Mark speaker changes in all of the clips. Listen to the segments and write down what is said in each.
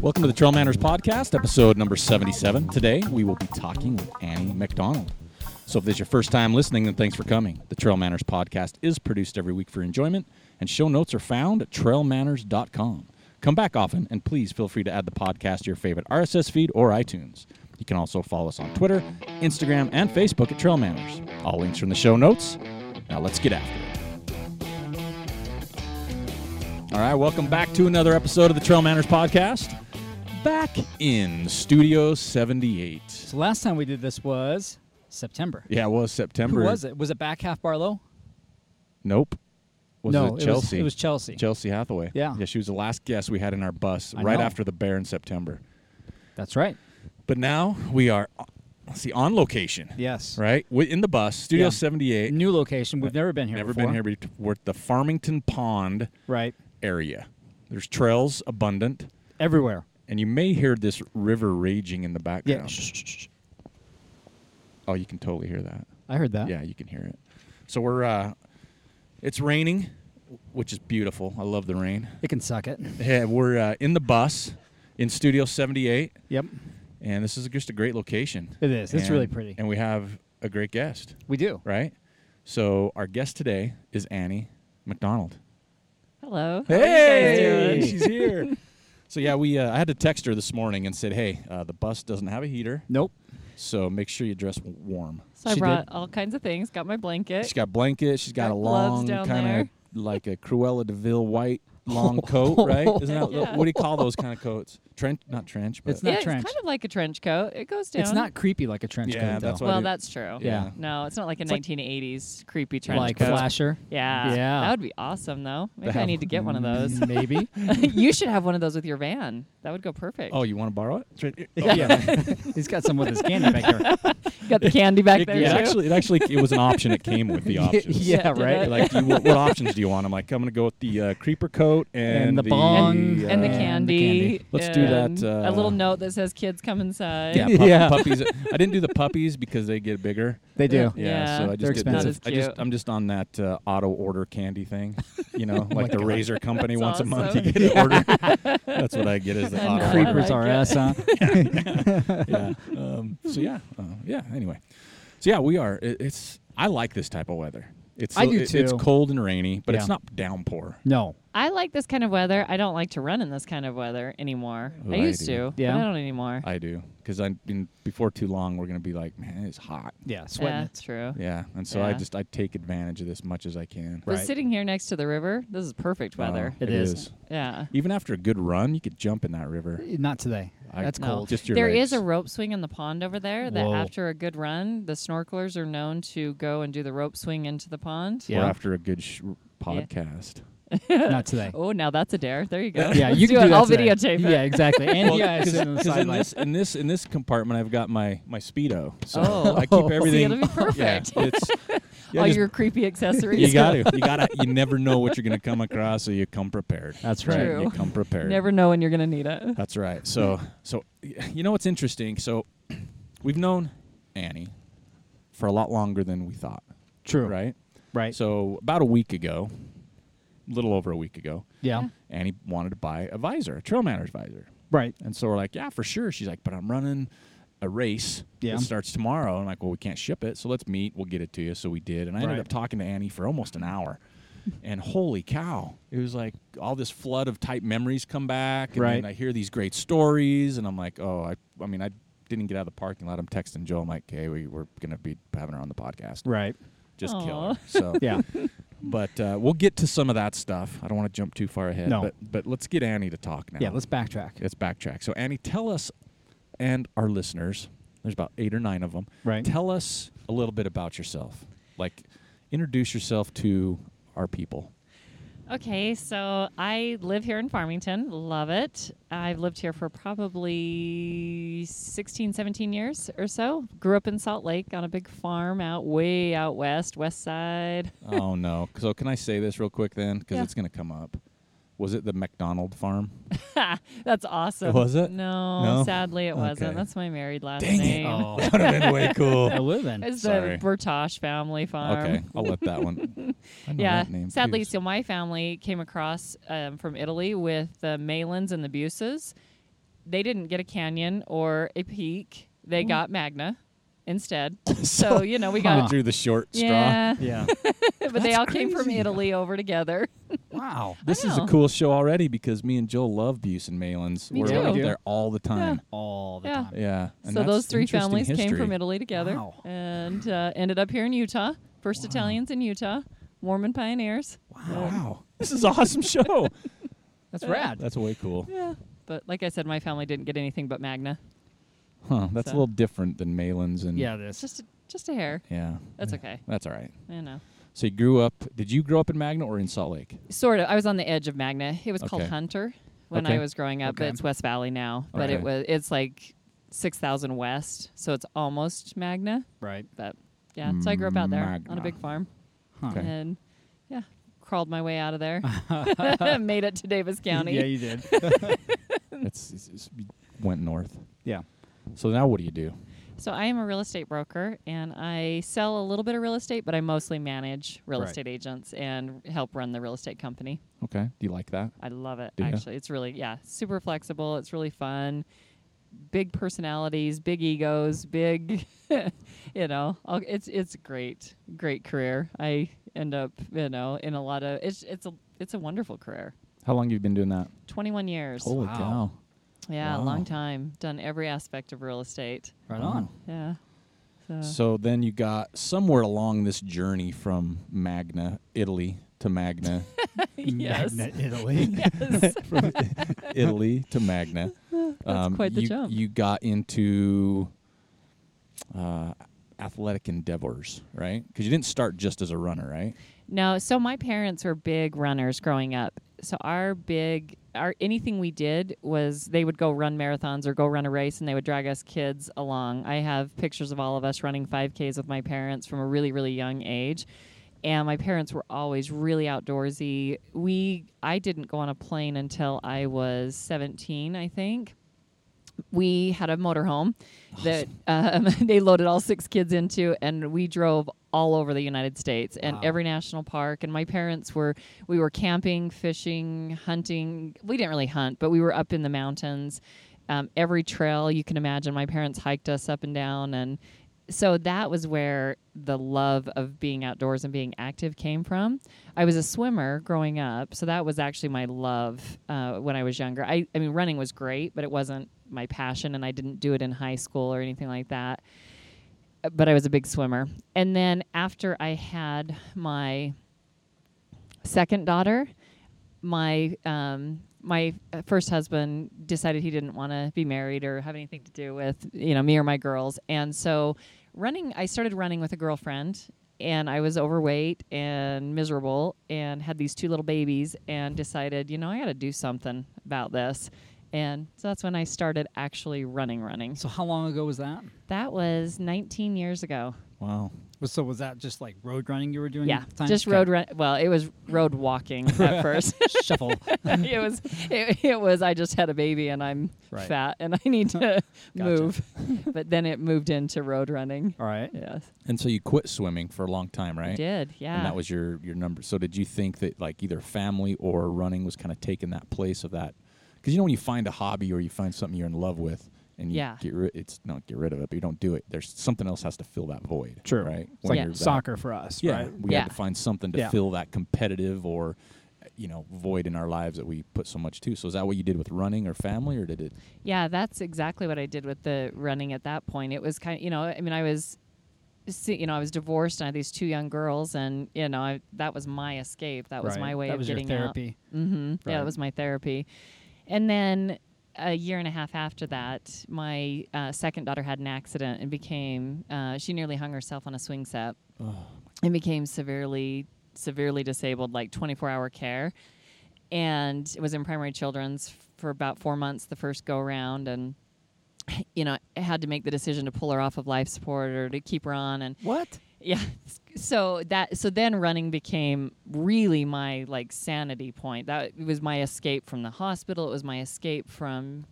Speaker 1: Welcome to the Trail Manners Podcast, episode number 77. Today, we will be talking with Annie McDonald. So, if this is your first time listening, then thanks for coming. The Trail Manners Podcast is produced every week for enjoyment, and show notes are found at trailmanners.com. Come back often, and please feel free to add the podcast to your favorite RSS feed or iTunes. You can also follow us on Twitter, Instagram, and Facebook at Trail Manners. All links are in the show notes. Now, let's get after it. All right, welcome back to another episode of the Trail Manners Podcast. Back in Studio 78.
Speaker 2: So last time we did this was September.
Speaker 1: Yeah, it was
Speaker 2: Who
Speaker 1: September.
Speaker 2: was it? Was it back half Barlow?
Speaker 1: Nope. Was
Speaker 2: no,
Speaker 1: it Chelsea?
Speaker 2: Was, it was Chelsea.
Speaker 1: Chelsea Hathaway.
Speaker 2: Yeah.
Speaker 1: Yeah, she was the last guest we had in our bus
Speaker 2: I
Speaker 1: right
Speaker 2: know.
Speaker 1: after the bear in September.
Speaker 2: That's right.
Speaker 1: But now we are, let's see, on location.
Speaker 2: Yes.
Speaker 1: Right? Wi- In the bus, Studio
Speaker 2: Yeah.
Speaker 1: 78.
Speaker 2: New location. We've never been here.
Speaker 1: Never
Speaker 2: before.
Speaker 1: been here before. The Farmington Pond
Speaker 2: Right.
Speaker 1: area. There's trails abundant.
Speaker 2: Everywhere.
Speaker 1: And you may hear this river raging in the background.
Speaker 2: Yeah. Shh, shh, shh, shh.
Speaker 1: Oh, you can totally hear that.
Speaker 2: I heard that.
Speaker 1: Yeah, you can hear it. So we're uh it's raining, which is beautiful. I love the rain.
Speaker 2: It can suck it.
Speaker 1: Yeah, we're uh, in the bus in Studio 78
Speaker 2: Yep.
Speaker 1: and this is just a great location.
Speaker 2: It is. It's really
Speaker 1: And-
Speaker 2: pretty.
Speaker 1: And we have a great guest,
Speaker 2: We do.
Speaker 1: right? So our guest today is Annie McDonald.
Speaker 3: Hello.
Speaker 1: Hey, she's here. so yeah, we uh, I had to text her this morning and said, "Hey, uh, the bus doesn't have a heater,
Speaker 2: Nope.
Speaker 1: so make sure you dress w- warm."
Speaker 3: So I
Speaker 2: She
Speaker 3: brought
Speaker 2: did.
Speaker 3: all kinds of things. Got my blanket.
Speaker 1: She's got blankets. She's got,
Speaker 3: Got
Speaker 1: a
Speaker 3: gloves
Speaker 1: long
Speaker 3: down
Speaker 1: kind
Speaker 3: there.
Speaker 1: of like a Cruella Deville white long coat, right? Isn't that
Speaker 3: Yeah.
Speaker 1: what do you call those kind of coats? Trench, not trench, but
Speaker 2: It's not
Speaker 3: yeah,
Speaker 2: trench.
Speaker 3: it's kind of like a trench coat. It goes down.
Speaker 2: It's not creepy like a trench
Speaker 1: Yeah,
Speaker 2: coat.
Speaker 1: that's
Speaker 2: though.
Speaker 1: what I
Speaker 3: Well,
Speaker 1: do.
Speaker 3: that's true.
Speaker 1: Yeah.
Speaker 3: No, it's not like a
Speaker 2: like-
Speaker 3: 1980s creepy trench
Speaker 2: like
Speaker 3: coat.
Speaker 2: flasher.
Speaker 3: Yeah.
Speaker 2: Yeah.
Speaker 3: That would be awesome though. Maybe I
Speaker 1: have-
Speaker 3: need to get one of those.
Speaker 2: Maybe. Oh,
Speaker 3: you should have one of those with your van. That would go perfect.
Speaker 1: oh, you want to borrow it? Tren- oh,
Speaker 2: yeah. He's got some with his candy back here.
Speaker 3: you got the candy back
Speaker 1: It,
Speaker 3: there
Speaker 1: it
Speaker 3: too.
Speaker 1: actually, it actually, it was an option. It came with the options.
Speaker 2: yeah.
Speaker 3: did
Speaker 2: Right.
Speaker 1: They're Like, do you, what, what options do you want? I'm like, I'm gonna go with the uh, creeper coat and,
Speaker 2: And the bong.
Speaker 1: uh,
Speaker 3: and the
Speaker 2: Yeah.
Speaker 3: candy.
Speaker 2: candy.
Speaker 1: Let's do that,
Speaker 3: and
Speaker 1: uh,
Speaker 3: a little note that says "Kids come inside."
Speaker 1: Yeah, pu-
Speaker 2: Yeah.
Speaker 1: puppies. I didn't do the puppies because they get bigger.
Speaker 2: They do.
Speaker 1: Yeah,
Speaker 3: Yeah.
Speaker 1: so I
Speaker 3: They're
Speaker 1: just did the-
Speaker 2: expensive.
Speaker 3: That
Speaker 1: I
Speaker 3: is
Speaker 1: just
Speaker 3: cute.
Speaker 1: I'm just on that uh, auto order candy thing, you know,
Speaker 2: Oh
Speaker 1: like the razor company
Speaker 3: That's
Speaker 1: once a month you
Speaker 3: awesome.
Speaker 1: get an order. That's what I get is the
Speaker 3: I
Speaker 1: auto
Speaker 3: know.
Speaker 1: order.
Speaker 2: Creepers
Speaker 3: like
Speaker 2: are
Speaker 3: it.
Speaker 2: us, huh?
Speaker 1: Yeah. Um, so yeah, uh, yeah. Anyway, so yeah, we are. It, it's I like this type of weather. It's
Speaker 2: I do
Speaker 1: it- It's
Speaker 2: too.
Speaker 1: cold and rainy, but it's
Speaker 2: Yeah.
Speaker 1: not downpour.
Speaker 2: No.
Speaker 3: I like this kind of weather. I don't like to run in this kind of weather anymore.
Speaker 1: Ooh,
Speaker 3: I
Speaker 1: I
Speaker 3: used
Speaker 1: do.
Speaker 3: to,
Speaker 2: Yeah.
Speaker 3: but I don't anymore.
Speaker 1: I do because I mean, before too long we're gonna be like, man, it's hot.
Speaker 2: Yeah. Sweating.
Speaker 3: yeah,
Speaker 2: it.
Speaker 3: that's true.
Speaker 1: Yeah, and so I
Speaker 3: Yeah.
Speaker 1: just I take advantage of this much as I can.
Speaker 3: But
Speaker 2: Right.
Speaker 3: sitting here next to the river, this is perfect
Speaker 1: Wow,
Speaker 3: weather.
Speaker 2: It is.
Speaker 3: yeah.
Speaker 1: Even after a good run, you could jump in that river.
Speaker 2: Not today.
Speaker 1: I-
Speaker 2: That's
Speaker 1: No.
Speaker 2: cold.
Speaker 1: Just your
Speaker 3: There is
Speaker 1: legs.
Speaker 3: a rope swing in the pond over there that
Speaker 2: Whoa.
Speaker 3: after a good run, the snorkelers are known to go and do the rope swing into the pond.
Speaker 2: Yeah.
Speaker 1: Or after a good sh- podcast.
Speaker 2: Not today.
Speaker 3: Oh, now that's a dare. There you go.
Speaker 2: Yeah,
Speaker 3: Let's
Speaker 2: you can
Speaker 3: do it.
Speaker 2: that
Speaker 3: I'll
Speaker 2: today.
Speaker 3: videotape it.
Speaker 2: Yeah, exactly. And
Speaker 1: Well,
Speaker 2: yeah, sit on the
Speaker 1: 'Cause in
Speaker 2: sideline.
Speaker 1: this, in this in this compartment, I've got my my speedo, so
Speaker 3: Oh.
Speaker 1: I keep everything.
Speaker 3: it'll be perfect.
Speaker 1: Yeah, it's yeah,
Speaker 3: All
Speaker 1: just-
Speaker 3: your creepy accessories.
Speaker 1: you got to you got to you never know what you're gonna come across, so you come prepared.
Speaker 2: That's
Speaker 3: right.
Speaker 1: You
Speaker 3: True.
Speaker 1: come prepared.
Speaker 3: Never know when you're gonna need it.
Speaker 1: That's right. So so you know what's interesting? So we've known Annie for a lot longer than we thought,
Speaker 2: True.
Speaker 1: right?
Speaker 2: Right.
Speaker 1: So about a week ago, a little over a week ago,
Speaker 2: yeah.
Speaker 1: Annie wanted to buy a visor, a trail manners visor.
Speaker 2: Right.
Speaker 1: And so we're like, yeah, for sure. She's like, but I'm running a race.
Speaker 2: Yeah.
Speaker 1: It starts tomorrow. I'm like, well, we can't ship it. So let's meet. We'll get it to you. So we did. And I ended
Speaker 2: Right.
Speaker 1: up talking to Annie for almost an hour. And holy cow, it was like all this flood of type memories come back. And
Speaker 2: Right.
Speaker 1: then I hear these great stories. And I'm like, oh, I, I mean, I didn't get out of the parking lot. I'm texting Joe. I'm like, hey, we, we're going to be having her on the podcast.
Speaker 2: Right.
Speaker 1: Just kill
Speaker 3: Aw.
Speaker 1: her. So
Speaker 2: Yeah.
Speaker 1: But uh, we'll get to some of that stuff. I don't want to jump too far ahead.
Speaker 2: No.
Speaker 1: But, but let's get Annie to talk now.
Speaker 2: Yeah, let's backtrack.
Speaker 1: let's backtrack. So Annie, tell us and our listeners, there's about eight or nine of them.
Speaker 2: Right.
Speaker 1: Tell us a little bit about yourself. Like, introduce yourself to our people.
Speaker 3: Okay, so I live here in Farmington. Love it. I've lived here for probably 16, 17 years or so. Grew up in Salt Lake on a big farm out way out west, west side.
Speaker 1: oh no. So can I say this real quick then? Because
Speaker 3: Yeah.
Speaker 1: it's going to come up. Was it the McDonald farm?
Speaker 3: That's awesome.
Speaker 1: Was it?
Speaker 3: No,
Speaker 1: No?
Speaker 3: sadly it wasn't.
Speaker 1: Okay.
Speaker 3: That's my married last
Speaker 1: Dang it.
Speaker 3: name.
Speaker 2: Oh,
Speaker 1: that would have been way
Speaker 2: I
Speaker 1: cool.
Speaker 2: live in.
Speaker 3: It's
Speaker 1: Sorry.
Speaker 3: the Bertosh family farm.
Speaker 1: Okay, I'll let that one. I know
Speaker 3: Yeah.
Speaker 1: that name,
Speaker 3: Sadly,
Speaker 1: too.
Speaker 3: so my family came across um, from Italy with the Malins and the Buses. They didn't get a canyon or a peak. They got Magna instead. so, you know, we
Speaker 1: I
Speaker 3: got.
Speaker 1: drew the short
Speaker 3: Yeah.
Speaker 2: Yeah.
Speaker 3: but they all came from
Speaker 1: crazy.
Speaker 3: Italy over together.
Speaker 1: straw.
Speaker 2: wow.
Speaker 1: This is a
Speaker 3: know.
Speaker 1: cool show already because me and Joel love Buse and Malins.
Speaker 3: Me
Speaker 1: We're
Speaker 3: too.
Speaker 1: out
Speaker 2: We do.
Speaker 1: there all the time.
Speaker 2: All the
Speaker 3: Yeah.
Speaker 2: time.
Speaker 1: Yeah. and
Speaker 3: so
Speaker 1: that's
Speaker 3: those three
Speaker 1: interesting
Speaker 3: families came
Speaker 1: history.
Speaker 3: from Italy together
Speaker 2: Wow.
Speaker 3: and uh, ended up here in Utah. First Italians in Utah, Mormon pioneers.
Speaker 1: Wow, this is an awesome show.
Speaker 2: That's rad.
Speaker 1: That's way cool.
Speaker 3: Yeah. But like I said, my family didn't get anything but Magna.
Speaker 1: Huh? That's a
Speaker 3: So-
Speaker 1: little different than Malin's and
Speaker 2: yeah,
Speaker 3: It's
Speaker 2: this.
Speaker 3: just a, just a hair.
Speaker 1: yeah.
Speaker 3: That's
Speaker 1: Yeah.
Speaker 3: okay.
Speaker 1: That's all right.
Speaker 3: I know.
Speaker 1: So you grew up. Did you grow up in Magna or in Salt Lake?
Speaker 3: Sort of. I was on the edge of Magna. It was called
Speaker 1: Okay.
Speaker 3: Hunter when
Speaker 1: Okay.
Speaker 3: I was growing up,
Speaker 2: Okay.
Speaker 3: but it's West Valley now. But it
Speaker 1: Okay.
Speaker 3: was it's like six thousand west, so it's almost Magna.
Speaker 2: right.
Speaker 3: But yeah, so I grew up out there on
Speaker 1: Magna.
Speaker 3: a big farm,
Speaker 2: Huh.
Speaker 1: Okay.
Speaker 3: and Uh-huh. yeah, crawled my way out of there, made it to Davis County.
Speaker 2: Yeah, you did.
Speaker 1: That's it's, it's, you went north.
Speaker 2: yeah.
Speaker 1: So now what do you do?
Speaker 3: So I am a real estate broker, and I sell a little bit of real estate, but I mostly manage real
Speaker 2: Right.
Speaker 3: estate agents and help run the real estate company.
Speaker 1: Okay. Do you like that?
Speaker 3: I love it.
Speaker 1: Do ya?
Speaker 3: actually, it's really yeah, super flexible. It's really fun. Big personalities, big egos, big, you know. all- It's it's great, great career. I end up you know in a lot of it's it's a it's a wonderful career.
Speaker 1: How long have you been doing that?
Speaker 3: Twenty one years.
Speaker 1: Holy
Speaker 2: Wow.
Speaker 1: cow!
Speaker 3: yeah, a
Speaker 1: wow.
Speaker 3: long time. Done every aspect of real estate.
Speaker 2: Right on.
Speaker 3: Yeah. So,
Speaker 1: So then you got somewhere along this journey from Magna, Italy to Magna,
Speaker 3: Yes.
Speaker 2: Magna, Italy.
Speaker 3: yes.
Speaker 1: from Italy to Magna. That's
Speaker 3: quite the
Speaker 1: you,
Speaker 3: jump.
Speaker 1: You got into uh, athletic endeavors, right? Because you didn't start just as a runner, right?
Speaker 3: No, so my parents were big runners growing up. So our big our anything we did was they would go run marathons or go run a race and they would drag us kids along. I have pictures of all of us running 5Ks with my parents from a really really young age. And my parents were always really outdoorsy. We I didn't go on a plane until I was 17, I think we had a motorhome that um, they loaded all six kids into, and we drove all over the United States and every national park. And my parents were we were camping, fishing, hunting. We didn't really hunt, but we were up in the mountains. Um, every trail you can imagine, my parents hiked us up and down, and so that was where the love of being outdoors and being active came from. I was a swimmer growing up, so that was actually my love uh, when I was younger. I, I mean, running was great, but it wasn't my passion, and I didn't do it in high school or anything like that. Uh, But I was a big swimmer. And then after I had my second daughter, my um, my uh, first husband decided he didn't want to be married or have anything to do with you know me or my girls, and so running. I started running with a girlfriend, and I was overweight and miserable, and had these two little babies, and decided you know I got to do something about this, and so that's when I started actually running. Running.
Speaker 2: So how long ago was that?
Speaker 3: That was 19 years ago.
Speaker 1: Wow.
Speaker 2: Was- So was that just like road running you were doing?
Speaker 3: Yeah,
Speaker 2: at the time?
Speaker 3: just
Speaker 2: Okay.
Speaker 3: road run. Well, it was road walking at first.
Speaker 2: shuffle.
Speaker 3: it was it, it was I just had a baby and I'm
Speaker 2: Right.
Speaker 3: fat and I need to
Speaker 2: Gotcha.
Speaker 3: move. but then it moved into road running.
Speaker 2: All right.
Speaker 3: Yes.
Speaker 1: And so you quit swimming for a long time, right?
Speaker 3: I did. Yeah.
Speaker 1: And that was your your number. So did you think that like either family or running was kind of taking that place of that? Because you know when you find a hobby or you find something you're in love with, and you
Speaker 3: Yeah.
Speaker 1: get ri- it's not get rid of it, but you don't do it. There's something else has to fill that void.
Speaker 2: True.
Speaker 1: Right.
Speaker 2: It's like
Speaker 3: Yeah.
Speaker 1: you're that-
Speaker 2: soccer for us.
Speaker 1: Yeah.
Speaker 2: Right.
Speaker 1: We had to
Speaker 3: Yeah.
Speaker 1: find something to
Speaker 2: Yeah.
Speaker 1: fill that competitive or you know void in our lives that we put so much to. So is that what you did with running or family, or did it?
Speaker 3: Yeah, that's exactly what I did with the running at that point. It was kind of, you know, I mean, I was see, you know, I was divorced and I had these two young girls, and you know, I, that was my escape. That was
Speaker 2: Right.
Speaker 3: my way
Speaker 2: That
Speaker 3: of
Speaker 2: was your
Speaker 3: getting
Speaker 2: therapy.
Speaker 3: out. Mm-hmm. Yeah,
Speaker 2: Right.
Speaker 3: that was my therapy. And then a year and a half after that, my uh, second daughter had an accident and became. Uh, she nearly hung herself on a swing set, and became severely, severely disabled, like 24-hour care, and was in primary children's for about four months the first go round, and you know, I had to make the decision to pull her off of life support or to keep her on and
Speaker 2: What?
Speaker 3: yeah. So that so then running became really my like sanity point. That it was my escape from the hospital. It was my escape from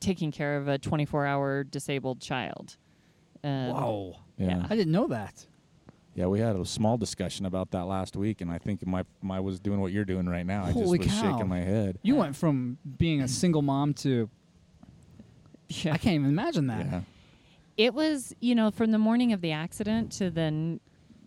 Speaker 3: taking care of a 24-hour disabled child. Um,
Speaker 2: Wow.
Speaker 1: Yeah.
Speaker 2: I didn't know that.
Speaker 1: Yeah, we had a small discussion about that last week, and I think my my was doing what you're doing right now. I
Speaker 2: Holy
Speaker 1: just was
Speaker 2: cow.
Speaker 1: shaking my head.
Speaker 2: You went from being a single mom to
Speaker 3: Yeah.
Speaker 2: I can't even imagine that.
Speaker 1: Yeah.
Speaker 3: It was, you know, from the morning of the accident to the, n-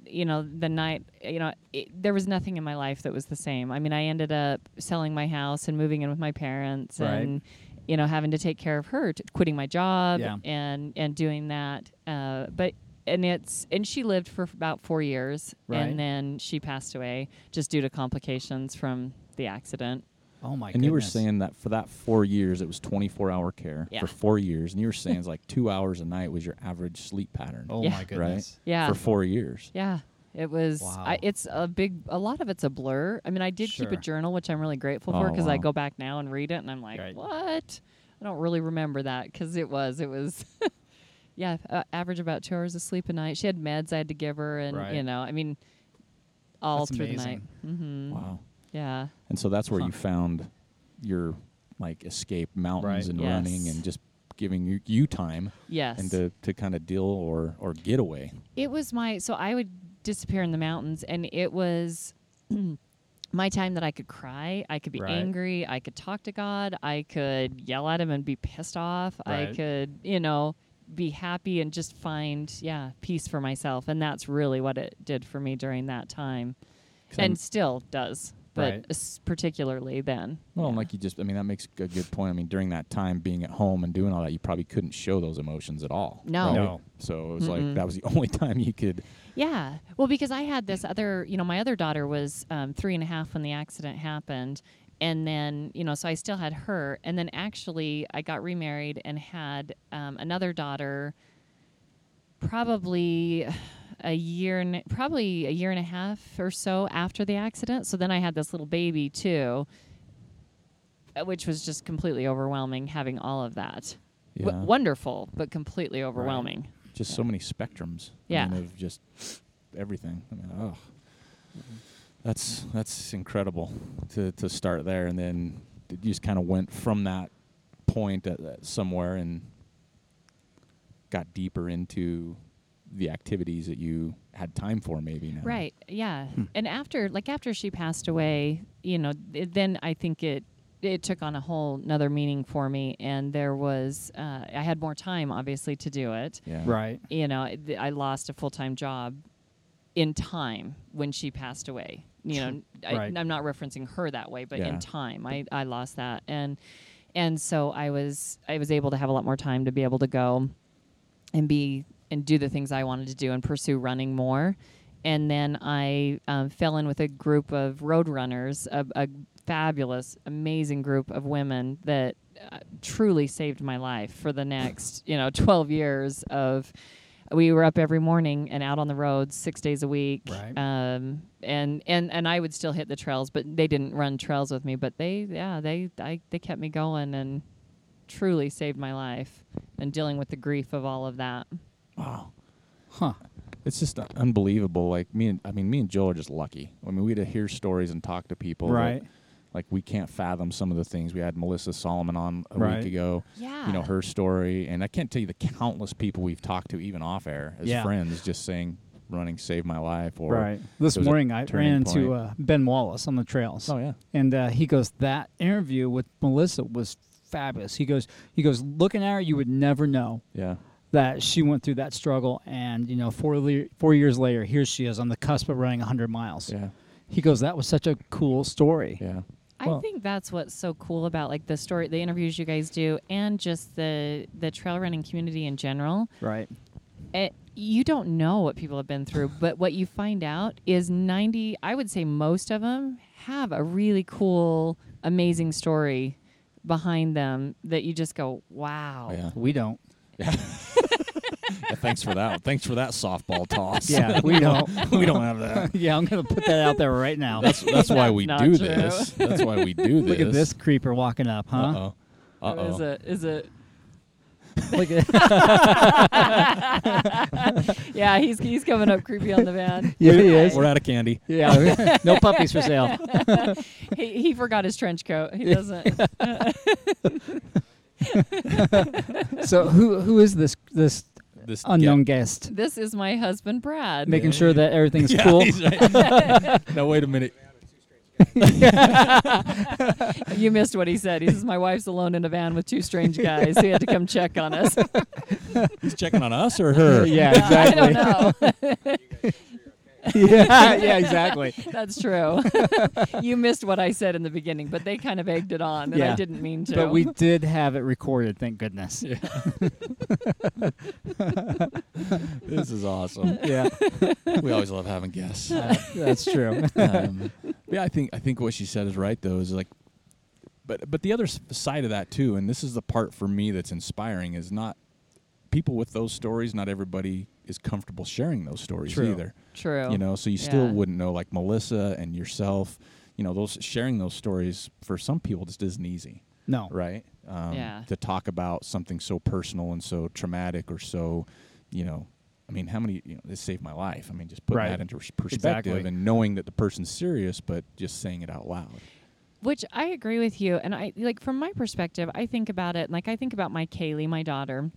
Speaker 3: you know, the night, you know, it, there was nothing in my life that was the same. I mean, I ended up selling my house and moving in with my parents
Speaker 2: Right.
Speaker 3: and, you know, having to take care of her, t- quitting my job
Speaker 2: Yeah.
Speaker 3: and, and doing that. Uh, but, and it's, and she lived for f- about four years
Speaker 2: Right.
Speaker 3: and then she passed away just due to complications from the accident.
Speaker 2: Oh my
Speaker 1: And you were
Speaker 2: goodness.
Speaker 1: saying that for that four years, it was 24 hour care
Speaker 3: Yeah.
Speaker 1: for four years, and you were saying it's like two hours a night was your average sleep pattern.
Speaker 2: Oh
Speaker 3: Yeah.
Speaker 2: my
Speaker 3: Right.
Speaker 2: goodness.
Speaker 3: Yeah.
Speaker 1: For four years.
Speaker 3: Yeah. It was.
Speaker 2: Wow.
Speaker 3: I, it's a big. A lot of it's a blur. I mean, I did keep
Speaker 2: Sure.
Speaker 3: a journal, which I'm really grateful for
Speaker 1: Oh,
Speaker 3: 'cause for because I
Speaker 1: wow.
Speaker 3: go back now and read it, and I'm like,
Speaker 2: Right.
Speaker 3: what? I don't really remember that because it was. It was. yeah, uh, average about two hours of sleep a night. She had meds I had to give her, and
Speaker 2: Right.
Speaker 3: you know, I mean, all
Speaker 2: That's
Speaker 3: through
Speaker 2: amazing.
Speaker 3: the night. Mm-hmm.
Speaker 1: Wow.
Speaker 3: Yeah.
Speaker 1: And so that's where
Speaker 2: Huh.
Speaker 1: you found your like escape mountains
Speaker 2: Right.
Speaker 1: and
Speaker 3: Yes.
Speaker 1: running and just giving you, you time
Speaker 3: Yes.
Speaker 1: and to, to kind of deal or, or get away.
Speaker 3: It was my so I would disappear in the mountains, and it was my time that I could cry, I could be
Speaker 2: Right.
Speaker 3: angry, I could talk to God, I could yell at Him and be pissed off, I
Speaker 2: Right.
Speaker 3: could you know be happy and just find yeah peace for myself, and that's really what it did for me during that time,
Speaker 1: 'Cause I'm-
Speaker 3: and still does, but
Speaker 2: Right.
Speaker 3: s- particularly then.
Speaker 1: Well, and
Speaker 3: Yeah.
Speaker 1: like you just, I mean, that makes a good point. I mean, during that time being at home and doing all that, you probably couldn't show those emotions at all.
Speaker 3: No.
Speaker 1: right?
Speaker 2: No.
Speaker 1: So it was like that was the only time you could.
Speaker 3: Yeah. Well, because I had this other, you know, my other daughter was um, three and a half when the accident happened. And then, you know, so I still had her. And then actually, I got remarried and had um, another daughter probably a year and probably a year and a half or so after the accident. So then I had this little baby too, uh, which was just completely overwhelming having all of that. W-
Speaker 1: Yeah.
Speaker 3: wonderful, but completely overwhelming.
Speaker 1: Just so many spectrums. I
Speaker 3: Yeah.
Speaker 1: mean, of just everything. I mean, oh, that's that's incredible to to start there, and then you just kind of went from that point at, at somewhere and got deeper into the activities that you had time for, maybe. Now.
Speaker 3: Right. Yeah.
Speaker 1: Hmm.
Speaker 3: And after, like after she passed away, you know, it, then I think it it took on a whole another meaning for me, and there was uh, I had more time, obviously, to do it.
Speaker 1: Yeah.
Speaker 2: Right.
Speaker 3: You know, I- I lost a full time job in time when she passed away. You know,
Speaker 2: Right.
Speaker 3: I, I'm not referencing her that way, but
Speaker 1: Yeah.
Speaker 3: in time, I I lost that, and and so I was I was able to have a lot more time to be able to go and be and do the things I wanted to do and pursue running more. And then I um, fell in with a group of road runners, a, a fabulous, amazing group of women that uh, truly saved my life for the next, you know, 12 years of. We were up every morning and out on the roads six days a week,
Speaker 2: Right.
Speaker 3: um, and and and I would still hit the trails, but they didn't run trails with me. But they, yeah, they I, they kept me going, and truly saved my life and dealing with the grief of all of that.
Speaker 2: Huh.
Speaker 1: It's just un- unbelievable. Like me and I mean, me and Joel are just lucky. I mean, we get to hear stories and talk to people. that,
Speaker 2: Right.
Speaker 1: like we can't fathom some of the things. We had Melissa Solomon on a
Speaker 2: Right.
Speaker 1: week ago. You know
Speaker 3: Yeah.
Speaker 1: her story, and I can't tell you the countless people we've talked to, even off air, as
Speaker 2: Yeah.
Speaker 1: friends, just saying running saved my life. Or
Speaker 2: Right. This
Speaker 1: it was a
Speaker 2: morning I
Speaker 1: turning
Speaker 2: ran into
Speaker 1: point.
Speaker 2: uh, Ben Wallace on the trails.
Speaker 1: Oh, yeah.
Speaker 2: And uh, he goes, that interview with Melissa was fabulous. He goes, he goes, looking at her, you would never know
Speaker 1: yeah,
Speaker 2: that she went through that struggle, and you know, four le- four years later, here she is on the cusp of running 100 miles.
Speaker 1: yeah,
Speaker 2: He goes, that was such a cool story.
Speaker 1: yeah.
Speaker 3: I think that's what's so cool about like the story, the interviews you guys do, and just the the trail running community in general.
Speaker 2: Right.
Speaker 3: It, you don't know what people have been through, but what you find out is 90, I would say most of them have a really cool, amazing story behind them that you just go, wow.
Speaker 1: Yeah.
Speaker 2: We don't.
Speaker 1: Yeah, thanks for that. Thanks for that softball toss.
Speaker 2: Yeah, we don't.
Speaker 1: we don't have that.
Speaker 2: yeah, I'm gonna put that out there right now.
Speaker 1: That's that's why we
Speaker 3: not
Speaker 1: do
Speaker 3: true.
Speaker 1: this. That's why we do this.
Speaker 2: Look at this creeper walking up, huh?
Speaker 1: Uh oh. Uh
Speaker 3: Is
Speaker 1: oh.
Speaker 3: it? Is it?
Speaker 2: Look at
Speaker 3: Yeah, he's, he's coming up creepy on the van.
Speaker 2: yeah, he is.
Speaker 1: We're out of candy.
Speaker 2: Yeah, no puppies for sale.
Speaker 3: He, he forgot his trench coat. He doesn't.
Speaker 2: So who who is this this
Speaker 1: This
Speaker 2: unknown
Speaker 1: yeah.
Speaker 2: guest?
Speaker 3: this is my husband, Brad.
Speaker 2: Making sure that everything's
Speaker 1: Yeah,
Speaker 2: cool.
Speaker 1: he's right. no, wait a minute.
Speaker 3: you missed what he said. He says, My wife's alone in a van with two strange guys. He had to come check on us.
Speaker 1: He's checking on us or her.
Speaker 2: Yeah,
Speaker 3: I don't
Speaker 2: exactly.
Speaker 3: know.
Speaker 2: yeah, yeah, exactly.
Speaker 3: That's true. you missed what I said in the beginning, but they kind of egged it on, and I
Speaker 2: Yeah.
Speaker 3: didn't mean to.
Speaker 2: But we did have it recorded, thank goodness. Yeah.
Speaker 1: This is awesome. we always love having guests.
Speaker 2: uh, that's true.
Speaker 1: Um, yeah, I think I think what she said is right though. Is like, but but the other s- side of that too, and this is the part for me that's inspiring is not people with those stories. Not everybody is comfortable sharing those stories
Speaker 2: True.
Speaker 1: either.
Speaker 3: true.
Speaker 1: You know, so you still
Speaker 3: Yeah.
Speaker 1: wouldn't know like Melissa and yourself. You know, those sharing those stories for some people just isn't easy
Speaker 2: No.
Speaker 1: right? Um,
Speaker 3: Yeah.
Speaker 1: To talk about something so personal and so traumatic or so, you know, I mean, how many, you know, this saved my life. I mean, just putting
Speaker 2: Right.
Speaker 1: that into pers- perspective
Speaker 2: Exactly.
Speaker 1: and knowing that the person's serious, but just saying it out loud.
Speaker 3: Which I agree with you. And I like from my perspective, I think about it like I think about my Kaylee, my daughter.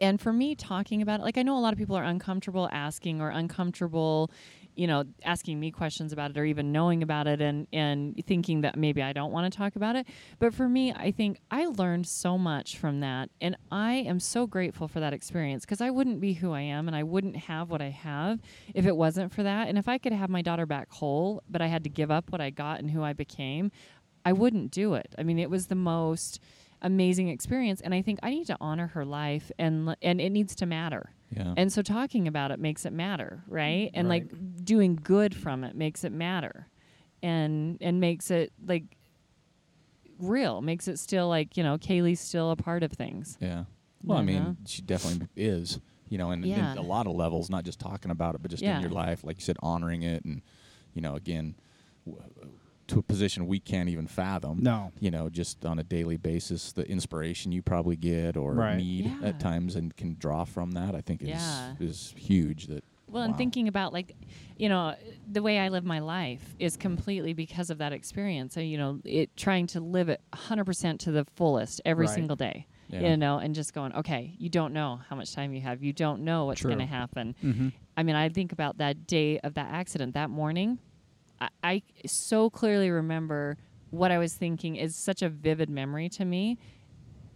Speaker 3: And for me, talking about it, like I know a lot of people are uncomfortable asking or uncomfortable, you know, asking me questions about it or even knowing about it and and thinking that maybe I don't want to talk about it. But for me, I think I learned so much from that, and I am so grateful for that experience because I wouldn't be who I am and I wouldn't have what I have if it wasn't for that. And if I could have my daughter back whole, but I had to give up what I got and who I became, I wouldn't do it. I mean, it was the most amazing experience and I think I need to honor her life and and it needs to matter.
Speaker 1: Yeah.
Speaker 3: And so talking about it makes it matter, right? And like doing good from it makes it matter. And and makes it like real, makes it still like, you know, Kaylee's still a part of things.
Speaker 1: yeah. Well, I mean,
Speaker 3: Uh-huh.
Speaker 1: she definitely is, you know, and in
Speaker 3: Yeah.
Speaker 1: a lot of levels, not just talking about it, but just
Speaker 3: Yeah.
Speaker 1: in your life, like you said, honoring it. And, you know, again, w- to a position we can't even fathom.
Speaker 2: No.
Speaker 1: You know, just on a daily basis, the inspiration you probably get or
Speaker 2: Right.
Speaker 1: need
Speaker 3: Yeah.
Speaker 1: at times and can draw from that, I think is
Speaker 3: Yeah.
Speaker 1: is huge. That
Speaker 3: Well, and
Speaker 1: wow.
Speaker 3: thinking about like, you know, the way I live my life is completely because of that experience. So, you know, it trying to live it 100% to the fullest every
Speaker 2: Right.
Speaker 3: single day.
Speaker 1: Yeah.
Speaker 3: You know, and just going, okay, you don't know how much time you have. You don't know what's
Speaker 2: True.
Speaker 3: going to happen. I mean, I think about that day of that accident, that morning. I, I so clearly remember what I was thinking is such a vivid memory to me.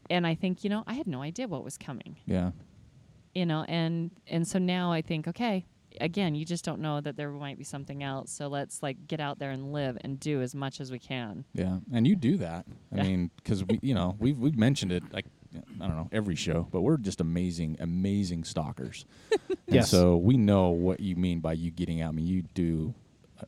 Speaker 3: And I think, you know, I had no idea what was coming
Speaker 1: Yeah.
Speaker 3: you know and and so now i think okay again you just don't know that there might be something else so let's like get out there and live and do as much as we can
Speaker 1: Yeah. And you do that. I
Speaker 3: Yeah.
Speaker 1: mean, because we, you know, we've, we've mentioned it like, I don't know, every show, but we're just amazing, amazing stalkers. And
Speaker 2: Yes.
Speaker 1: so we know what you mean by you getting out. I mean, you do uh,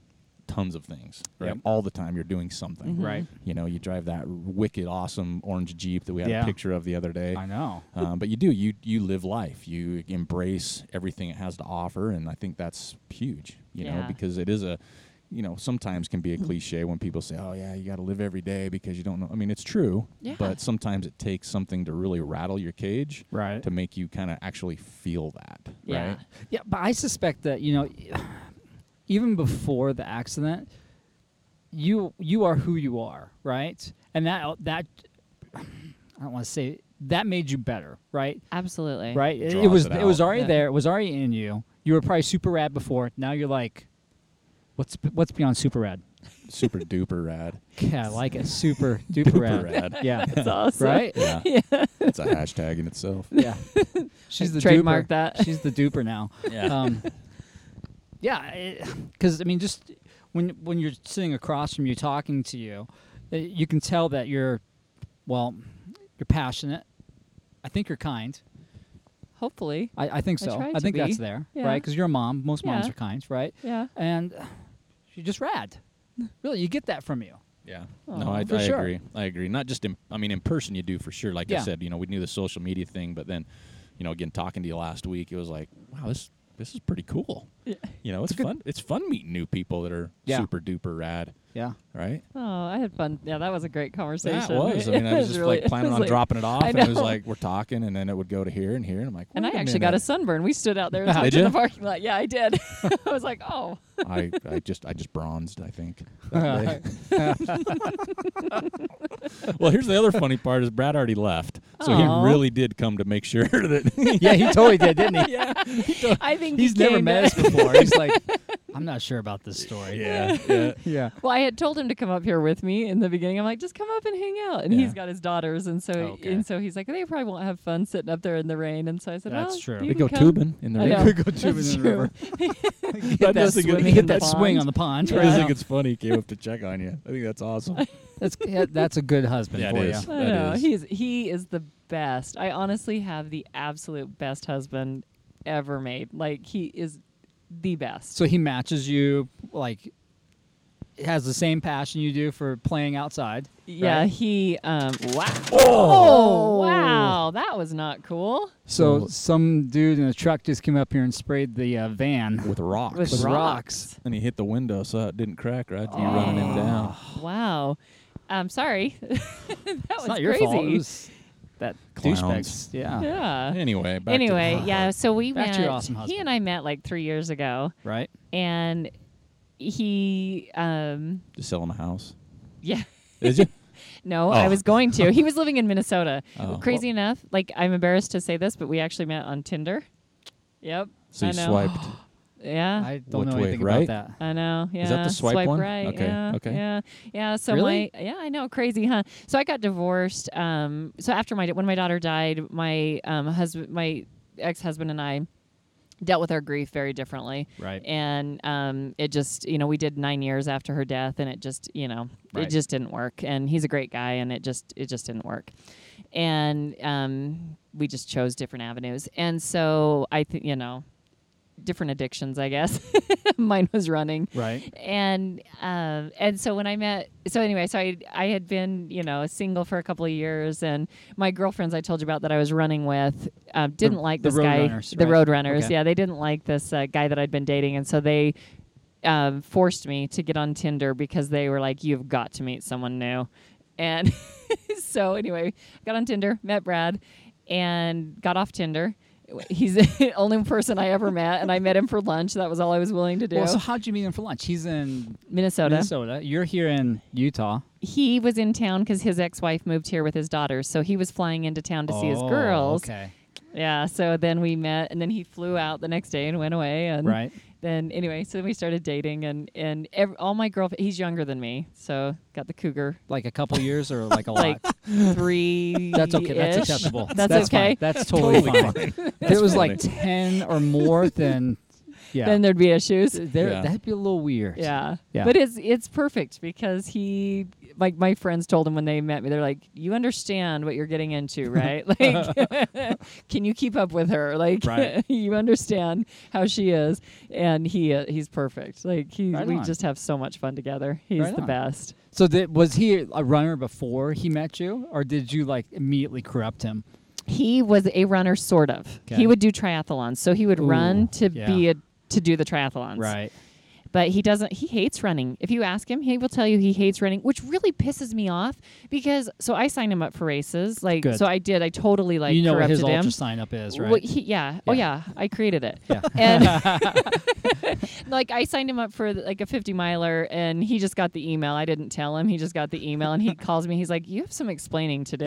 Speaker 1: tons of things, right?
Speaker 2: Yep. Mm-hmm.
Speaker 1: All the time you're doing something.
Speaker 2: Right.
Speaker 1: You know, you drive that wicked awesome orange Jeep that we had
Speaker 2: Yeah.
Speaker 1: a picture of the other day.
Speaker 2: I know.
Speaker 1: Um, but you do you you live life. You embrace everything it has to offer, and I think that's huge. You know,
Speaker 3: Yeah.
Speaker 1: because it is a, you know, sometimes can
Speaker 3: Mm-hmm.
Speaker 1: be a cliche when people say, "Oh yeah, you got to live every day because you don't know." I mean, it's true.
Speaker 3: Yeah.
Speaker 1: But sometimes it takes something to really rattle your cage,
Speaker 2: Right.
Speaker 1: to make you kind of actually feel that,
Speaker 3: Yeah.
Speaker 1: right?
Speaker 2: Yeah, but I suspect that you know, even before the accident, you you are who you are, right? And that that I don't want to say that made you better, right?
Speaker 3: absolutely
Speaker 2: Right? It, it
Speaker 1: Draws
Speaker 2: was
Speaker 1: it
Speaker 2: it, was
Speaker 1: out.
Speaker 2: already
Speaker 3: Yeah.
Speaker 2: there. It was already in you. You were probably super rad before. Now you're like, what's what's beyond super rad?
Speaker 1: Super duper rad.
Speaker 2: Yeah, I like it. Super duper rad.
Speaker 1: rad.
Speaker 2: Yeah.
Speaker 3: that's awesome
Speaker 2: Right?
Speaker 1: Yeah. It's a hashtag in itself.
Speaker 2: Yeah. She's the
Speaker 3: Trademark
Speaker 2: duper.
Speaker 3: that.
Speaker 2: She's the duper now.
Speaker 1: Yeah.
Speaker 2: Um, yeah, because I mean, just when when you're sitting across from you talking to you, uh, you can tell that you're, well, you're passionate. I think you're kind.
Speaker 3: Hopefully.
Speaker 2: I, I think
Speaker 3: I
Speaker 2: so.
Speaker 3: try
Speaker 2: I,
Speaker 3: to
Speaker 2: think that's
Speaker 3: be.
Speaker 2: there,
Speaker 3: Yeah.
Speaker 2: right? Because you're a mom. Most moms
Speaker 3: Yeah.
Speaker 2: are kind, right?
Speaker 3: Yeah.
Speaker 2: And she just rad. Really, you get that from you.
Speaker 1: Yeah.
Speaker 3: Aw.
Speaker 1: no, I,
Speaker 2: For
Speaker 1: I
Speaker 2: sure.
Speaker 1: agree. I agree. Not just in, I mean, in person you do for sure. Like I
Speaker 2: Yeah.
Speaker 1: said, you know, we knew the social media thing, but then, you know, again, talking to you last week, it was like, wow, this this is pretty cool.
Speaker 3: Yeah.
Speaker 1: You know, it's, fun. It's fun meeting new people that are
Speaker 2: Yeah.
Speaker 1: super duper rad,
Speaker 2: Yeah.
Speaker 1: right?
Speaker 3: Oh, I had fun. Yeah, that was a great conversation.
Speaker 1: Yeah, it was. I mean, I
Speaker 3: It
Speaker 1: was just
Speaker 3: really-
Speaker 1: like planning
Speaker 3: it was
Speaker 1: on
Speaker 3: like-
Speaker 1: dropping it off,
Speaker 3: I
Speaker 1: and it was
Speaker 3: know.
Speaker 1: like we're talking, and then it would go to here and here, and I'm like,
Speaker 3: And I
Speaker 1: "Wait a
Speaker 3: actually got a
Speaker 1: minute."
Speaker 3: sunburn. We stood out there and
Speaker 1: Did
Speaker 3: talked in
Speaker 1: ya?
Speaker 3: the parking lot. Yeah, I did. I was like, oh.
Speaker 1: I, I just I just bronzed, I think. that day. well, here's the other funny part is Brad already left. So
Speaker 3: Aw.
Speaker 1: he really did come to make sure that
Speaker 2: yeah, he totally did, didn't he?
Speaker 3: I think
Speaker 2: He's
Speaker 3: he
Speaker 2: never
Speaker 3: came
Speaker 2: met
Speaker 3: to-
Speaker 2: us before. He's like, I'm not sure about this story.
Speaker 1: Yeah. yeah.
Speaker 2: Yeah.
Speaker 3: Well, I had told him to come up here with me in the beginning. I'm like, just come up and hang out. And
Speaker 1: Yeah.
Speaker 3: he's got his daughters, and so
Speaker 2: Oh,
Speaker 1: Okay.
Speaker 3: and so he's like, they probably won't have fun sitting up there in the rain. And so I said,
Speaker 2: That's
Speaker 3: well,
Speaker 2: true.
Speaker 3: you
Speaker 1: They
Speaker 3: can
Speaker 1: go
Speaker 3: come.
Speaker 1: tubing in the
Speaker 3: I
Speaker 1: rain.
Speaker 3: know.
Speaker 2: They go tubing
Speaker 3: That's
Speaker 2: in the river.
Speaker 1: That
Speaker 2: That
Speaker 1: doesn't get
Speaker 2: swing,
Speaker 1: me
Speaker 2: hit
Speaker 1: in
Speaker 2: that
Speaker 3: the
Speaker 2: swing
Speaker 3: pond.
Speaker 2: on the pond.
Speaker 1: I just
Speaker 2: Right
Speaker 1: think it's funny he came up to check on you. I think that's awesome.
Speaker 2: that's yeah, that's a good husband
Speaker 1: Yeah, it
Speaker 2: for you.
Speaker 1: is.
Speaker 3: I
Speaker 1: That
Speaker 3: know.
Speaker 1: is.
Speaker 3: He is he is the best. I honestly have the absolute best husband ever made. Like he is the best.
Speaker 2: So he matches you, like, has the same passion you do for playing outside.
Speaker 3: yeah,
Speaker 2: right?
Speaker 3: he um wow.
Speaker 2: Oh!
Speaker 3: wow, that was not cool.
Speaker 2: So
Speaker 1: So-
Speaker 2: some dude in a truck just came up here and sprayed the uh, van.
Speaker 1: With rocks.
Speaker 3: With
Speaker 2: With
Speaker 3: rocks.
Speaker 1: and he hit the window so it didn't crack, right? You running him down.
Speaker 3: Wow. I'm sorry. that
Speaker 2: It's
Speaker 3: was
Speaker 2: not
Speaker 3: crazy.
Speaker 2: your fault. It was that
Speaker 1: Clowns.
Speaker 2: douchebag. Yeah.
Speaker 3: yeah.
Speaker 1: Anyway, back
Speaker 3: anyway,
Speaker 1: to the
Speaker 3: yeah. So we
Speaker 2: Back
Speaker 3: met.
Speaker 2: to your awesome
Speaker 3: he
Speaker 2: husband.
Speaker 3: and I met like three years ago,
Speaker 2: Right.
Speaker 3: and he, um,
Speaker 1: Just sell him a house.
Speaker 3: yeah.
Speaker 1: Is you?
Speaker 3: No,
Speaker 1: Oh.
Speaker 3: I was going to. He was living in Minnesota.
Speaker 1: Oh.
Speaker 3: Crazy enough, like I'm embarrassed to say this, but we actually met on Tinder. Yep.
Speaker 1: So
Speaker 3: I
Speaker 1: you
Speaker 3: know.
Speaker 1: swiped.
Speaker 3: Yeah.
Speaker 2: I don't
Speaker 1: Which
Speaker 2: know
Speaker 1: way,
Speaker 2: anything
Speaker 1: right?
Speaker 2: about that.
Speaker 3: I know. Yeah.
Speaker 1: Is that the swipe one?
Speaker 3: right.
Speaker 1: Okay,
Speaker 3: Yeah,
Speaker 1: okay.
Speaker 3: Yeah. Yeah. So
Speaker 2: Really?
Speaker 3: my yeah, I know. Crazy, huh? So I got divorced. Um. So after my when my daughter died, my um husband, my ex husband, and I dealt with our grief very differently.
Speaker 2: Right.
Speaker 3: And um, it just you know we did nine years after her death, and it just you know
Speaker 2: Right.
Speaker 3: it just didn't work. And he's a great guy, and it just it just didn't work. And um, we just chose different avenues. And so I think you know different addictions, I guess. Mine was running.
Speaker 2: Right.
Speaker 3: And um, and so when I met, so anyway, so I I had been you know single for a couple of years, and my girlfriends I told you about that I was running with um, didn't like
Speaker 2: the
Speaker 3: this
Speaker 2: Road
Speaker 3: guy,
Speaker 2: Runners,
Speaker 3: the
Speaker 2: right?
Speaker 3: Road Runners.
Speaker 2: Okay.
Speaker 3: Yeah, they didn't like this uh, guy that I'd been dating, and so they um, forced me to get on Tinder because they were like, "You've got to meet someone new," and so anyway, got on Tinder, met Brad, and got off Tinder. He's the only person I ever met, and I met him for lunch. That was all I was willing to do.
Speaker 2: Well, so how'd you meet him for lunch? He's in
Speaker 3: Minnesota.
Speaker 2: Minnesota. You're here in Utah.
Speaker 3: He was in town because his ex-wife moved here with his daughters, so he was flying into town to see his
Speaker 2: Oh,
Speaker 3: girls.
Speaker 2: Okay.
Speaker 3: Yeah. So then we met, and then he flew out the next day and went away. And
Speaker 2: Right.
Speaker 3: Then anyway, so then we started dating, and and ev- all my girlfriends. He's younger than me, so got the cougar.
Speaker 2: Like a couple years or like a lot.
Speaker 3: Like three.
Speaker 2: That's okay. That's acceptable.
Speaker 3: That's, okay.
Speaker 2: Fine. That's totally
Speaker 1: Totally
Speaker 2: fine. if it was like ten or more, then yeah,
Speaker 3: Then there'd be issues.
Speaker 2: there
Speaker 1: Yeah.
Speaker 2: that'd be a little weird.
Speaker 3: Yeah.
Speaker 2: Yeah.
Speaker 3: But it's it's perfect because he like my friends told him when they met me, they're like, You understand what you're getting into, right? like can you keep up with her? Like
Speaker 2: Right.
Speaker 3: you understand how she is and he uh, he's perfect. Like he
Speaker 2: Right
Speaker 3: we
Speaker 2: on.
Speaker 3: just have so much fun together. He's
Speaker 2: Right
Speaker 3: the
Speaker 2: on.
Speaker 3: best.
Speaker 2: So did, was he a runner before he met you, or did you like immediately corrupt him?
Speaker 3: He was a runner sort of.
Speaker 2: Okay.
Speaker 3: He would do triathlons. So he would
Speaker 2: Ooh,
Speaker 3: run to
Speaker 2: yeah.
Speaker 3: be a to do the triathlons. but he doesn't he hates running if you ask him he will tell you he hates running which really pisses me off because so i signed him up for races like
Speaker 2: Good.
Speaker 3: so i did i totally like
Speaker 2: you know what
Speaker 3: corrupted
Speaker 2: his
Speaker 3: him
Speaker 2: ultra sign up is, right?
Speaker 3: Well, he- yeah. oh
Speaker 2: Yeah.
Speaker 3: yeah i created it
Speaker 2: yeah.
Speaker 3: and like i signed him up for like a 50 miler and he just got the email i didn't tell him he just got the email and he calls me he's like you have some explaining to do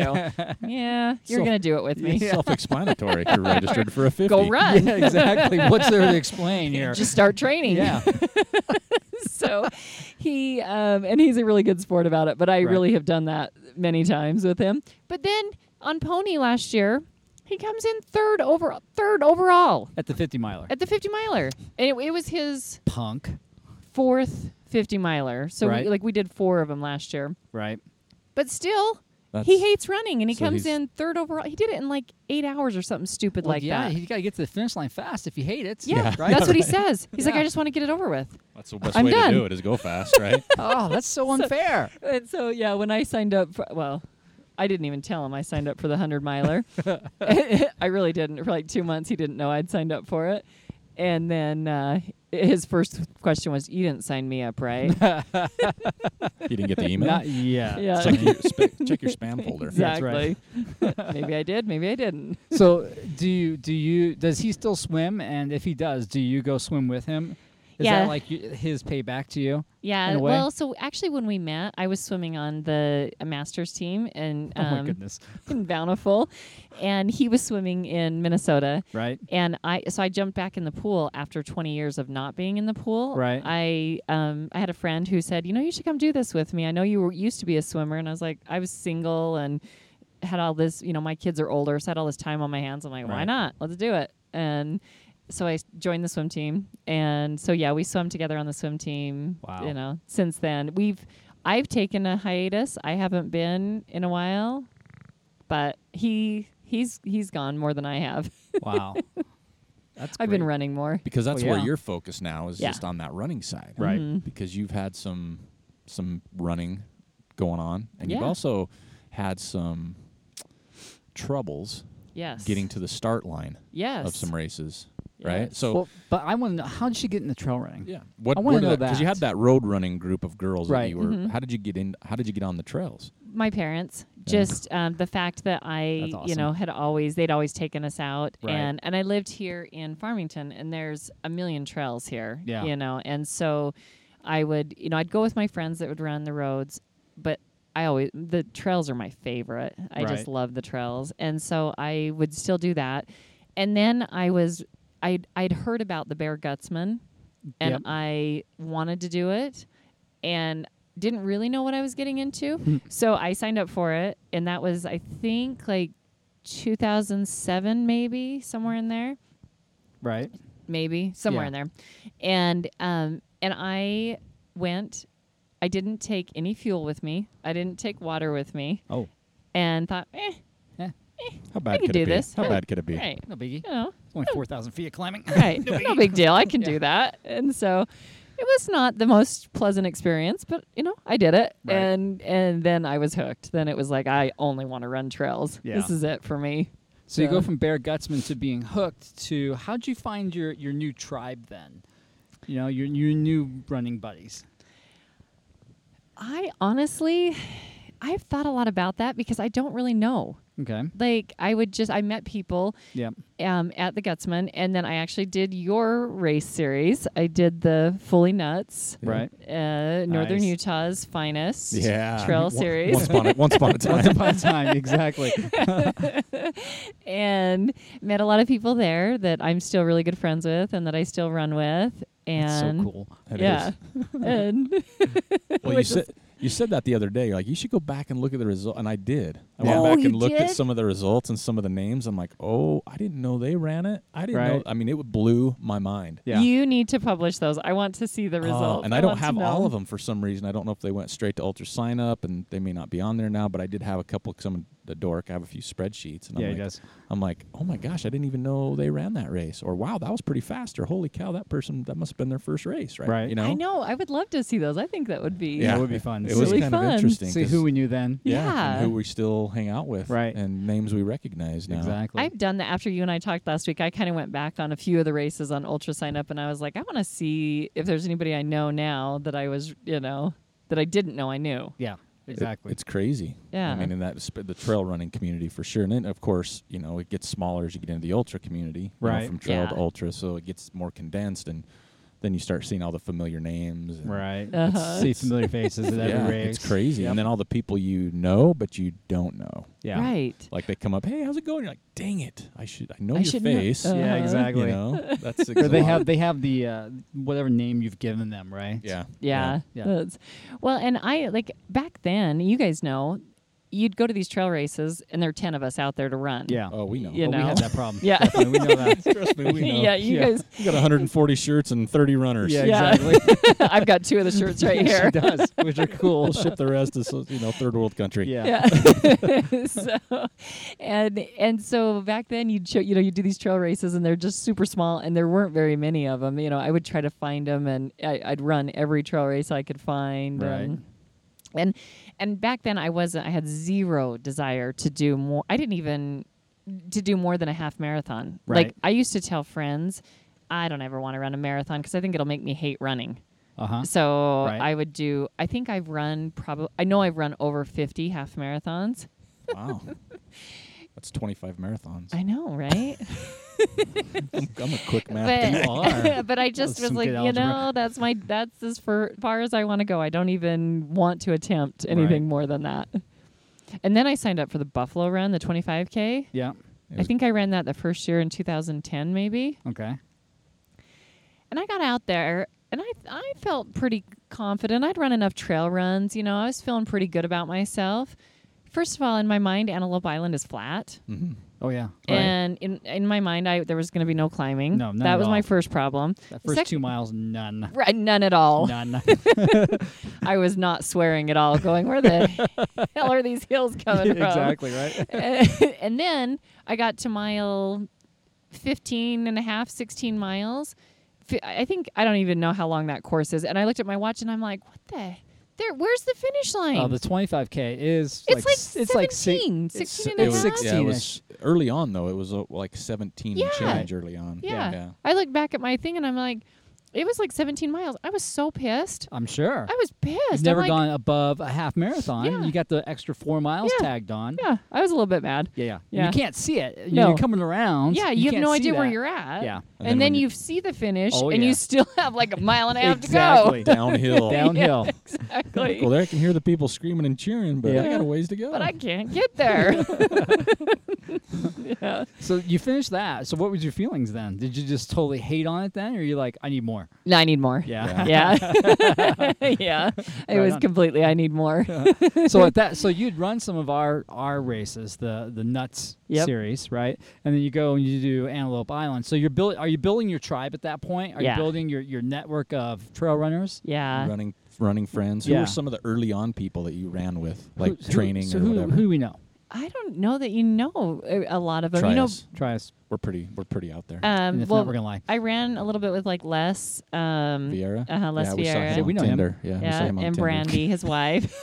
Speaker 3: yeah you're
Speaker 1: So-
Speaker 3: gonna do it with me
Speaker 1: Self-explanatory. You're registered for a 50.
Speaker 3: go run
Speaker 2: yeah, exactly. What's there to explain here?
Speaker 3: just start training
Speaker 2: yeah.
Speaker 3: so he um, and he's a really good sport about it but i
Speaker 2: Right.
Speaker 3: really have done that many times with him but then on pony last year he comes in third over third overall
Speaker 2: At the 50 miler.
Speaker 3: at the 50 miler and it, it was his
Speaker 2: Punk,
Speaker 3: fourth 50 miler so
Speaker 2: Right.
Speaker 3: we, like we did four of them last year
Speaker 2: right?
Speaker 3: but still
Speaker 1: That's,
Speaker 3: He hates running, and he
Speaker 1: So
Speaker 3: comes
Speaker 1: he's-
Speaker 3: in third overall. He did it in like eight hours or something stupid
Speaker 2: Well,
Speaker 3: like
Speaker 2: yeah,
Speaker 3: that.
Speaker 2: he's got to get to the finish line fast if you hate it.
Speaker 3: yeah,
Speaker 2: right.
Speaker 3: that's what he says. He's like,
Speaker 2: Yeah.
Speaker 3: I just want to get it over with.
Speaker 1: That's the best
Speaker 3: I'm
Speaker 1: way
Speaker 3: done.
Speaker 1: to do it is go fast, right?
Speaker 2: oh, that's so unfair.
Speaker 3: And so yeah, when I signed up, for, well, I didn't even tell him I signed up for the hundred miler. I really didn't. For like two months, he didn't know I'd signed up for it. And then uh, his first question was, "You didn't sign me up, right?"
Speaker 1: you didn't get the email.
Speaker 2: Not yet.
Speaker 3: Yeah.
Speaker 1: Check your sp- check your spam folder.
Speaker 2: That's
Speaker 3: exactly.
Speaker 2: right.
Speaker 3: maybe I did. Maybe I didn't.
Speaker 2: so do you do you does he still swim? And if he does, do you go swim with him? Is
Speaker 3: Yeah.
Speaker 2: that like you, his payback to you?
Speaker 3: Yeah.
Speaker 2: In a way?
Speaker 3: Well, so actually, when we met, I was swimming on the uh, masters team, and
Speaker 2: oh my
Speaker 3: um,
Speaker 2: goodness.
Speaker 3: in Bountiful, and he was swimming in Minnesota.
Speaker 2: Right.
Speaker 3: And I, so I jumped back in the pool after 20 years of not being in the pool.
Speaker 2: Right.
Speaker 3: I, um, I had a friend who said, you know, you should come do this with me. I know you were, used to be a swimmer, and I was like, I was single and had all this, you know, my kids are older, so I had all this time on my hands. I'm like, why
Speaker 1: Right.
Speaker 3: not? Let's do it. And so I s- joined the swim team, and so yeah, we swam together on the swim team.
Speaker 2: Wow.
Speaker 3: You know, since then we've, I've taken a hiatus. I haven't been in a while but he he's he's gone more than I have.
Speaker 2: Wow. That's
Speaker 3: I've been
Speaker 2: great.
Speaker 3: running more.
Speaker 1: Because that's
Speaker 2: Well,
Speaker 1: where
Speaker 2: yeah.
Speaker 1: your focus now is
Speaker 3: Oh, Yeah. Mm-hmm.
Speaker 1: just on that running side,
Speaker 2: Right.
Speaker 1: Because you've had some some running going on, and you've
Speaker 3: Yeah.
Speaker 1: also had some troubles
Speaker 3: Yes.
Speaker 1: getting to the start line
Speaker 3: yes.
Speaker 1: of some races, right?
Speaker 3: Yes.
Speaker 1: So
Speaker 2: Well, but I want to know how did she get into trail running?
Speaker 1: yeah, what
Speaker 2: I wanna
Speaker 1: where did
Speaker 2: know
Speaker 1: because you
Speaker 2: that.
Speaker 1: had that road running group of girls that
Speaker 2: Right.
Speaker 1: you were.
Speaker 3: Mm-hmm.
Speaker 1: How did you get in? How did you get on the trails?
Speaker 3: my parents just um, the fact that i
Speaker 2: That's
Speaker 3: you
Speaker 2: awesome.
Speaker 3: know had always they'd always taken us out
Speaker 2: Right.
Speaker 3: and and i lived here in farmington and there's a million trails here
Speaker 2: Yeah.
Speaker 3: you know and so i would you know i'd go with my friends that would run the roads but i always the trails are my favorite i
Speaker 2: Right.
Speaker 3: just love the trails and so i would still do that and then i was i'd, I'd heard about the bear gutsman and
Speaker 2: Yep.
Speaker 3: I wanted to do it and didn't really know what I was getting
Speaker 1: Hmm.
Speaker 3: into. so I signed up for it and that was I think like 2007 maybe somewhere in there
Speaker 2: Right.
Speaker 3: maybe somewhere
Speaker 2: Yeah.
Speaker 3: in there and um and i went i didn't take any fuel with me i didn't take water with me
Speaker 2: Oh.
Speaker 3: and thought eh,
Speaker 2: Yeah.
Speaker 1: How bad
Speaker 3: can
Speaker 1: could it
Speaker 3: do
Speaker 1: be?
Speaker 3: this.
Speaker 1: How
Speaker 3: Yeah.
Speaker 1: bad could it be?
Speaker 3: right
Speaker 2: No biggie.
Speaker 3: you know
Speaker 2: It's only four thousand feet of climbing.
Speaker 3: right. no big deal. I can do that. And so it was not the most pleasant experience, but you know, I did it.
Speaker 2: Right.
Speaker 3: And and then I was hooked. Then it was like I only want to run trails.
Speaker 2: Yeah.
Speaker 3: This is it for me.
Speaker 2: So you go
Speaker 3: Yeah.
Speaker 2: from Bear Gutsman to being hooked to how'd you find your, your new tribe then? You know, your your new running buddies.
Speaker 3: I honestly I've thought a lot about that because I don't really know.
Speaker 2: Okay.
Speaker 3: Like I would just I met people
Speaker 2: Yeah.
Speaker 3: um, at the Gutsman, and then I actually did your race series. I did the Fully Nuts,
Speaker 2: Right.
Speaker 3: uh, Northern
Speaker 2: Nice.
Speaker 3: Utah's finest
Speaker 1: Yeah.
Speaker 3: trail
Speaker 1: Once-
Speaker 3: series.
Speaker 1: Once upon a, once upon a
Speaker 2: Once
Speaker 1: time.
Speaker 2: upon a time, exactly.
Speaker 3: and met a lot of people there that I'm still really good friends with and that I still run with.
Speaker 2: That's so
Speaker 3: And
Speaker 2: cool.
Speaker 1: That
Speaker 3: yeah,
Speaker 1: is.
Speaker 3: and
Speaker 1: Well, you
Speaker 3: Which
Speaker 1: said you said that the other day. Like you should go back and look at the result, and I did. I
Speaker 3: Yeah.
Speaker 1: went
Speaker 3: Oh,
Speaker 1: back and
Speaker 3: you
Speaker 1: looked at
Speaker 3: did?
Speaker 1: some of the results and some of the names. I'm like, oh, I didn't know they ran it. I didn't know.
Speaker 2: Right.
Speaker 1: I mean, it would blew my mind.
Speaker 2: Yeah.
Speaker 3: you need to publish those. I want to see the
Speaker 1: Uh,
Speaker 3: results.
Speaker 1: and I don't
Speaker 3: want to
Speaker 1: have all
Speaker 3: know.
Speaker 1: of them for some reason. I don't know if they went straight to Ultra Sign Up, and they may not be on there now. But I did have a couple. Some the dork. I have a few spreadsheets, and
Speaker 2: Yeah,
Speaker 1: I'm
Speaker 2: he
Speaker 1: like,
Speaker 2: does.
Speaker 1: I'm like, oh my gosh, I didn't even know they ran that race. Or wow, that was pretty fast. Or holy cow, that person that must have been their first race, right?
Speaker 2: Right.
Speaker 1: You know.
Speaker 3: I know. I would love to see those. I think that would be.
Speaker 2: Yeah, it would be fun.
Speaker 1: It
Speaker 2: It's
Speaker 1: was
Speaker 3: really
Speaker 1: kind of
Speaker 3: fun.
Speaker 1: interesting.
Speaker 2: See
Speaker 1: 'cause-
Speaker 2: who we knew then.
Speaker 1: yeah,
Speaker 3: Yeah.
Speaker 1: and who we still hang out with,
Speaker 2: Right.
Speaker 1: And names we recognize now.
Speaker 2: Exactly.
Speaker 3: I've done that after you and I talked last week. I kind of went back on a few of the races on Ultra Sign Up, and I was like, I want to see if there's anybody I know now that I was, you know, that I didn't know I knew.
Speaker 2: yeah.
Speaker 1: It-
Speaker 2: Exactly.
Speaker 1: it's crazy. I
Speaker 3: Yeah.
Speaker 1: mean, in that sp- the trail running community for sure, and then of course, you know, it gets smaller as you get into the ultra community, you know,
Speaker 2: Right.
Speaker 1: from trail to
Speaker 3: Yeah.
Speaker 1: ultra, so it gets more condensed, and then you start seeing all the familiar names. and-
Speaker 2: right.
Speaker 3: Uh-huh.
Speaker 2: See familiar faces at
Speaker 1: Yeah,
Speaker 2: every race.
Speaker 1: it's crazy.
Speaker 2: Yep.
Speaker 1: And then all the people you know, but you don't know.
Speaker 2: yeah.
Speaker 3: Right.
Speaker 1: Like they come up, hey, how's it going? You're like, dang it, I should, I know
Speaker 3: I
Speaker 1: your
Speaker 3: should know."
Speaker 1: face.
Speaker 3: Uh,
Speaker 2: Yeah,
Speaker 3: Uh-huh.
Speaker 2: exactly.
Speaker 1: You know, that's
Speaker 2: Or they
Speaker 1: a lot.
Speaker 2: have they have the uh, whatever name you've given them, right?
Speaker 1: yeah,
Speaker 3: Yeah.
Speaker 2: Yeah.
Speaker 3: that's- well, and I like back then, you guys know, you'd go to these trail races, and there are ten of us out there to run.
Speaker 2: Yeah.
Speaker 1: Oh, we know.
Speaker 3: You
Speaker 2: But we
Speaker 3: know.
Speaker 2: had that problem.
Speaker 3: Yeah.
Speaker 2: Definitely, we know that.
Speaker 1: Trust me, we know.
Speaker 3: yeah, you
Speaker 2: Yeah.
Speaker 3: guys.
Speaker 1: You got 140 shirts and 30 runners.
Speaker 2: Yeah,
Speaker 3: Yeah.
Speaker 2: exactly.
Speaker 3: I've got two of the shirts right
Speaker 2: she
Speaker 3: here.
Speaker 2: does, which are cool.
Speaker 1: We'll ship the rest to so- you know third world country.
Speaker 2: Yeah.
Speaker 3: Yeah. so, and and so back then you'd show, you know you do these trail races and they're just super small and there weren't very many of them. You know, I would try to find them and I, I'd run every trail race I could find.
Speaker 2: Right.
Speaker 3: And, and and back then I wasn't. I had zero desire to do more. I didn't even to do more than a half marathon.
Speaker 2: Right.
Speaker 3: Like I used to tell friends, I don't ever want to run a marathon because I think it'll make me hate running.
Speaker 2: Uh huh.
Speaker 3: So
Speaker 2: Right.
Speaker 3: I would do. I think I've run probably. I know I've run over fifty half marathons.
Speaker 1: Wow. That's 25 marathons.
Speaker 3: I know, right?
Speaker 1: I'm, I'm a quick math.
Speaker 3: but
Speaker 1: dude.
Speaker 2: are.
Speaker 3: but I
Speaker 2: That's
Speaker 3: just was
Speaker 2: some
Speaker 3: like,
Speaker 2: good
Speaker 3: you
Speaker 2: algebra.
Speaker 3: know, that's my that's as far, far as I want to go. I don't even want to attempt anything
Speaker 2: Right.
Speaker 3: more than that. And then I signed up for the Buffalo Run, the 25k.
Speaker 2: Yeah.
Speaker 1: It
Speaker 3: I
Speaker 1: was-
Speaker 3: think I ran that the first year in 2010, maybe.
Speaker 2: Okay.
Speaker 3: And I got out there and I I felt pretty confident. I'd run enough trail runs, you know. I was feeling pretty good about myself. First of all, in my mind, Antelope Island is flat.
Speaker 2: Oh yeah.
Speaker 3: And in in my mind, I there was going to be no climbing.
Speaker 2: No, none
Speaker 3: that
Speaker 2: at
Speaker 3: was my
Speaker 2: all.
Speaker 3: first problem.
Speaker 2: that first
Speaker 3: Sec- Oh.
Speaker 2: two miles, none.
Speaker 3: Right, none at all.
Speaker 2: None.
Speaker 3: I was not swearing at all. Going, where the hell are these hills coming from?
Speaker 2: exactly right.
Speaker 3: and then I got to mile 15 and a half, 16 miles. Fi- I think I don't even know how long that course is. And I looked at my watch and I'm like, what the? There, where's the finish line?
Speaker 2: Oh, the 25k is
Speaker 3: It's
Speaker 2: like,
Speaker 3: like
Speaker 2: s- it's like si-
Speaker 3: 17,
Speaker 2: it's-
Speaker 3: 16 and
Speaker 1: it
Speaker 3: a
Speaker 1: was,
Speaker 3: half?
Speaker 1: yeah, it
Speaker 2: 16-ish.
Speaker 1: was early on though. It was uh, like 17
Speaker 3: Yeah.
Speaker 1: and change early on.
Speaker 3: yeah.
Speaker 1: yeah.
Speaker 3: I look back at my thing and I'm like, it was like 17 miles. I was so pissed.
Speaker 2: I'm sure.
Speaker 3: I was pissed.
Speaker 2: You've
Speaker 3: I'm
Speaker 2: never
Speaker 3: like-
Speaker 2: gone above a half marathon.
Speaker 3: Yeah.
Speaker 2: You got the extra four miles
Speaker 3: Yeah.
Speaker 2: tagged on.
Speaker 3: Yeah, I was a little bit mad.
Speaker 2: Yeah, yeah.
Speaker 3: Yeah.
Speaker 2: You can't see it. You-
Speaker 3: No.
Speaker 2: You're coming around.
Speaker 3: Yeah, you, have
Speaker 2: can't
Speaker 3: no
Speaker 2: see
Speaker 3: idea where
Speaker 2: that.
Speaker 3: you're at.
Speaker 2: Yeah.
Speaker 1: And
Speaker 3: And, then,
Speaker 1: then when
Speaker 3: you
Speaker 1: you-
Speaker 3: see the finish
Speaker 2: Oh,
Speaker 3: and
Speaker 2: yeah.
Speaker 3: you still have like a mile and a half
Speaker 2: Exactly.
Speaker 1: Downhill.
Speaker 2: Downhill.
Speaker 3: to go.
Speaker 1: Well, there I can hear the people screaming and cheering, but I
Speaker 2: Yeah.
Speaker 1: got a ways to go.
Speaker 3: But I can't get there. yeah.
Speaker 2: so you finished that. So what was your feelings then? Did you just totally hate on it then, or you like, I need more?
Speaker 3: No, I need more.
Speaker 2: Yeah.
Speaker 3: Yeah. yeah. It
Speaker 2: Right
Speaker 3: was
Speaker 2: on.
Speaker 3: completely I need more.
Speaker 2: so at that, so you'd run some of our our races, the the nuts
Speaker 3: Yep.
Speaker 2: series, right? And then you go and you do Antelope Island. So you're build, are you building your tribe at that point? Are
Speaker 3: Yeah.
Speaker 2: you building your your network of trail runners?
Speaker 3: yeah.
Speaker 1: running running friends. Who
Speaker 2: Yeah.
Speaker 1: were some of the early on people that you ran with,
Speaker 2: Who-
Speaker 1: like
Speaker 2: who-
Speaker 1: training
Speaker 2: so
Speaker 1: or
Speaker 2: who,
Speaker 1: whatever?
Speaker 2: Who do we know?
Speaker 3: I don't know that you know a- a lot of them.
Speaker 1: Try
Speaker 3: you know,
Speaker 1: us.
Speaker 2: Try us.
Speaker 1: We're pretty. We're pretty out there.
Speaker 3: um,
Speaker 2: And if
Speaker 3: well,
Speaker 2: not, we're gonna lie.
Speaker 3: I ran a little bit with like Les. Um,
Speaker 1: Vieira.
Speaker 3: Uh-huh, Les
Speaker 1: yeah, we saw
Speaker 3: Vieira.
Speaker 1: him
Speaker 2: Yeah, we
Speaker 1: on
Speaker 2: know him.
Speaker 1: Tinder. Yeah, we saw
Speaker 3: Yeah,
Speaker 1: him on
Speaker 3: and
Speaker 1: Tinder.
Speaker 3: Brandy, his wife.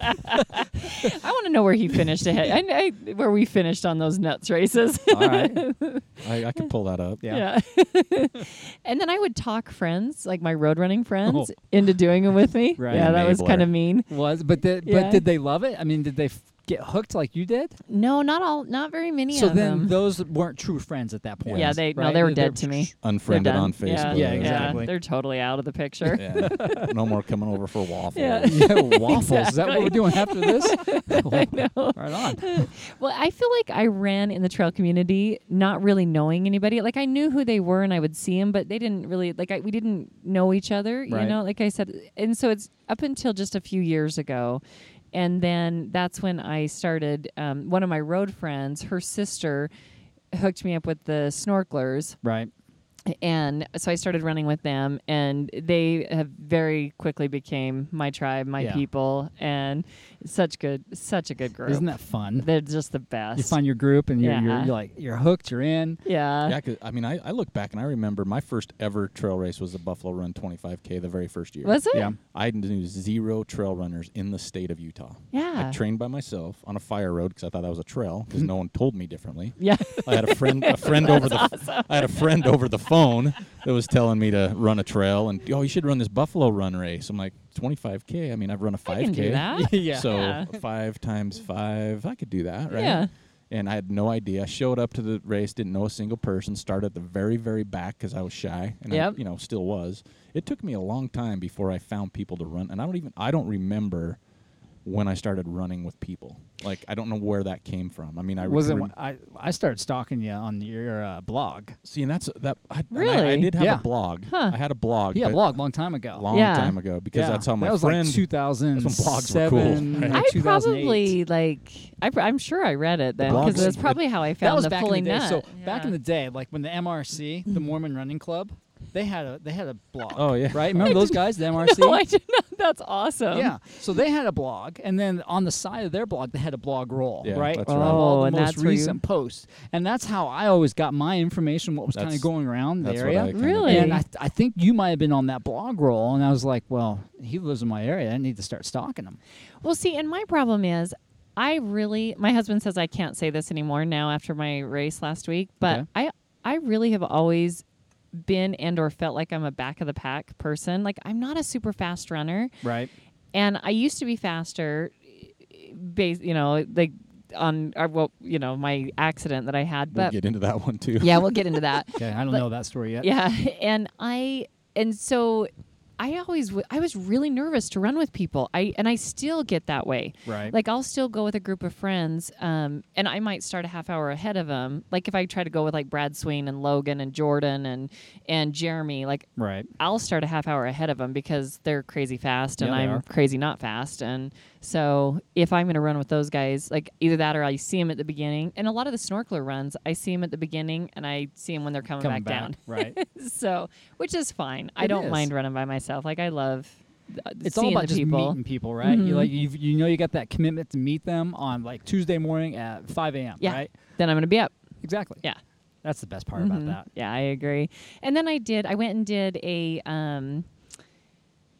Speaker 3: I want to know where he finished ahead. I, I, where we finished on those nuts races.
Speaker 1: All right, I, I can pull that up.
Speaker 2: Yeah.
Speaker 3: and then I would talk friends, like my road running friends,
Speaker 2: Oh.
Speaker 3: into doing them with me.
Speaker 2: Right.
Speaker 3: Yeah, that was
Speaker 1: Enabler.
Speaker 3: kind of mean.
Speaker 2: Was but the,
Speaker 3: Yeah.
Speaker 2: but did they love it? I mean, did they f- get hooked like you did?
Speaker 3: No, not all, not very many
Speaker 2: so
Speaker 3: of
Speaker 2: then
Speaker 3: them.
Speaker 2: those weren't true friends at that point.
Speaker 3: yeah, they no,
Speaker 2: right?
Speaker 3: they were
Speaker 2: They're-
Speaker 3: dead to me. They're
Speaker 1: Unfriended
Speaker 3: done.
Speaker 1: on
Speaker 3: Yeah,
Speaker 1: Facebook.
Speaker 2: Yeah, exactly.
Speaker 3: they're totally out of the picture.
Speaker 1: Yeah. No more coming over for waffles.
Speaker 3: Yeah.
Speaker 2: Yeah, waffles. Is that what we're doing after this? I know. Right on.
Speaker 3: Well, I feel like I ran in the trail community not really knowing anybody. Like I knew who they were and I would see them, but they didn't really like I, we didn't know each other, you
Speaker 2: Right.
Speaker 3: know, like I said. And so it's up until just a few years ago. And then that's when I started um, one of my road friends, her sister hooked me up with the snorkelers
Speaker 2: Right.
Speaker 3: and so I started running with them, and they have very quickly became my tribe, my
Speaker 2: Yeah.
Speaker 3: people, and such good, such a good group.
Speaker 2: Isn't that fun?
Speaker 3: They're just the best.
Speaker 2: You find your group and you're, you're,
Speaker 3: Yeah.
Speaker 2: you're like you're hooked. You're in.
Speaker 3: yeah.
Speaker 1: Yeah, 'cause, I mean, I, I look back and I remember my first ever trail race was the Buffalo Run 25K the very first year.
Speaker 3: Was it?
Speaker 2: Yeah.
Speaker 1: I knew zero trail runners in the state of Utah.
Speaker 3: Yeah.
Speaker 1: I trained by myself on a fire road because I thought that was a trail because no one told me differently.
Speaker 3: Yeah.
Speaker 1: I had a friend, a friend over the, I had a friend over the phone that was telling me to run a trail and oh, you should run this Buffalo Run race. I'm like 25k. I mean, I've run a 5k.
Speaker 3: I can do that.
Speaker 2: yeah.
Speaker 1: So
Speaker 3: Yeah.
Speaker 1: five times five, I could do that, right?
Speaker 3: Yeah.
Speaker 1: And I had no idea. I showed up to the race, didn't know a single person. Started at the very, very back because I was shy, and
Speaker 3: Yep.
Speaker 1: I, you know, still was. It took me a long time before I found people to run, and I don't even, I don't remember when I started running with people. Like I don't know where that came from. I mean, I
Speaker 2: was it?
Speaker 1: rem-
Speaker 2: when- I I started stalking you on your uh, blog.
Speaker 1: see, and that's that. I, and I- I,
Speaker 3: Really?
Speaker 1: did have
Speaker 2: Yeah.
Speaker 1: a blog.
Speaker 3: Huh.
Speaker 1: I had a blog.
Speaker 2: Yeah,
Speaker 1: but
Speaker 2: blog long time ago.
Speaker 1: long
Speaker 3: Yeah.
Speaker 1: time ago because
Speaker 2: Yeah.
Speaker 1: that's how my
Speaker 2: that was
Speaker 1: friend.
Speaker 2: like 2007
Speaker 1: that's when blogs were cool, right?
Speaker 2: or
Speaker 3: I
Speaker 2: 2008.
Speaker 3: probably like I, pr- I'm sure I read it then
Speaker 1: blogs-
Speaker 3: because that's probably how I
Speaker 2: that
Speaker 3: found
Speaker 2: was
Speaker 3: the
Speaker 2: back
Speaker 3: fully
Speaker 2: in the day.
Speaker 3: nut. Mm-hmm.
Speaker 2: So back in
Speaker 3: Yeah.
Speaker 2: the day, like when the MRC, the Mormon Running Club, they had a they had a blog.
Speaker 1: Oh, yeah.
Speaker 2: right. Remember those guys, the MRC?
Speaker 3: No, Oh, I did not. That's awesome.
Speaker 2: yeah. So they had a blog, and then on the side of their blog, they had a blog roll,
Speaker 1: Yeah,
Speaker 2: right?
Speaker 1: that's
Speaker 2: Of
Speaker 1: right.
Speaker 2: all
Speaker 3: Oh,
Speaker 2: the
Speaker 3: and
Speaker 2: most
Speaker 3: that's where you-
Speaker 2: recent posts, and that's how I always got my information, what was kind
Speaker 1: That's-
Speaker 2: of going around the
Speaker 1: that's what
Speaker 2: area.
Speaker 1: I kinda
Speaker 3: Really?
Speaker 1: did.
Speaker 2: And I, I think you might have been on that blog roll, and I was like, well, he lives in my area. I need to start stalking him.
Speaker 3: Well, see, and my problem is, I really, my husband says I can't say this anymore now after my race last week, but
Speaker 2: Okay.
Speaker 3: I, I really have always been and or felt like I'm a back of the pack person. Like I'm not a super fast runner,
Speaker 2: Right.
Speaker 3: and I used to be faster. Based, you know, like on uh, well, you know, my accident that I had,
Speaker 1: We'll
Speaker 3: but
Speaker 1: get into that one too.
Speaker 3: yeah, we'll get into that.
Speaker 2: Okay. I don't know that story yet.
Speaker 3: Yeah, and I and so I always w- I was really nervous to run with people. I and I still get that way.
Speaker 2: Right.
Speaker 3: Like I'll still go with a group of friends, um, and I might start a half hour ahead of them. Like if I try to go with like Brad Swain and Logan and Jordan and and Jeremy, like
Speaker 2: Right.
Speaker 3: I'll start a half hour ahead of them because they're crazy fast and
Speaker 2: Yeah, they
Speaker 3: I'm
Speaker 2: are.
Speaker 3: crazy not fast. And so if I'm going to run with those guys, like either that or I see them at the beginning. And a lot of the snorkeler runs, I see them at the beginning and I see them when they're coming
Speaker 2: Coming
Speaker 3: back, down.
Speaker 2: Right.
Speaker 3: So, which is fine. I
Speaker 2: It
Speaker 3: don't
Speaker 2: is.
Speaker 3: mind running by myself. Like I love uh,
Speaker 2: it's all
Speaker 3: seeing
Speaker 2: about
Speaker 3: the
Speaker 2: just
Speaker 3: people. Mm-hmm.
Speaker 2: meeting people, right? You like you you know you got that commitment to meet them on like Tuesday morning at 5 a.m.
Speaker 3: yeah.
Speaker 2: Right.
Speaker 3: Then I'm going to be up.
Speaker 2: Exactly.
Speaker 3: Yeah. Mm-hmm.
Speaker 2: That's the best part about that.
Speaker 3: Yeah, I agree. And then I did. I went and did a um,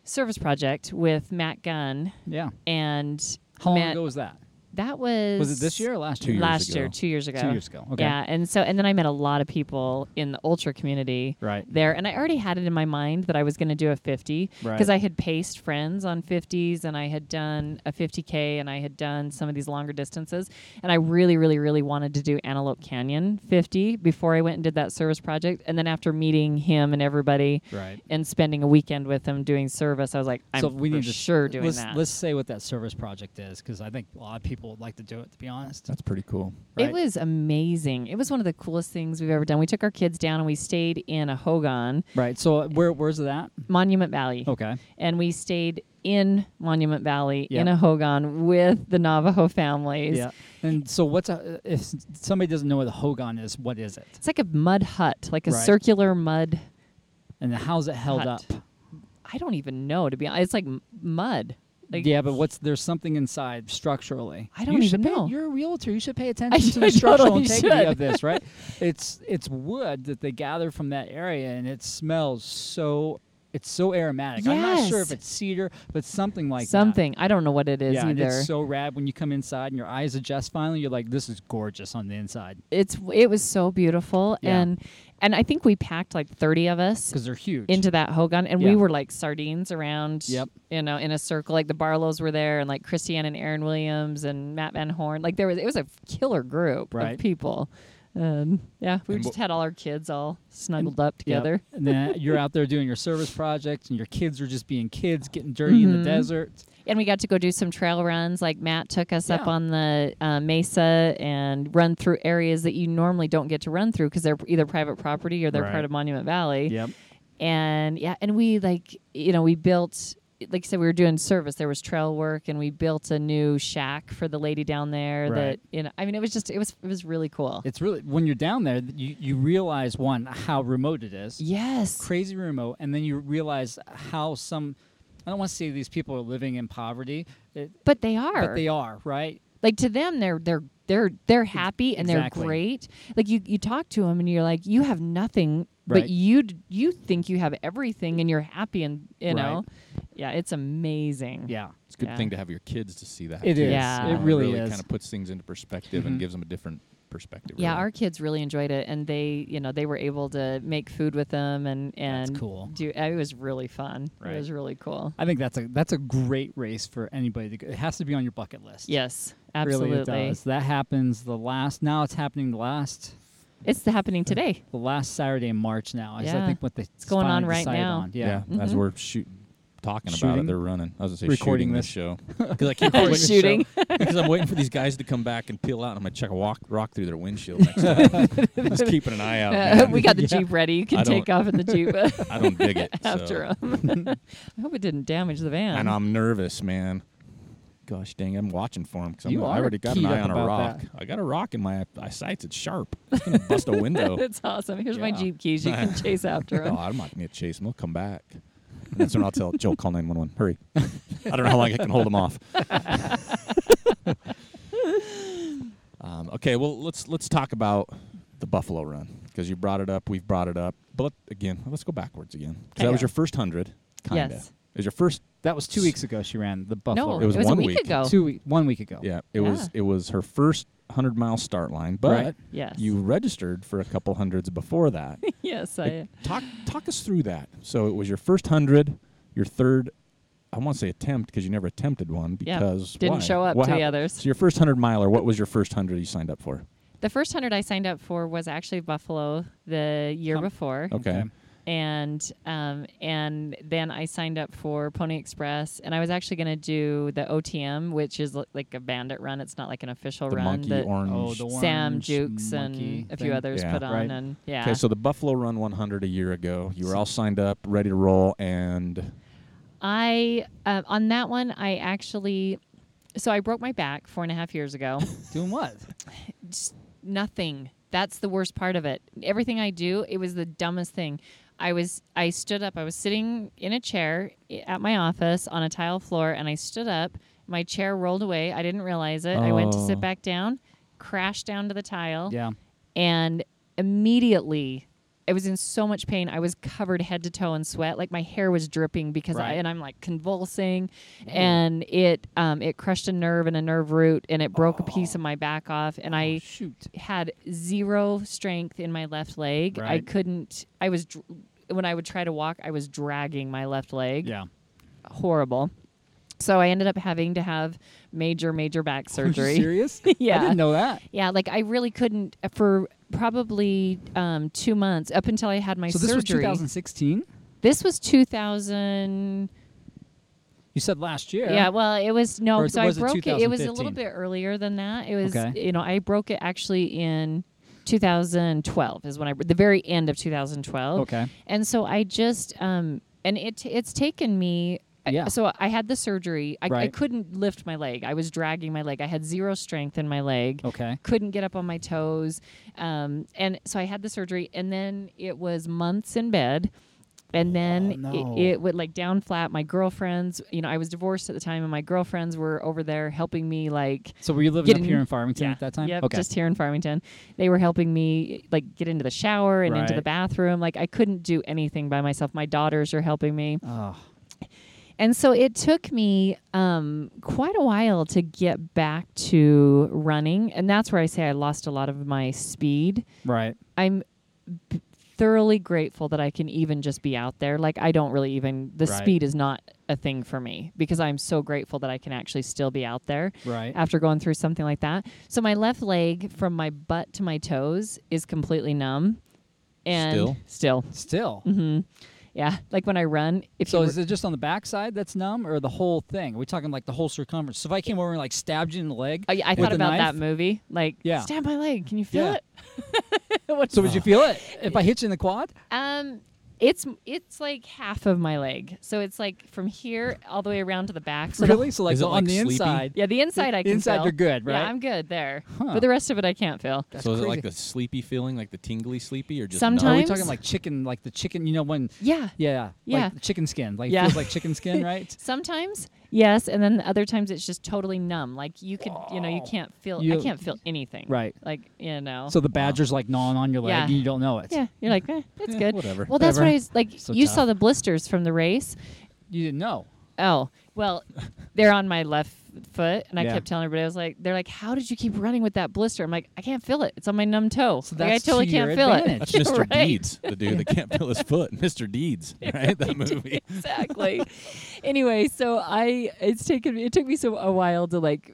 Speaker 3: service project with Matt Gunn
Speaker 2: Yeah.
Speaker 3: and
Speaker 2: How long
Speaker 3: Matt-
Speaker 2: ago was that?
Speaker 3: That was
Speaker 2: Was it this year or last
Speaker 1: Two
Speaker 2: year?
Speaker 1: years
Speaker 3: last
Speaker 1: ago.
Speaker 3: year, two years ago.
Speaker 2: years ago, okay.
Speaker 3: Yeah, and so and then I met a lot of people in the ultra community
Speaker 2: Right.
Speaker 3: there, and I already had it in my mind that I was going to do a fifty
Speaker 2: Right.
Speaker 3: because I had paced friends on fifties, and I had done a fifty k, and I had done some of these longer distances, and I really, really, really wanted to do Antelope Canyon fifty before I went and did that service project, and then after meeting him and everybody.
Speaker 2: Right.
Speaker 3: And spending a weekend with him doing service, I was like, I'm
Speaker 2: so we
Speaker 3: for
Speaker 2: need to
Speaker 3: sure doing
Speaker 2: let's,
Speaker 3: that.
Speaker 2: Let's say what that service project is, because I think a lot of people would like to do it. To be honest,
Speaker 3: Uh,
Speaker 1: that's pretty cool.
Speaker 3: It
Speaker 2: right?
Speaker 3: was amazing. It was one of the coolest things we've ever done. We took our kids down and we stayed in a Hogan,
Speaker 2: right. Oh. So uh, where where's that?
Speaker 3: Monument Valley.
Speaker 2: Okay.
Speaker 3: And we stayed in Monument Valley in
Speaker 2: Yep.
Speaker 3: a Hogan with the Navajo families.
Speaker 2: Yeah. And so what's a, if s- somebody doesn't know what a hogan is? What is it?
Speaker 3: It's like a mud hut, like a
Speaker 2: Right.
Speaker 3: circular mud.
Speaker 2: And how's it held
Speaker 3: Hut.
Speaker 2: up?
Speaker 3: I don't even know to be honest. It's like m- mud. Like,
Speaker 2: yeah, but what's there's something inside structurally.
Speaker 3: I don't
Speaker 2: you should
Speaker 3: even
Speaker 2: pay-
Speaker 3: know.
Speaker 2: You're a realtor. You should pay attention to the
Speaker 3: I
Speaker 2: structural
Speaker 3: totally
Speaker 2: integrity
Speaker 3: should.
Speaker 2: of this, right? it's it's wood that they gather from that area, and it smells so it's so aromatic. I'm not sure
Speaker 3: Yes.
Speaker 2: if it's cedar, but something like that.
Speaker 3: something. I don't know what it is
Speaker 2: Yeah, and
Speaker 3: either.
Speaker 2: it's so rad when you come inside and your eyes adjust finally. You're like, this is gorgeous on the inside
Speaker 3: it's it was so beautiful
Speaker 2: Yeah.
Speaker 3: and and I think we packed like 30 of us
Speaker 2: because they're huge.
Speaker 3: into that hogan and
Speaker 2: Yeah.
Speaker 3: we were like sardines around
Speaker 2: Yep.
Speaker 3: you know in a circle like the barlows were there and like christiane and aaron williams and matt van horn like there was it was a killer group
Speaker 2: Right.
Speaker 3: of people um, yeah we
Speaker 4: And
Speaker 3: just
Speaker 4: wh-
Speaker 3: had all our kids all snuggled up
Speaker 2: Yep.
Speaker 3: together
Speaker 2: and then you're out there doing your service projects, and your kids are just being kids, getting dirty in
Speaker 3: Mm-hmm.
Speaker 2: the desert.
Speaker 3: and we got to go do some trail runs like matt took us up
Speaker 2: Yeah.
Speaker 3: on the uh, mesa and run through areas that you normally don't get to run through because they're either private property or they're
Speaker 2: Right.
Speaker 3: part of monument valley
Speaker 2: Yep.
Speaker 3: and yeah and we like you know we built like I said, we were doing service. There was trail work, and we built a new shack for the lady down there.
Speaker 2: Right.
Speaker 3: That you know, I mean, it was just it was it was really cool.
Speaker 2: It's really when you're down there, th- you you realize one how remote it is,
Speaker 3: yes,
Speaker 2: crazy remote, and then you realize how some. I don't want to say these people are living in poverty, it,
Speaker 3: but they are.
Speaker 2: but they are right.
Speaker 3: like to them, they're they're they're they're happy and
Speaker 2: E, exactly.
Speaker 3: they're great. Like you you talk to them and you're like, you have nothing,
Speaker 2: Right.
Speaker 3: but you d- you think you have everything, and you're happy, and you
Speaker 2: Right.
Speaker 3: know, yeah, it's amazing.
Speaker 2: Yeah,
Speaker 1: It's a good
Speaker 3: Yeah.
Speaker 1: thing to have your kids to see that.
Speaker 2: It
Speaker 1: too.
Speaker 2: is.
Speaker 3: Yeah. It
Speaker 1: You know,
Speaker 2: really
Speaker 1: really
Speaker 2: is. Mm-hmm.
Speaker 1: kind of puts things into perspective and gives them a different perspective.
Speaker 3: Yeah,
Speaker 1: really.
Speaker 3: our kids really enjoyed it, and they, you know, they were able to make food with them, and and
Speaker 2: That's cool.
Speaker 3: Do it was really fun.
Speaker 2: Right.
Speaker 3: It was really cool.
Speaker 2: I think that's a that's a great race for anybody. To go. It has to be on your bucket list.
Speaker 3: Yes,
Speaker 2: It really
Speaker 3: absolutely.
Speaker 2: it does. That happens the last. Now it's happening the last
Speaker 3: It's happening today.
Speaker 2: the last Saturday in March. Now is I
Speaker 3: Yeah.
Speaker 2: think what they
Speaker 3: going on
Speaker 2: finally
Speaker 3: right
Speaker 2: decided
Speaker 3: now.
Speaker 2: on.
Speaker 1: yeah,
Speaker 2: Yeah.
Speaker 1: as we're shooting talking about it.
Speaker 2: Shooting?
Speaker 1: They're running. I was gonna say
Speaker 2: Recording
Speaker 1: shooting
Speaker 2: this.
Speaker 1: show because I keep waiting-
Speaker 3: Shooting.
Speaker 1: because I'm waiting for these guys to come back and peel out. and I'm gonna check a walk, rock through their windshield. Next time. Just keeping an eye out.
Speaker 3: Uh,
Speaker 1: man.
Speaker 3: we got the
Speaker 2: Oh, Yeah.
Speaker 3: Jeep ready. You
Speaker 1: I
Speaker 3: can
Speaker 1: don't-
Speaker 3: take off in the Jeep
Speaker 1: I don't dig it.
Speaker 3: after
Speaker 1: so.
Speaker 3: him. I hope it didn't damage the van.
Speaker 1: and I'm nervous, man. Gosh dang, I'm watching for him because
Speaker 2: You
Speaker 1: I
Speaker 2: are
Speaker 1: already got an
Speaker 2: keyed
Speaker 1: eye
Speaker 2: up
Speaker 1: on a
Speaker 2: about
Speaker 1: rock.
Speaker 2: that.
Speaker 1: I got a rock in my my sights. It's sharp. It's gonna bust a window.
Speaker 3: That's awesome. Here's my
Speaker 1: Yeah.
Speaker 3: Jeep keys. You can chase after
Speaker 1: Oh,
Speaker 3: him.
Speaker 1: I'm not gonna chase him. He'll come back. And that's when I'll tell Joe, call 911. Hurry. I don't know how long I can hold him off. um, okay, well let's let's talk about the Buffalo Run because you brought it up. We've brought it up, but let- again, let's go backwards again because that was
Speaker 3: Okay.
Speaker 1: your first hundred. Kinda.
Speaker 3: Yes.
Speaker 1: It was your first.
Speaker 2: That was two weeks ago. She ran the Buffalo.
Speaker 3: No,
Speaker 1: It
Speaker 3: it
Speaker 1: was
Speaker 3: was,
Speaker 1: one
Speaker 3: a week,
Speaker 1: week.
Speaker 3: ago.
Speaker 2: two week, one week ago.
Speaker 1: Yeah. It was it
Speaker 3: Yeah.
Speaker 1: was her first hundred mile start line, but
Speaker 2: Right.
Speaker 3: Yes.
Speaker 1: you registered for a couple hundreds before that.
Speaker 3: yes, I.
Speaker 1: Like, talk talk us through that. So it was your first hundred, your third. I won't say attempt because you never attempted one
Speaker 3: Yeah,
Speaker 1: because
Speaker 3: didn't
Speaker 1: why?
Speaker 3: show up
Speaker 1: What
Speaker 3: to the
Speaker 1: hap-
Speaker 3: others.
Speaker 1: So your first hundred miler. What was your first hundred you signed up for?
Speaker 3: The first hundred I signed up for was actually Buffalo the year before,
Speaker 1: Oh. Okay.
Speaker 2: Okay.
Speaker 3: and um, and then I signed up for Pony Express, and I was actually going to do the OTM, which is li- like a bandit run. It's not like an official
Speaker 1: The
Speaker 3: run.
Speaker 1: monkey
Speaker 3: that
Speaker 2: Oh,
Speaker 1: orange.
Speaker 2: the one
Speaker 3: Sam Jukes and a few others
Speaker 1: Yeah.
Speaker 3: put on,
Speaker 2: Right.
Speaker 3: and yeah.
Speaker 1: okay, so the Buffalo Run 100 a year ago. You were all signed up, ready to roll, and
Speaker 3: I uh, on that one I actually, so I broke my back four and a half years ago.
Speaker 2: Doing what?
Speaker 3: just nothing. That's the worst part of it. Everything I do, it was the dumbest thing. I was I stood up. I was sitting in a chair i- at my office on a tile floor and I stood up. My chair rolled away. I didn't realize it. I went to
Speaker 1: Oh.
Speaker 3: sit back down, crashed down to the tile
Speaker 2: Yeah.
Speaker 3: and immediately I was in so much pain. I was covered head to toe in sweat. Like my hair was dripping because I
Speaker 2: Right. Mm.
Speaker 3: and I'm like convulsing, and it um, it crushed a nerve and a nerve root, and it broke a piece of my back off, and I
Speaker 2: Shoot.
Speaker 3: had zero strength in my left leg. I
Speaker 2: Right.
Speaker 3: couldn't. I was dr- when I would try to walk, I was dragging my left leg.
Speaker 2: Yeah.
Speaker 3: horrible. So I ended up having to have major, major back
Speaker 2: Oh,
Speaker 3: surgery.
Speaker 2: Are you serious?
Speaker 3: Yeah.
Speaker 2: I didn't know that.
Speaker 3: Yeah, like I really couldn't uh, for probably um, two months up until I had my
Speaker 2: So this was
Speaker 3: surgery.
Speaker 2: 2016.
Speaker 3: this was 2000.
Speaker 2: You said last year.
Speaker 3: Yeah. well, it was no.
Speaker 2: Or
Speaker 3: so
Speaker 2: was
Speaker 3: I
Speaker 2: it
Speaker 3: broke it. It was a little
Speaker 2: 2015?
Speaker 3: bit earlier than that. It was
Speaker 2: Okay.
Speaker 3: you know I broke it actually in 2012 is when I the very end of 2012.
Speaker 2: Okay.
Speaker 3: And so I just um and it it's taken me uh,
Speaker 2: Yeah.
Speaker 3: so I had the surgery. I, I
Speaker 2: Right.
Speaker 3: couldn't lift my leg. I was dragging my leg. I had zero strength in my leg.
Speaker 2: Okay.
Speaker 3: couldn't get up on my toes. Um, and so I had the surgery, and then it was months in bed. And then
Speaker 2: Oh, no.
Speaker 3: it, it would like down flat. My girlfriends, you know, I was divorced at the time, and my girlfriends were over there helping me, like,
Speaker 2: So were you living
Speaker 3: Getting-
Speaker 2: up here in Farmington
Speaker 3: yeah,
Speaker 2: at that time?
Speaker 3: Yep,
Speaker 2: okay.
Speaker 3: just here in Farmington. They were helping me, like, get into the shower and into
Speaker 2: Right.
Speaker 3: the bathroom. Like, I couldn't do anything by myself. My daughters are helping me.
Speaker 2: oh,
Speaker 3: And so it took me um, quite a while to get back to running. And that's where I say I lost a lot of my speed.
Speaker 2: right.
Speaker 3: I'm b- thoroughly grateful that I can even just be out there. Like, I don't really even, the
Speaker 2: Right.
Speaker 3: speed is not a thing for me because I'm so grateful that I can actually still be out there
Speaker 2: Right.
Speaker 3: after going through something like that. So, my left leg from my butt to my toes is completely numb. And
Speaker 1: Still?
Speaker 3: still.
Speaker 2: Still.
Speaker 3: Mm-hmm. Yeah. Like when I run, if
Speaker 2: So
Speaker 3: you
Speaker 2: is it just on the backside that's numb, or the whole thing? Are we talking like the whole circumference? So if I came over and like stabbed you in the leg,
Speaker 3: Oh, I, I
Speaker 2: with
Speaker 3: thought
Speaker 2: a
Speaker 3: about
Speaker 2: knife?
Speaker 3: that movie. Like,
Speaker 2: Yeah.
Speaker 3: stab my leg. Can you feel
Speaker 2: Yeah.
Speaker 3: it? What's-
Speaker 2: So would you feel it if I hit you in the quad?
Speaker 3: um, it's it's like half of my leg. So it's like from here all the way around to the back. So the-
Speaker 2: really? So like,
Speaker 1: Is it
Speaker 2: on
Speaker 1: like
Speaker 2: the
Speaker 1: sleepy?
Speaker 2: inside?
Speaker 3: yeah, the inside I can
Speaker 2: Inside
Speaker 3: feel.
Speaker 2: you're good, right?
Speaker 3: Yeah, I'm good there.
Speaker 2: Huh.
Speaker 3: But the rest of it I can't feel.
Speaker 1: so is it like
Speaker 2: crazy.
Speaker 1: the sleepy feeling, like the tingly sleepy, or just
Speaker 2: Are we
Speaker 3: Sometimes-
Speaker 2: talking like chicken? Like the chicken? You know when?
Speaker 3: Yeah.
Speaker 2: Yeah.
Speaker 3: Yeah.
Speaker 2: Like chicken skin. Like
Speaker 3: Yeah.
Speaker 2: it feels like chicken skin, right?
Speaker 3: Sometimes yes, and then other times it's just totally numb. Like you could, you know, you can't feel. I
Speaker 2: You-
Speaker 3: can't feel anything.
Speaker 2: Right.
Speaker 3: Like you know.
Speaker 2: So the badger's like gnawing on your leg,
Speaker 3: Yeah.
Speaker 2: and you don't know it.
Speaker 3: yeah, you're like, eh, that's
Speaker 1: Yeah,
Speaker 3: good.
Speaker 1: whatever.
Speaker 3: Well, that's
Speaker 2: Whatever.
Speaker 3: what I was like.
Speaker 2: So
Speaker 3: you
Speaker 2: tough.
Speaker 3: saw the blisters from the race.
Speaker 2: You didn't know.
Speaker 3: Oh, well, they're on my left foot. And I
Speaker 2: Yeah.
Speaker 3: kept telling everybody, I was like, they're like, how did you keep running with that blister? I'm like, I can't feel it. It's on my numb toe.
Speaker 2: So
Speaker 3: Like,
Speaker 2: that's
Speaker 3: I totally
Speaker 2: to
Speaker 3: can't
Speaker 2: your
Speaker 3: feel
Speaker 2: advantage.
Speaker 3: it.
Speaker 1: That's Mr.
Speaker 3: Right.
Speaker 1: Deeds, the dude that can't feel his foot. Mr. Deeds, right? That movie.
Speaker 3: exactly. anyway, so I, it's taken me, it took me so a while to like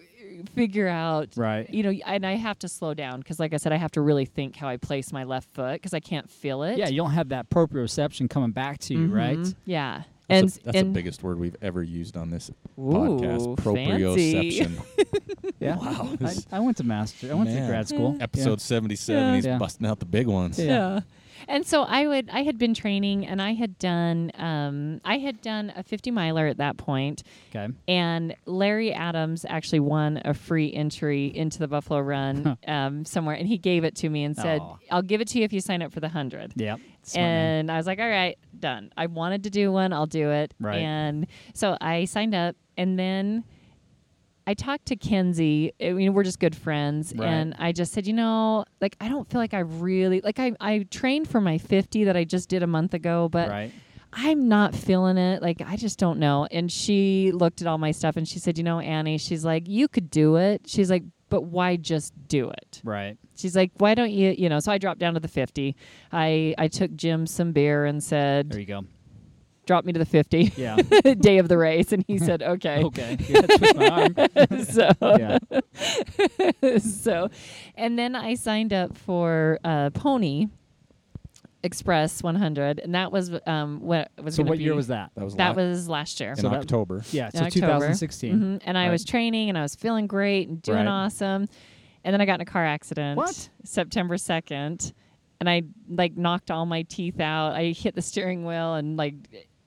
Speaker 3: figure out.
Speaker 2: Right.
Speaker 3: You know, and I have to slow down because, like I said, I have to really think how I place my left foot because I can't feel it. Mm-hmm.
Speaker 2: Yeah, you don't have that proprioception coming back to you, right?
Speaker 3: Yeah. and
Speaker 1: that's, a, that's the
Speaker 3: and
Speaker 1: biggest word we've ever used on this
Speaker 3: Ooh,
Speaker 1: podcast.
Speaker 3: fancy.
Speaker 1: Proprioception.
Speaker 2: Yeah.
Speaker 1: Wow.
Speaker 2: I, I went to master. I went
Speaker 1: Man. Mm.
Speaker 2: to grad school.
Speaker 1: Episode
Speaker 2: Yeah.
Speaker 1: 77.
Speaker 3: Yeah.
Speaker 1: He's
Speaker 2: Yeah.
Speaker 1: busting out the big ones.
Speaker 2: Yeah.
Speaker 3: yeah. And so I would I had been training and I had done um, I had done a 50 miler at that point
Speaker 2: Okay.
Speaker 3: and Larry Adams actually won a free entry into the Buffalo Run um, somewhere and he gave it to me and said
Speaker 2: Aw.
Speaker 3: I'll give it to you if you sign up for the 100.
Speaker 2: Yep. Smart man.
Speaker 3: And I was like, all right, done. I wanted to do one, I'll do it.
Speaker 2: Right.
Speaker 3: And so I signed up and then I talked to Kenzie. I mean, we're just good friends.
Speaker 2: Right.
Speaker 3: And I just said, you know, like I don't feel like I really like I I trained for my fifty that I just did a month ago, but
Speaker 2: right.
Speaker 3: I'm not feeling it. Like, I just don't know. And she looked at all my stuff and she said, You know, Annie, she's like, You could do it. She's like, But why just do it?
Speaker 2: Right.
Speaker 3: She's like, why don't you, you know? So I dropped down to the 50. I, I took Jim some beer and
Speaker 2: There
Speaker 3: said,
Speaker 2: you go.
Speaker 3: drop me to the 50
Speaker 2: Yeah.
Speaker 3: day of the race. And he said, okay.
Speaker 2: okay. Yeah, twist my arm.
Speaker 3: so,
Speaker 2: Yeah.
Speaker 3: so, and then I signed up for uh, Pony Express 100. And that was um, what was
Speaker 2: So
Speaker 3: gonna
Speaker 2: what year
Speaker 3: be-
Speaker 2: was that?
Speaker 1: That was
Speaker 3: That
Speaker 1: la-
Speaker 3: was last year.
Speaker 1: in
Speaker 2: So that-
Speaker 1: October.
Speaker 2: Yeah.
Speaker 3: in
Speaker 2: So
Speaker 3: October.
Speaker 2: 2016.
Speaker 3: Mhm. And I
Speaker 2: Right.
Speaker 3: was training and I was feeling great and doing
Speaker 2: Right.
Speaker 3: awesome. And then I got in a car accident.
Speaker 2: What?
Speaker 3: September 2nd. And I like knocked all my teeth out. I hit the steering wheel and like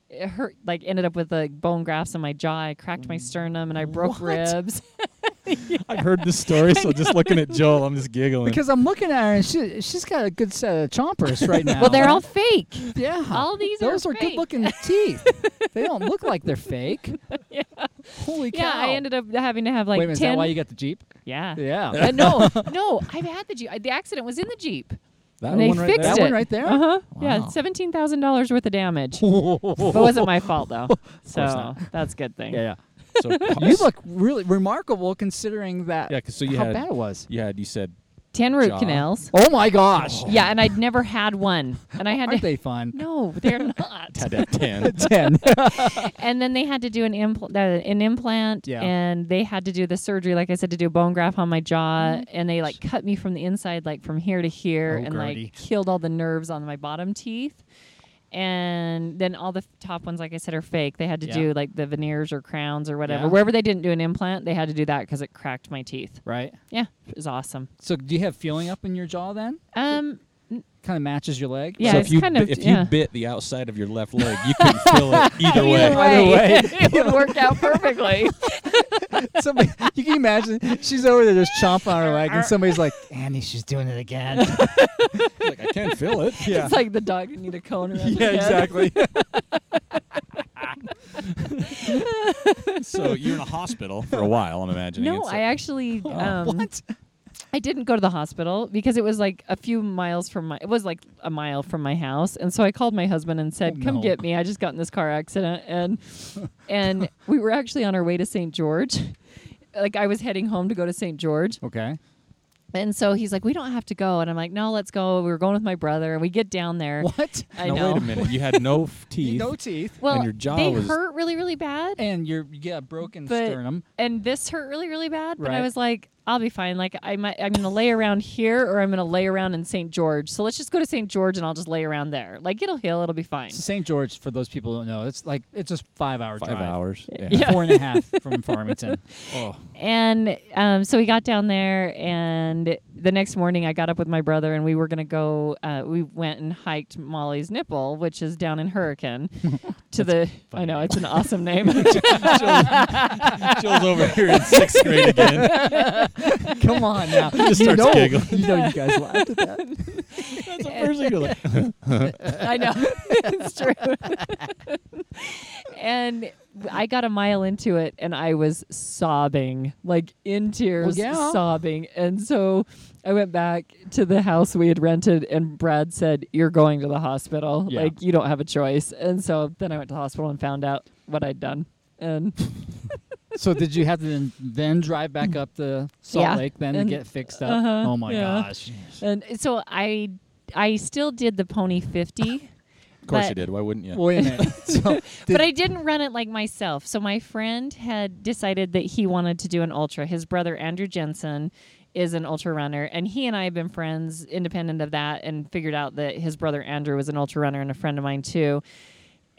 Speaker 3: it hurt, like ended up with like bone grafts in my jaw. I cracked
Speaker 2: Mm.
Speaker 3: my sternum and I broke ribs.
Speaker 1: I've heard this story, so just looking at Joel, I'm just giggling.
Speaker 2: Because I'm looking at her and she she's got a good set of chompers right now.
Speaker 3: well, they're all fake.
Speaker 2: yeah.
Speaker 3: all these are
Speaker 2: those are,
Speaker 3: fake.
Speaker 2: good looking teeth. they don't look like they're fake. Holy cow!
Speaker 3: Yeah, I ended up having to have like
Speaker 2: Wait a minute.
Speaker 3: 10.
Speaker 2: Is that why you got the jeep?
Speaker 3: yeah.
Speaker 2: Yeah.
Speaker 3: Uh, no, no, I've had the Jeep. I- The accident was in the Jeep.
Speaker 1: That
Speaker 3: And they
Speaker 1: one right
Speaker 3: fixed
Speaker 1: there.
Speaker 2: that
Speaker 3: it.
Speaker 2: one right there.
Speaker 3: Uh huh. Yeah,
Speaker 1: Wow.
Speaker 3: $17,000 worth of damage. but it wasn't my fault though. So that's a good thing.
Speaker 2: Yeah.
Speaker 1: So
Speaker 2: yeah. You look really remarkable considering that.
Speaker 1: Yeah, 'cause so you
Speaker 2: how
Speaker 1: had-
Speaker 2: bad it was.
Speaker 1: You had, you said,
Speaker 3: Ten root
Speaker 1: Jaw.
Speaker 3: canals.
Speaker 2: Oh my gosh.
Speaker 3: Yeah, and I'd never had one, and I had
Speaker 2: Aren't
Speaker 3: to.
Speaker 2: they fun?
Speaker 3: No, they're not.
Speaker 1: had that 10.
Speaker 2: Ten.
Speaker 3: and then they had to do an impl- uh, an implant,
Speaker 2: Yeah.
Speaker 3: and they had to do the surgery, like I said, to do a bone graft on my jaw, and they like cut me from the inside, like from here to here,
Speaker 2: Oh,
Speaker 3: and
Speaker 2: Gertie.
Speaker 3: like killed all the nerves on my bottom teeth. And then all the f- top ones, like I said, are fake. They had to
Speaker 2: Yeah.
Speaker 3: do like the veneers or crowns or whatever.
Speaker 2: Yeah.
Speaker 3: Wherever they didn't do an implant, they had to do that because it cracked my teeth.
Speaker 2: right.
Speaker 3: Yeah, it was awesome.
Speaker 2: So do you have feeling up in your jaw then?
Speaker 3: Um,
Speaker 2: Kind of matches your leg.
Speaker 3: Yeah,
Speaker 1: so if
Speaker 3: it's
Speaker 1: you
Speaker 3: kind
Speaker 1: bit,
Speaker 3: of-
Speaker 1: if
Speaker 3: yeah.
Speaker 1: you bit the outside of your left leg, you couldn't feel it either way.
Speaker 3: Either way,
Speaker 2: way.
Speaker 3: it would work out perfectly.
Speaker 2: Somebody, you can imagine she's over there just chomping on her leg, and somebody's like, "Annie, she's doing it again."
Speaker 1: Like I can't feel it. Yeah.
Speaker 3: It's like the dog that need a cone around.
Speaker 1: yeah, exactly. so you're in a hospital for a while, I'm imagining.
Speaker 3: No,
Speaker 1: It's
Speaker 3: I
Speaker 1: like-
Speaker 3: actually um,
Speaker 2: what?
Speaker 3: I didn't go to the hospital because it was like a few miles from my. It was like a mile from my house, and so I called my husband and said,
Speaker 2: Oh,
Speaker 3: "Come
Speaker 2: no.
Speaker 3: get me! I just got in this car accident." And and we were actually on our way to St. George. Like I was heading home to go to St. George,
Speaker 2: Okay.
Speaker 3: and so he's like, "We don't have to go," and I'm like, "No, let's go." We were going with my brother, and we get down there.
Speaker 2: What?
Speaker 3: I
Speaker 1: now,
Speaker 3: know.
Speaker 1: wait a minute. You had no f- teeth.
Speaker 2: No teeth,
Speaker 3: Well,
Speaker 1: your jaw
Speaker 3: they
Speaker 1: was-
Speaker 3: hurt really, really bad.
Speaker 2: and you're you got a broken
Speaker 3: But-
Speaker 2: sternum.
Speaker 3: and this hurt really really bad but i
Speaker 2: Right.
Speaker 3: was like i'll be fine like i might i'm gonna lay around here or i'm gonna lay around in st george so let's just go to st george and i'll just lay around there like it'll heal it'll be fine
Speaker 2: So St. George, for those people who don't know, it's like it's just five hour
Speaker 1: Five
Speaker 2: drive.
Speaker 1: hours. Yeah.
Speaker 3: Yeah.
Speaker 2: Four and a half from Farmington.
Speaker 1: Oh,
Speaker 3: and um, so we got down there and the next morning i got up with my brother and we were gonna go uh, we went and hiked molly's nipple which is down in hurricane to the i know it's an awesome name
Speaker 1: Jill's over here in sixth grade again.
Speaker 2: Come on now.
Speaker 1: Just
Speaker 2: you
Speaker 1: starts
Speaker 2: know,
Speaker 1: giggling.
Speaker 2: You know you guys laughed at that.
Speaker 1: That's the first thing you're like.
Speaker 3: I know. it's true. and I got a mile into it and I was sobbing, like in tears,
Speaker 2: yeah.
Speaker 3: sobbing. And so I went back to the house we had rented and Brad said, You're going to the hospital.
Speaker 2: Yeah.
Speaker 3: Like, you don't have a choice. And so then I went to the hospital and found out what I'd done. And
Speaker 2: So did you have to then, then drive back up to Salt
Speaker 3: Yeah.
Speaker 2: Lake then
Speaker 3: And-
Speaker 2: to get fixed up?
Speaker 3: uh-huh,
Speaker 2: oh my
Speaker 3: yeah.
Speaker 2: gosh.
Speaker 3: and so I I still did the pony 50.
Speaker 1: Of course
Speaker 3: But-
Speaker 1: you did. Why wouldn't you?
Speaker 2: Wait a minute. So
Speaker 3: but
Speaker 2: did-
Speaker 3: I didn't run it like myself. So my friend had decided that he wanted to do an ultra. His brother Andrew Jensen is an ultra runner, and he and I have been friends independent of that, and figured out that his brother Andrew was an ultra runner and a friend of mine too.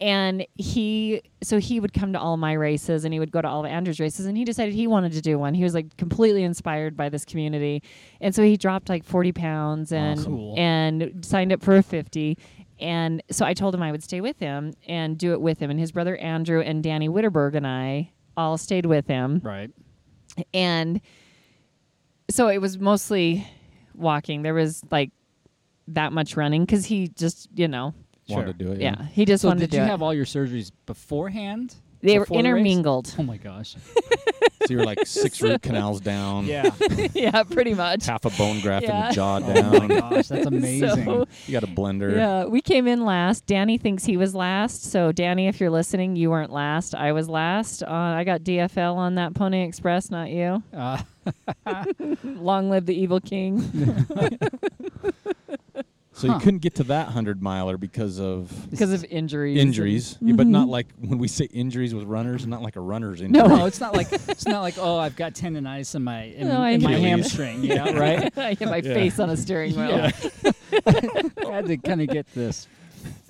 Speaker 3: and he so he would come to all my races and he would go to all of andrew's races and he decided he wanted to do one he was like completely inspired by this community and so he dropped like 40 pounds and
Speaker 2: Cool.
Speaker 3: and signed up for a 50 and so i told him i would stay with him and do it with him and his brother andrew and danny witterberg and i all stayed with him
Speaker 2: Right.
Speaker 3: and so it was mostly walking there was like that much running because he just you know
Speaker 1: Wanted to do it.
Speaker 3: yeah, he just
Speaker 2: So
Speaker 3: wanted
Speaker 2: did
Speaker 3: to do
Speaker 2: you
Speaker 3: it.
Speaker 2: have all your surgeries beforehand?
Speaker 3: They were
Speaker 2: Before the race?
Speaker 3: intermingled.
Speaker 2: Oh my gosh.
Speaker 1: So you were like six root canals down,
Speaker 2: Yeah.
Speaker 3: yeah, pretty much.
Speaker 1: half a bone graft in
Speaker 3: Yeah.
Speaker 1: the jaw
Speaker 2: oh my
Speaker 1: down.
Speaker 2: gosh, that's amazing.
Speaker 3: So-
Speaker 1: you got a blender.
Speaker 3: Yeah, we came in last. Danny thinks he was last. So, Danny, if you're listening, you weren't last. I was last. Uh, I got DFL on that Pony Express, not you.
Speaker 2: Uh,
Speaker 3: Long live the evil king
Speaker 1: So
Speaker 2: Huh.
Speaker 1: you couldn't get to that hundred miler because of
Speaker 3: because of injuries.
Speaker 1: injuries, but not like when we say injuries with runners, not like a runner's injury.
Speaker 2: no, it's not like it's not like oh, I've got tendonitis in my in,
Speaker 3: No, I
Speaker 2: in my
Speaker 3: hear
Speaker 1: you.
Speaker 2: hamstring. Yeah, right.
Speaker 3: I hit my face on a steering wheel.
Speaker 2: Yeah. I had to kind of get this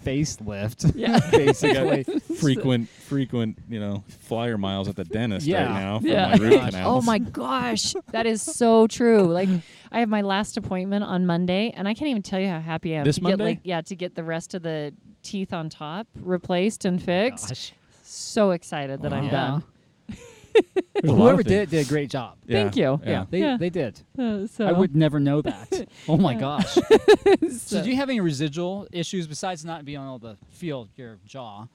Speaker 2: facelift.
Speaker 3: Yeah.
Speaker 2: Basically.
Speaker 1: frequent, frequent, you know, flyer miles at the dentist
Speaker 2: Yeah.
Speaker 1: right now for
Speaker 3: Yeah.
Speaker 1: my root
Speaker 2: Gosh.
Speaker 1: canals.
Speaker 3: Oh my gosh, that is so true. Like, I have my last appointment on Monday, and I can't even tell you how happy I am
Speaker 1: This
Speaker 3: to
Speaker 1: Monday?
Speaker 3: get like yeah to get the rest of the teeth on top replaced
Speaker 1: Oh
Speaker 3: and fixed.
Speaker 2: Gosh.
Speaker 3: So excited that I'm
Speaker 2: Yeah.
Speaker 3: done.
Speaker 1: There's a lot of
Speaker 2: Whoever did
Speaker 1: things.
Speaker 2: it did a great job.
Speaker 1: Yeah,
Speaker 3: Thank you.
Speaker 1: Yeah.
Speaker 2: They,
Speaker 3: Yeah.
Speaker 2: they did.
Speaker 3: Uh, so
Speaker 2: I would never know that. Oh my gosh. so, do you have any residual issues besides not being able to feel your jaw?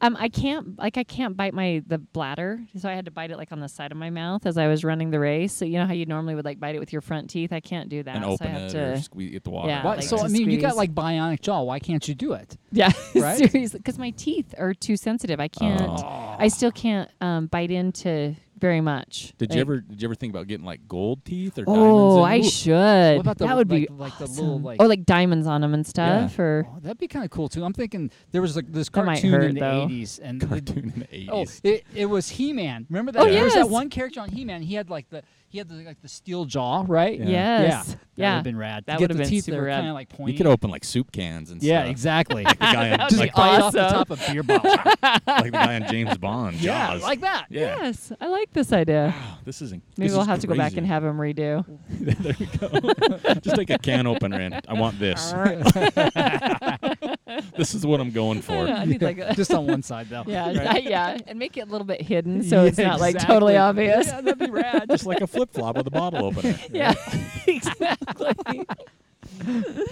Speaker 3: Um, I can't like I can't bite my the bladder, so I had to bite it like on the side of my mouth as I was running the race. So you know how you normally would like bite it with your front teeth. I can't do that.
Speaker 1: And
Speaker 3: so
Speaker 1: open
Speaker 3: I have
Speaker 1: it
Speaker 3: to.
Speaker 1: or squeeze get the water.
Speaker 3: Yeah,
Speaker 1: out.
Speaker 2: Why,
Speaker 3: like
Speaker 2: so
Speaker 3: to
Speaker 2: I mean, you got
Speaker 3: squeeze.
Speaker 2: like bionic jaw. Why can't you do it?
Speaker 3: Yeah,
Speaker 2: Right?
Speaker 3: seriously, because my teeth are too sensitive. I can't. I still can't um, bite into very much.
Speaker 1: Did
Speaker 3: Like-
Speaker 1: you ever did you ever think about getting like gold teeth or diamonds?
Speaker 3: Oh,
Speaker 1: in
Speaker 3: I
Speaker 1: it?
Speaker 3: should.
Speaker 2: What about the
Speaker 3: that would
Speaker 2: like,
Speaker 3: be
Speaker 2: like the
Speaker 3: awesome.
Speaker 2: little like
Speaker 3: oh, like diamonds on them and stuff, or
Speaker 2: Oh, that'd be kind of cool too. I'm thinking there was like this
Speaker 3: That might
Speaker 2: cartoon
Speaker 3: hurt,
Speaker 2: in the
Speaker 3: though.
Speaker 2: 80s and they-
Speaker 1: cartoon in the
Speaker 2: Oh,
Speaker 1: eighties.
Speaker 2: it, it was He-Man. Remember that?
Speaker 3: Oh,
Speaker 2: There was that
Speaker 3: yes.
Speaker 2: one character on He-Man. He had like the he had the, like the steel jaw, right?
Speaker 1: Yeah.
Speaker 3: yes,
Speaker 2: Yeah. That would
Speaker 3: yeah.
Speaker 2: have been rad.
Speaker 3: That
Speaker 2: to get
Speaker 3: would've
Speaker 2: the
Speaker 3: been
Speaker 2: teeth
Speaker 3: super
Speaker 2: that were
Speaker 3: rad.
Speaker 2: kind of like
Speaker 1: you
Speaker 2: pointy.
Speaker 1: could open like soup cans and
Speaker 2: Yeah,
Speaker 1: stuff.
Speaker 2: exactly.
Speaker 1: The guy on,
Speaker 3: That'd be
Speaker 1: like,
Speaker 2: Bite off the
Speaker 3: Awesome.
Speaker 2: top of beer bottle.
Speaker 1: like the guy on James Bond.
Speaker 2: yeah,
Speaker 1: Jaws.
Speaker 2: like that.
Speaker 1: yeah.
Speaker 3: Yes, I like this idea.
Speaker 1: This isn't.
Speaker 3: Maybe we'll have to go back and have him redo.
Speaker 1: there you go. Just take a can opener in. I want this. this is what I'm going for.
Speaker 3: I need like a,
Speaker 2: Just on one side though.
Speaker 3: yeah,
Speaker 2: Right?
Speaker 3: yeah, and make it a little bit hidden so
Speaker 2: Yeah,
Speaker 3: it's not like totally
Speaker 2: exactly.
Speaker 3: obvious.
Speaker 2: Yeah, that'd be rad.
Speaker 1: Just like a flip flop with a bottle opener.
Speaker 3: Yeah, exactly. Mm.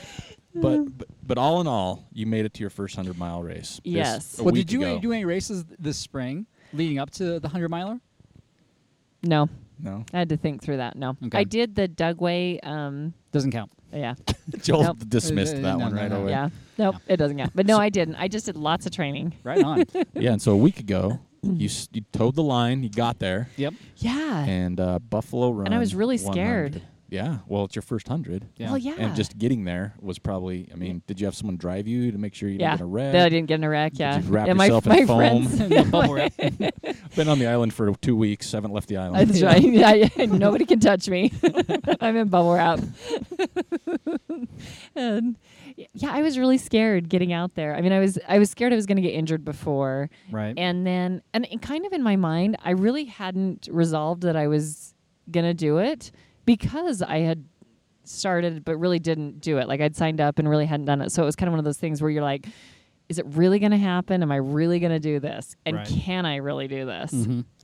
Speaker 1: But, but but all in all, you made it to your first hundred mile race. this-
Speaker 3: Yes.
Speaker 1: a
Speaker 2: well,
Speaker 1: week
Speaker 2: did you
Speaker 1: ago.
Speaker 2: do any races this spring leading up to the hundred miler?
Speaker 3: No,
Speaker 1: No.
Speaker 3: I had to think through that. No,
Speaker 2: Okay.
Speaker 3: I did the Dugway. Um,
Speaker 2: Doesn't count.
Speaker 3: yeah,
Speaker 1: Joel
Speaker 3: Nope.
Speaker 1: dismissed
Speaker 2: Uh,
Speaker 1: that
Speaker 2: no,
Speaker 1: one
Speaker 2: no,
Speaker 1: right
Speaker 2: no.
Speaker 1: away.
Speaker 3: yeah. Nope, it doesn't count. But no, I didn't. I just did lots of training.
Speaker 2: Right on.
Speaker 1: Yeah, and so a week ago, you s- you towed the line, you got there,
Speaker 2: yep.
Speaker 3: Mm. Yeah.
Speaker 1: and uh, Buffalo Run.
Speaker 3: I was really
Speaker 1: 100.
Speaker 3: scared.
Speaker 1: Yeah, well, it's your first hundred.
Speaker 2: Yeah.
Speaker 3: Well, yeah.
Speaker 1: And just getting there was probably. I mean, did you have someone drive you to make sure you
Speaker 3: yeah.
Speaker 1: didn't get a wreck?
Speaker 3: That I didn't get in a wreck. Yeah.
Speaker 1: you wrap
Speaker 3: and my,
Speaker 1: yourself in
Speaker 3: my
Speaker 1: foam?
Speaker 3: friends.
Speaker 2: Bubble wrap.
Speaker 1: Been on the island for two weeks. Haven't left the island.
Speaker 3: That's right. Yeah, yeah, nobody can touch me. I'm in bubble wrap. and yeah, I was really scared getting out there. I mean, I was I was scared I was going to get injured before.
Speaker 2: Right.
Speaker 3: And then and it kind of in my mind, I really hadn't resolved that I was going to do it because I had started but really didn't do it. Like I'd signed up and really hadn't done it. So it was kind of one of those things where you're like is it really going to happen? Am I really going to do this? And
Speaker 2: Right.
Speaker 3: can I really do this?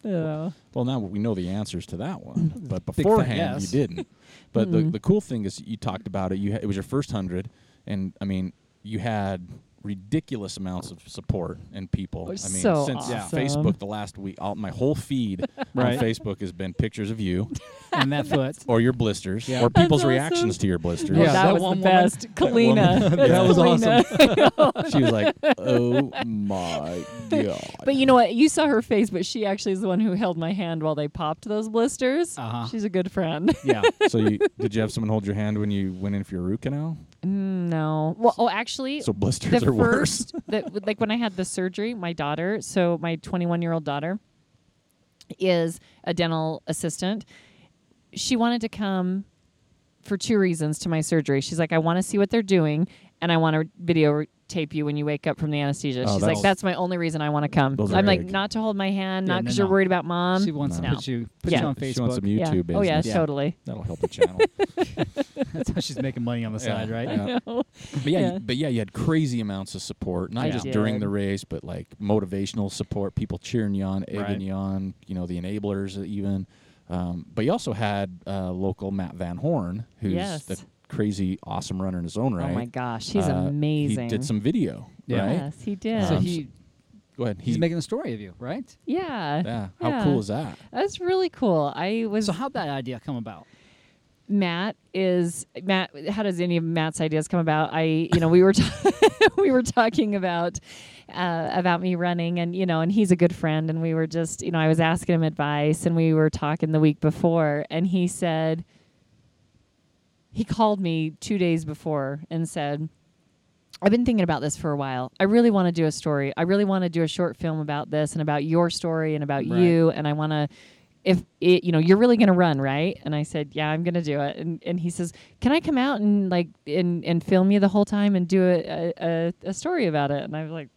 Speaker 3: Yeah.
Speaker 1: Well, now we know the answers to that one,
Speaker 3: Mm-hmm.
Speaker 1: but
Speaker 2: fat
Speaker 1: beforehand
Speaker 2: yes.
Speaker 1: you didn't. But the, the cool thing is you talked about it. You ha- it was your first hundred, and I mean you had ridiculous amounts of support and people.
Speaker 3: It was
Speaker 1: I mean,
Speaker 3: so
Speaker 1: since
Speaker 3: awesome.
Speaker 1: Facebook the last week, all, my whole feed
Speaker 2: Right.
Speaker 1: on Facebook has been pictures of you
Speaker 2: and that foot.
Speaker 1: or your blisters
Speaker 2: Yeah.
Speaker 1: or
Speaker 3: That's
Speaker 1: people's
Speaker 3: awesome.
Speaker 1: reactions to your blisters.
Speaker 3: Oh,
Speaker 2: Yeah,
Speaker 3: that,
Speaker 2: that
Speaker 3: was
Speaker 2: one
Speaker 3: the
Speaker 2: woman-
Speaker 3: best. Kalina.
Speaker 1: woman-
Speaker 3: That's
Speaker 1: That was
Speaker 3: Kalina.
Speaker 1: she was like, "Oh my god!"
Speaker 3: but you know what? You saw her face, but she actually is the one who held my hand while they popped those blisters.
Speaker 2: Uh-huh.
Speaker 3: She's a good friend.
Speaker 2: Yeah.
Speaker 1: so you, did you have someone hold your hand when you went in for your root canal?
Speaker 3: no. Well, oh, actually,
Speaker 1: So blisters
Speaker 3: the
Speaker 1: are worse.
Speaker 3: first, that, like when I had the surgery, my daughter, so my 21 year old daughter, is a dental assistant. She wanted to come for two reasons to my surgery. She's like, I want to see what they're doing, and I want to video tape you when you wake up from the anesthesia.
Speaker 1: Oh,
Speaker 3: She's
Speaker 1: that's-
Speaker 3: like, that's my only reason I want to come.
Speaker 1: Those are
Speaker 3: I'm like,
Speaker 1: big.
Speaker 3: not to hold my hand,
Speaker 2: Yeah,
Speaker 3: not
Speaker 2: no,
Speaker 3: because
Speaker 2: no.
Speaker 3: you're worried about mom.
Speaker 2: She wants
Speaker 1: No.
Speaker 2: to put you put
Speaker 3: Yeah.
Speaker 2: you on
Speaker 1: She wants some YouTube
Speaker 2: Facebook.
Speaker 3: yeah.
Speaker 1: business.
Speaker 3: Oh yeah,
Speaker 1: yeah.
Speaker 3: totally.
Speaker 1: That'll help the channel.
Speaker 2: That's how she's making money on the side, right?
Speaker 1: Yeah. But yeah,
Speaker 3: Yeah.
Speaker 1: You, but yeah, you had crazy amounts of support, not
Speaker 3: I
Speaker 1: just
Speaker 3: did.
Speaker 1: during the race, but like motivational support, people cheering you on, egging
Speaker 2: Right.
Speaker 1: you on, you know, the enablers even. Um, but you also had uh, local Matt Van Horn, who's
Speaker 3: Yes.
Speaker 1: a crazy awesome runner in his own right.
Speaker 3: Oh my gosh, he's
Speaker 1: Uh,
Speaker 3: amazing.
Speaker 1: He did some video,
Speaker 2: Yeah.
Speaker 1: right?
Speaker 3: Yes, he did.
Speaker 2: So
Speaker 1: Um,
Speaker 2: he
Speaker 1: Go ahead.
Speaker 2: he's
Speaker 1: He-
Speaker 2: making a story of you, right?
Speaker 3: yeah.
Speaker 1: Yeah. How
Speaker 3: yeah.
Speaker 1: cool is that?
Speaker 3: That's really cool. I was
Speaker 2: So how'd that idea come about?
Speaker 3: Matt is Matt. How does any of Matt's ideas come about? I, you know, we were ta- we were talking about uh, about me running, and you know, and he's a good friend, and we were just, you know, I was asking him advice, and we were talking the week before, and he said he called me two days before and said. I've been thinking about this for a while. I really want to do a story. I really want to do a short film about this and about your story and about
Speaker 2: Right.
Speaker 3: you. And I want to, if it, you know, you're really going to run, right? And I said, yeah, I'm going to do it. And, and he says, can I come out and like, and, and film you the whole time and do a, a, a story about it? And I was like,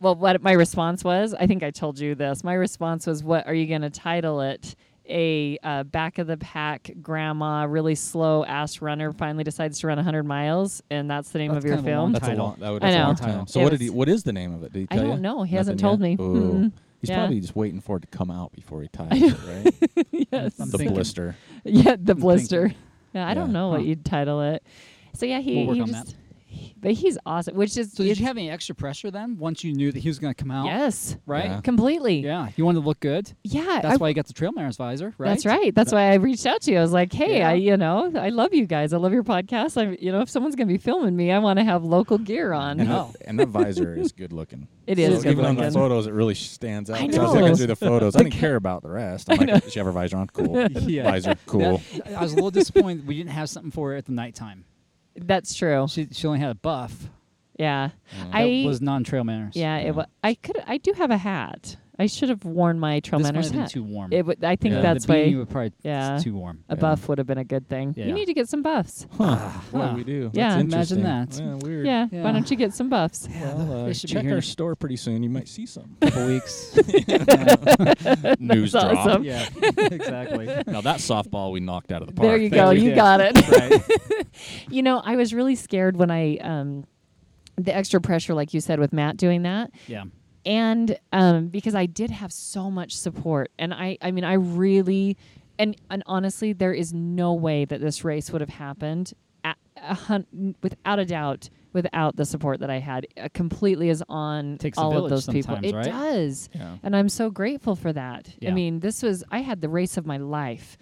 Speaker 3: well, what my response was, I think I told you this. My response was, what are you going to title it? A uh, back of the pack grandma, really slow ass runner finally decides to run 100 miles, and that's the name
Speaker 2: That's
Speaker 3: of your
Speaker 2: kind of a long
Speaker 3: film.
Speaker 1: That's a
Speaker 2: Title.
Speaker 1: long. That would
Speaker 3: I
Speaker 1: that's a long
Speaker 3: know.
Speaker 1: time. So
Speaker 3: It
Speaker 1: what did
Speaker 3: was-
Speaker 1: he? What is the name of it? Did he
Speaker 3: I
Speaker 1: tell you?
Speaker 3: don't know. He hasn't
Speaker 1: Nothing yet?
Speaker 3: told me.
Speaker 1: Ooh.
Speaker 3: Mm-mm.
Speaker 1: He's
Speaker 3: Yeah.
Speaker 1: probably just waiting for it to come out before he ties it, right?
Speaker 3: yes.
Speaker 2: I'm
Speaker 1: the
Speaker 2: thinking-
Speaker 1: blister.
Speaker 3: yeah, the
Speaker 2: thinking.
Speaker 3: blister. Yeah, I don't
Speaker 1: Yeah.
Speaker 3: know
Speaker 2: Huh.
Speaker 3: what you'd title it. So yeah, he,
Speaker 2: We'll work
Speaker 3: he
Speaker 2: on
Speaker 3: just, he- but he's awesome. Which is
Speaker 2: So did
Speaker 3: it's-
Speaker 2: you have any extra pressure then once you knew that he was going to come out?
Speaker 3: yes,
Speaker 2: Right?
Speaker 1: Yeah.
Speaker 2: Yeah.
Speaker 3: completely.
Speaker 2: You wanted to look good.
Speaker 3: yeah.
Speaker 2: That's
Speaker 3: I-
Speaker 2: why you got the trail manners visor, right?
Speaker 3: That's right. That's why I reached out to you. I was like, "Hey,
Speaker 2: Yeah.
Speaker 3: I, you know, I love you guys. I love your podcast. I'm, you know, if someone's gonna be filming me, I want to have local gear on.
Speaker 1: And,
Speaker 2: No.
Speaker 1: that, and that visor is good looking.
Speaker 3: It is
Speaker 1: So even on the
Speaker 3: good-looking.
Speaker 1: photos, it really stands out.
Speaker 3: I
Speaker 1: So I was
Speaker 3: know.
Speaker 1: looking through the photos. I didn't care about the rest. I'm like, does she have her visor on? Cool.
Speaker 2: Yeah.
Speaker 1: Visor, cool.
Speaker 2: That- I was a little disappointed we didn't have something for her at the nighttime.
Speaker 3: That's true.
Speaker 2: She she only had a buff
Speaker 3: Yeah,
Speaker 2: that
Speaker 3: I
Speaker 2: was non trail manners.
Speaker 3: yeah, it wa- I could. I do have a hat. I should have worn my trail
Speaker 2: This might
Speaker 3: manners
Speaker 2: have been
Speaker 3: hat.
Speaker 2: too warm.
Speaker 3: It would. I think
Speaker 1: Yeah.
Speaker 3: that's
Speaker 2: the beanie
Speaker 3: why
Speaker 2: would probably
Speaker 3: Yeah.
Speaker 2: it's too warm.
Speaker 3: a buff would have been a good thing.
Speaker 2: Yeah.
Speaker 3: You need to get some buffs.
Speaker 1: What do we do?
Speaker 3: Yeah.
Speaker 1: That's
Speaker 2: Imagine
Speaker 1: interesting.
Speaker 2: that.
Speaker 1: Yeah, weird.
Speaker 3: Yeah.
Speaker 2: Yeah.
Speaker 3: Why don't you get some buffs?
Speaker 1: Well, uh,
Speaker 2: They should be
Speaker 1: check
Speaker 2: here
Speaker 1: our
Speaker 2: in a
Speaker 1: store pretty soon. You might see some
Speaker 2: couple weeks. yeah,
Speaker 1: news drop.
Speaker 3: awesome.
Speaker 2: yeah, exactly.
Speaker 1: Now that softball we knocked out of the park.
Speaker 3: There you
Speaker 2: Thank
Speaker 3: go.
Speaker 2: you.
Speaker 3: You
Speaker 2: Yeah.
Speaker 3: got it.
Speaker 2: Right.
Speaker 3: You know, I was really scared when I um, the extra pressure, like you said, with Matt doing that.
Speaker 2: Yeah.
Speaker 3: and um, because I did have so much support, and I, I mean, I really, and and honestly, there is no way that this race would have happened, a a hun- without a doubt, without the support that I had. It completely is on
Speaker 2: Takes a
Speaker 3: all of
Speaker 2: village
Speaker 3: those people.
Speaker 2: sometimes,
Speaker 3: It
Speaker 2: right?
Speaker 3: does,
Speaker 1: Yeah.
Speaker 3: and I'm so grateful for that.
Speaker 2: Yeah.
Speaker 3: I mean, this was I had the race of my life,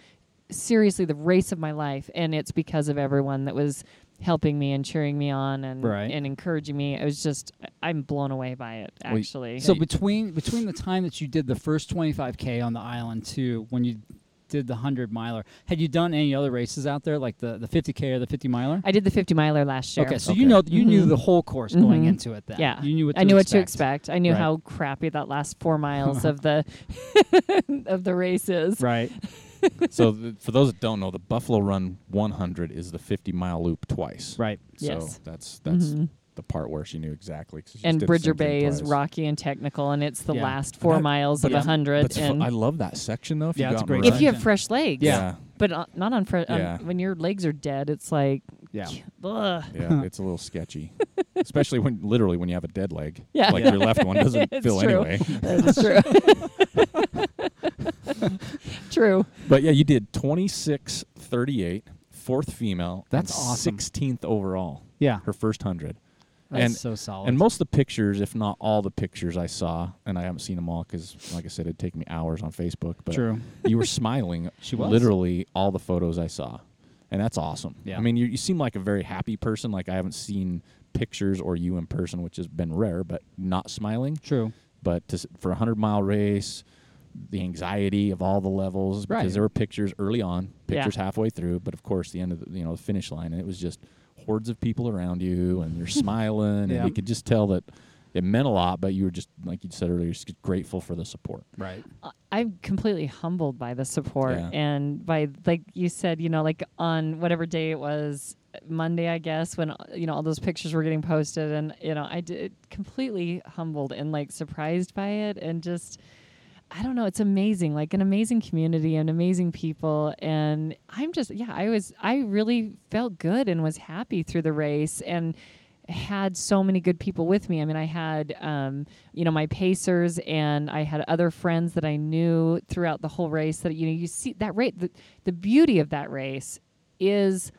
Speaker 3: seriously, the race of my life, and it's because of everyone that was helping me and cheering me on and
Speaker 2: Right.
Speaker 3: and encouraging me. It was just I'm blown away by it
Speaker 1: Well, y-
Speaker 3: actually.
Speaker 2: So between between the time that you did the first 25k on the island to when you did the 100 miler, had you done any other races out there like the, the 50k or the 50 miler?
Speaker 3: I did the 50 miler last year.
Speaker 2: Okay, so
Speaker 1: Okay.
Speaker 2: you know you knew
Speaker 3: Mhm.
Speaker 2: the whole course going
Speaker 3: Mhm.
Speaker 2: into it then.
Speaker 3: yeah,
Speaker 2: You knew what to
Speaker 3: I knew
Speaker 2: expect.
Speaker 3: what to expect. I knew
Speaker 2: Right.
Speaker 3: how crappy that last four miles of the of the race is.
Speaker 2: Right.
Speaker 1: so th- for those that don't know, the Buffalo Run 100 is the 50 mile loop twice.
Speaker 2: Right.
Speaker 1: So
Speaker 3: Yes.
Speaker 1: that's that's
Speaker 3: Mhm.
Speaker 1: the part where she knew exactly. 'cause she just
Speaker 3: And
Speaker 1: did the
Speaker 3: Bridger
Speaker 1: same thing
Speaker 3: Bay is
Speaker 1: twice.
Speaker 3: rocky and technical, and it's the
Speaker 2: Yeah.
Speaker 3: last four
Speaker 1: But-
Speaker 3: miles
Speaker 1: but
Speaker 3: of a
Speaker 1: it's- but
Speaker 3: hundred.
Speaker 1: it's fu- I
Speaker 3: And
Speaker 1: love that section though. If
Speaker 2: Yeah,
Speaker 1: you
Speaker 2: it's
Speaker 1: got
Speaker 2: a
Speaker 1: in the
Speaker 2: great
Speaker 3: if
Speaker 1: run.
Speaker 3: you
Speaker 2: Yeah.
Speaker 3: have fresh legs,
Speaker 2: Yeah.
Speaker 3: but uh, not on fresh.
Speaker 1: Yeah.
Speaker 3: when your legs are dead, it's like,
Speaker 2: Yeah.
Speaker 3: ugh.
Speaker 1: Yeah, it's a little sketchy, especially when literally when you have a dead leg.
Speaker 3: Yeah.
Speaker 1: like your left one doesn't
Speaker 3: It's
Speaker 1: feel
Speaker 3: true.
Speaker 1: anyway.
Speaker 3: That's true. true.
Speaker 1: But yeah, you did 26, 38, fourth female. and
Speaker 2: That's awesome.
Speaker 1: 16th overall.
Speaker 2: Yeah.
Speaker 1: her first hundred.
Speaker 2: That's
Speaker 1: and
Speaker 2: so solid.
Speaker 1: And most of the pictures, if not all the pictures I saw, and I haven't seen them all because, like I said, it'd take me hours on Facebook. But
Speaker 2: True.
Speaker 1: you were smiling.
Speaker 2: She was.
Speaker 1: literally all the photos I saw, and that's awesome.
Speaker 2: Yeah.
Speaker 1: I mean, you, you seem like a very happy person. Like I haven't seen pictures or you in person, which has been rare, but not smiling.
Speaker 2: True.
Speaker 1: But to, s- for a hundred mile race, the anxiety of all the levels
Speaker 2: Right.
Speaker 1: because there were pictures early on,
Speaker 3: Yeah.
Speaker 1: pictures halfway through, but of course the end of the, you know the finish line, and it was just hordes of people around you, and you're smiling,
Speaker 2: Yeah.
Speaker 1: and you could just tell that it meant a lot. But you were just like you said earlier, just grateful for the support.
Speaker 2: Right.
Speaker 3: I- I'm completely humbled by the support
Speaker 1: Yeah.
Speaker 3: and by like you said, you know, like on whatever day it was, Monday, I guess, when you know all those pictures were getting posted, and you know I did completely humbled and like surprised by it, and just I don't know, it's amazing, like an amazing community and amazing people, and I'm just yeah, I was I really felt good and was happy through the race, and had so many good people with me. I mean, I had, um, you know, my pacers and I had other friends that I knew throughout the whole race that, you know, you see that race, the, the beauty of that race is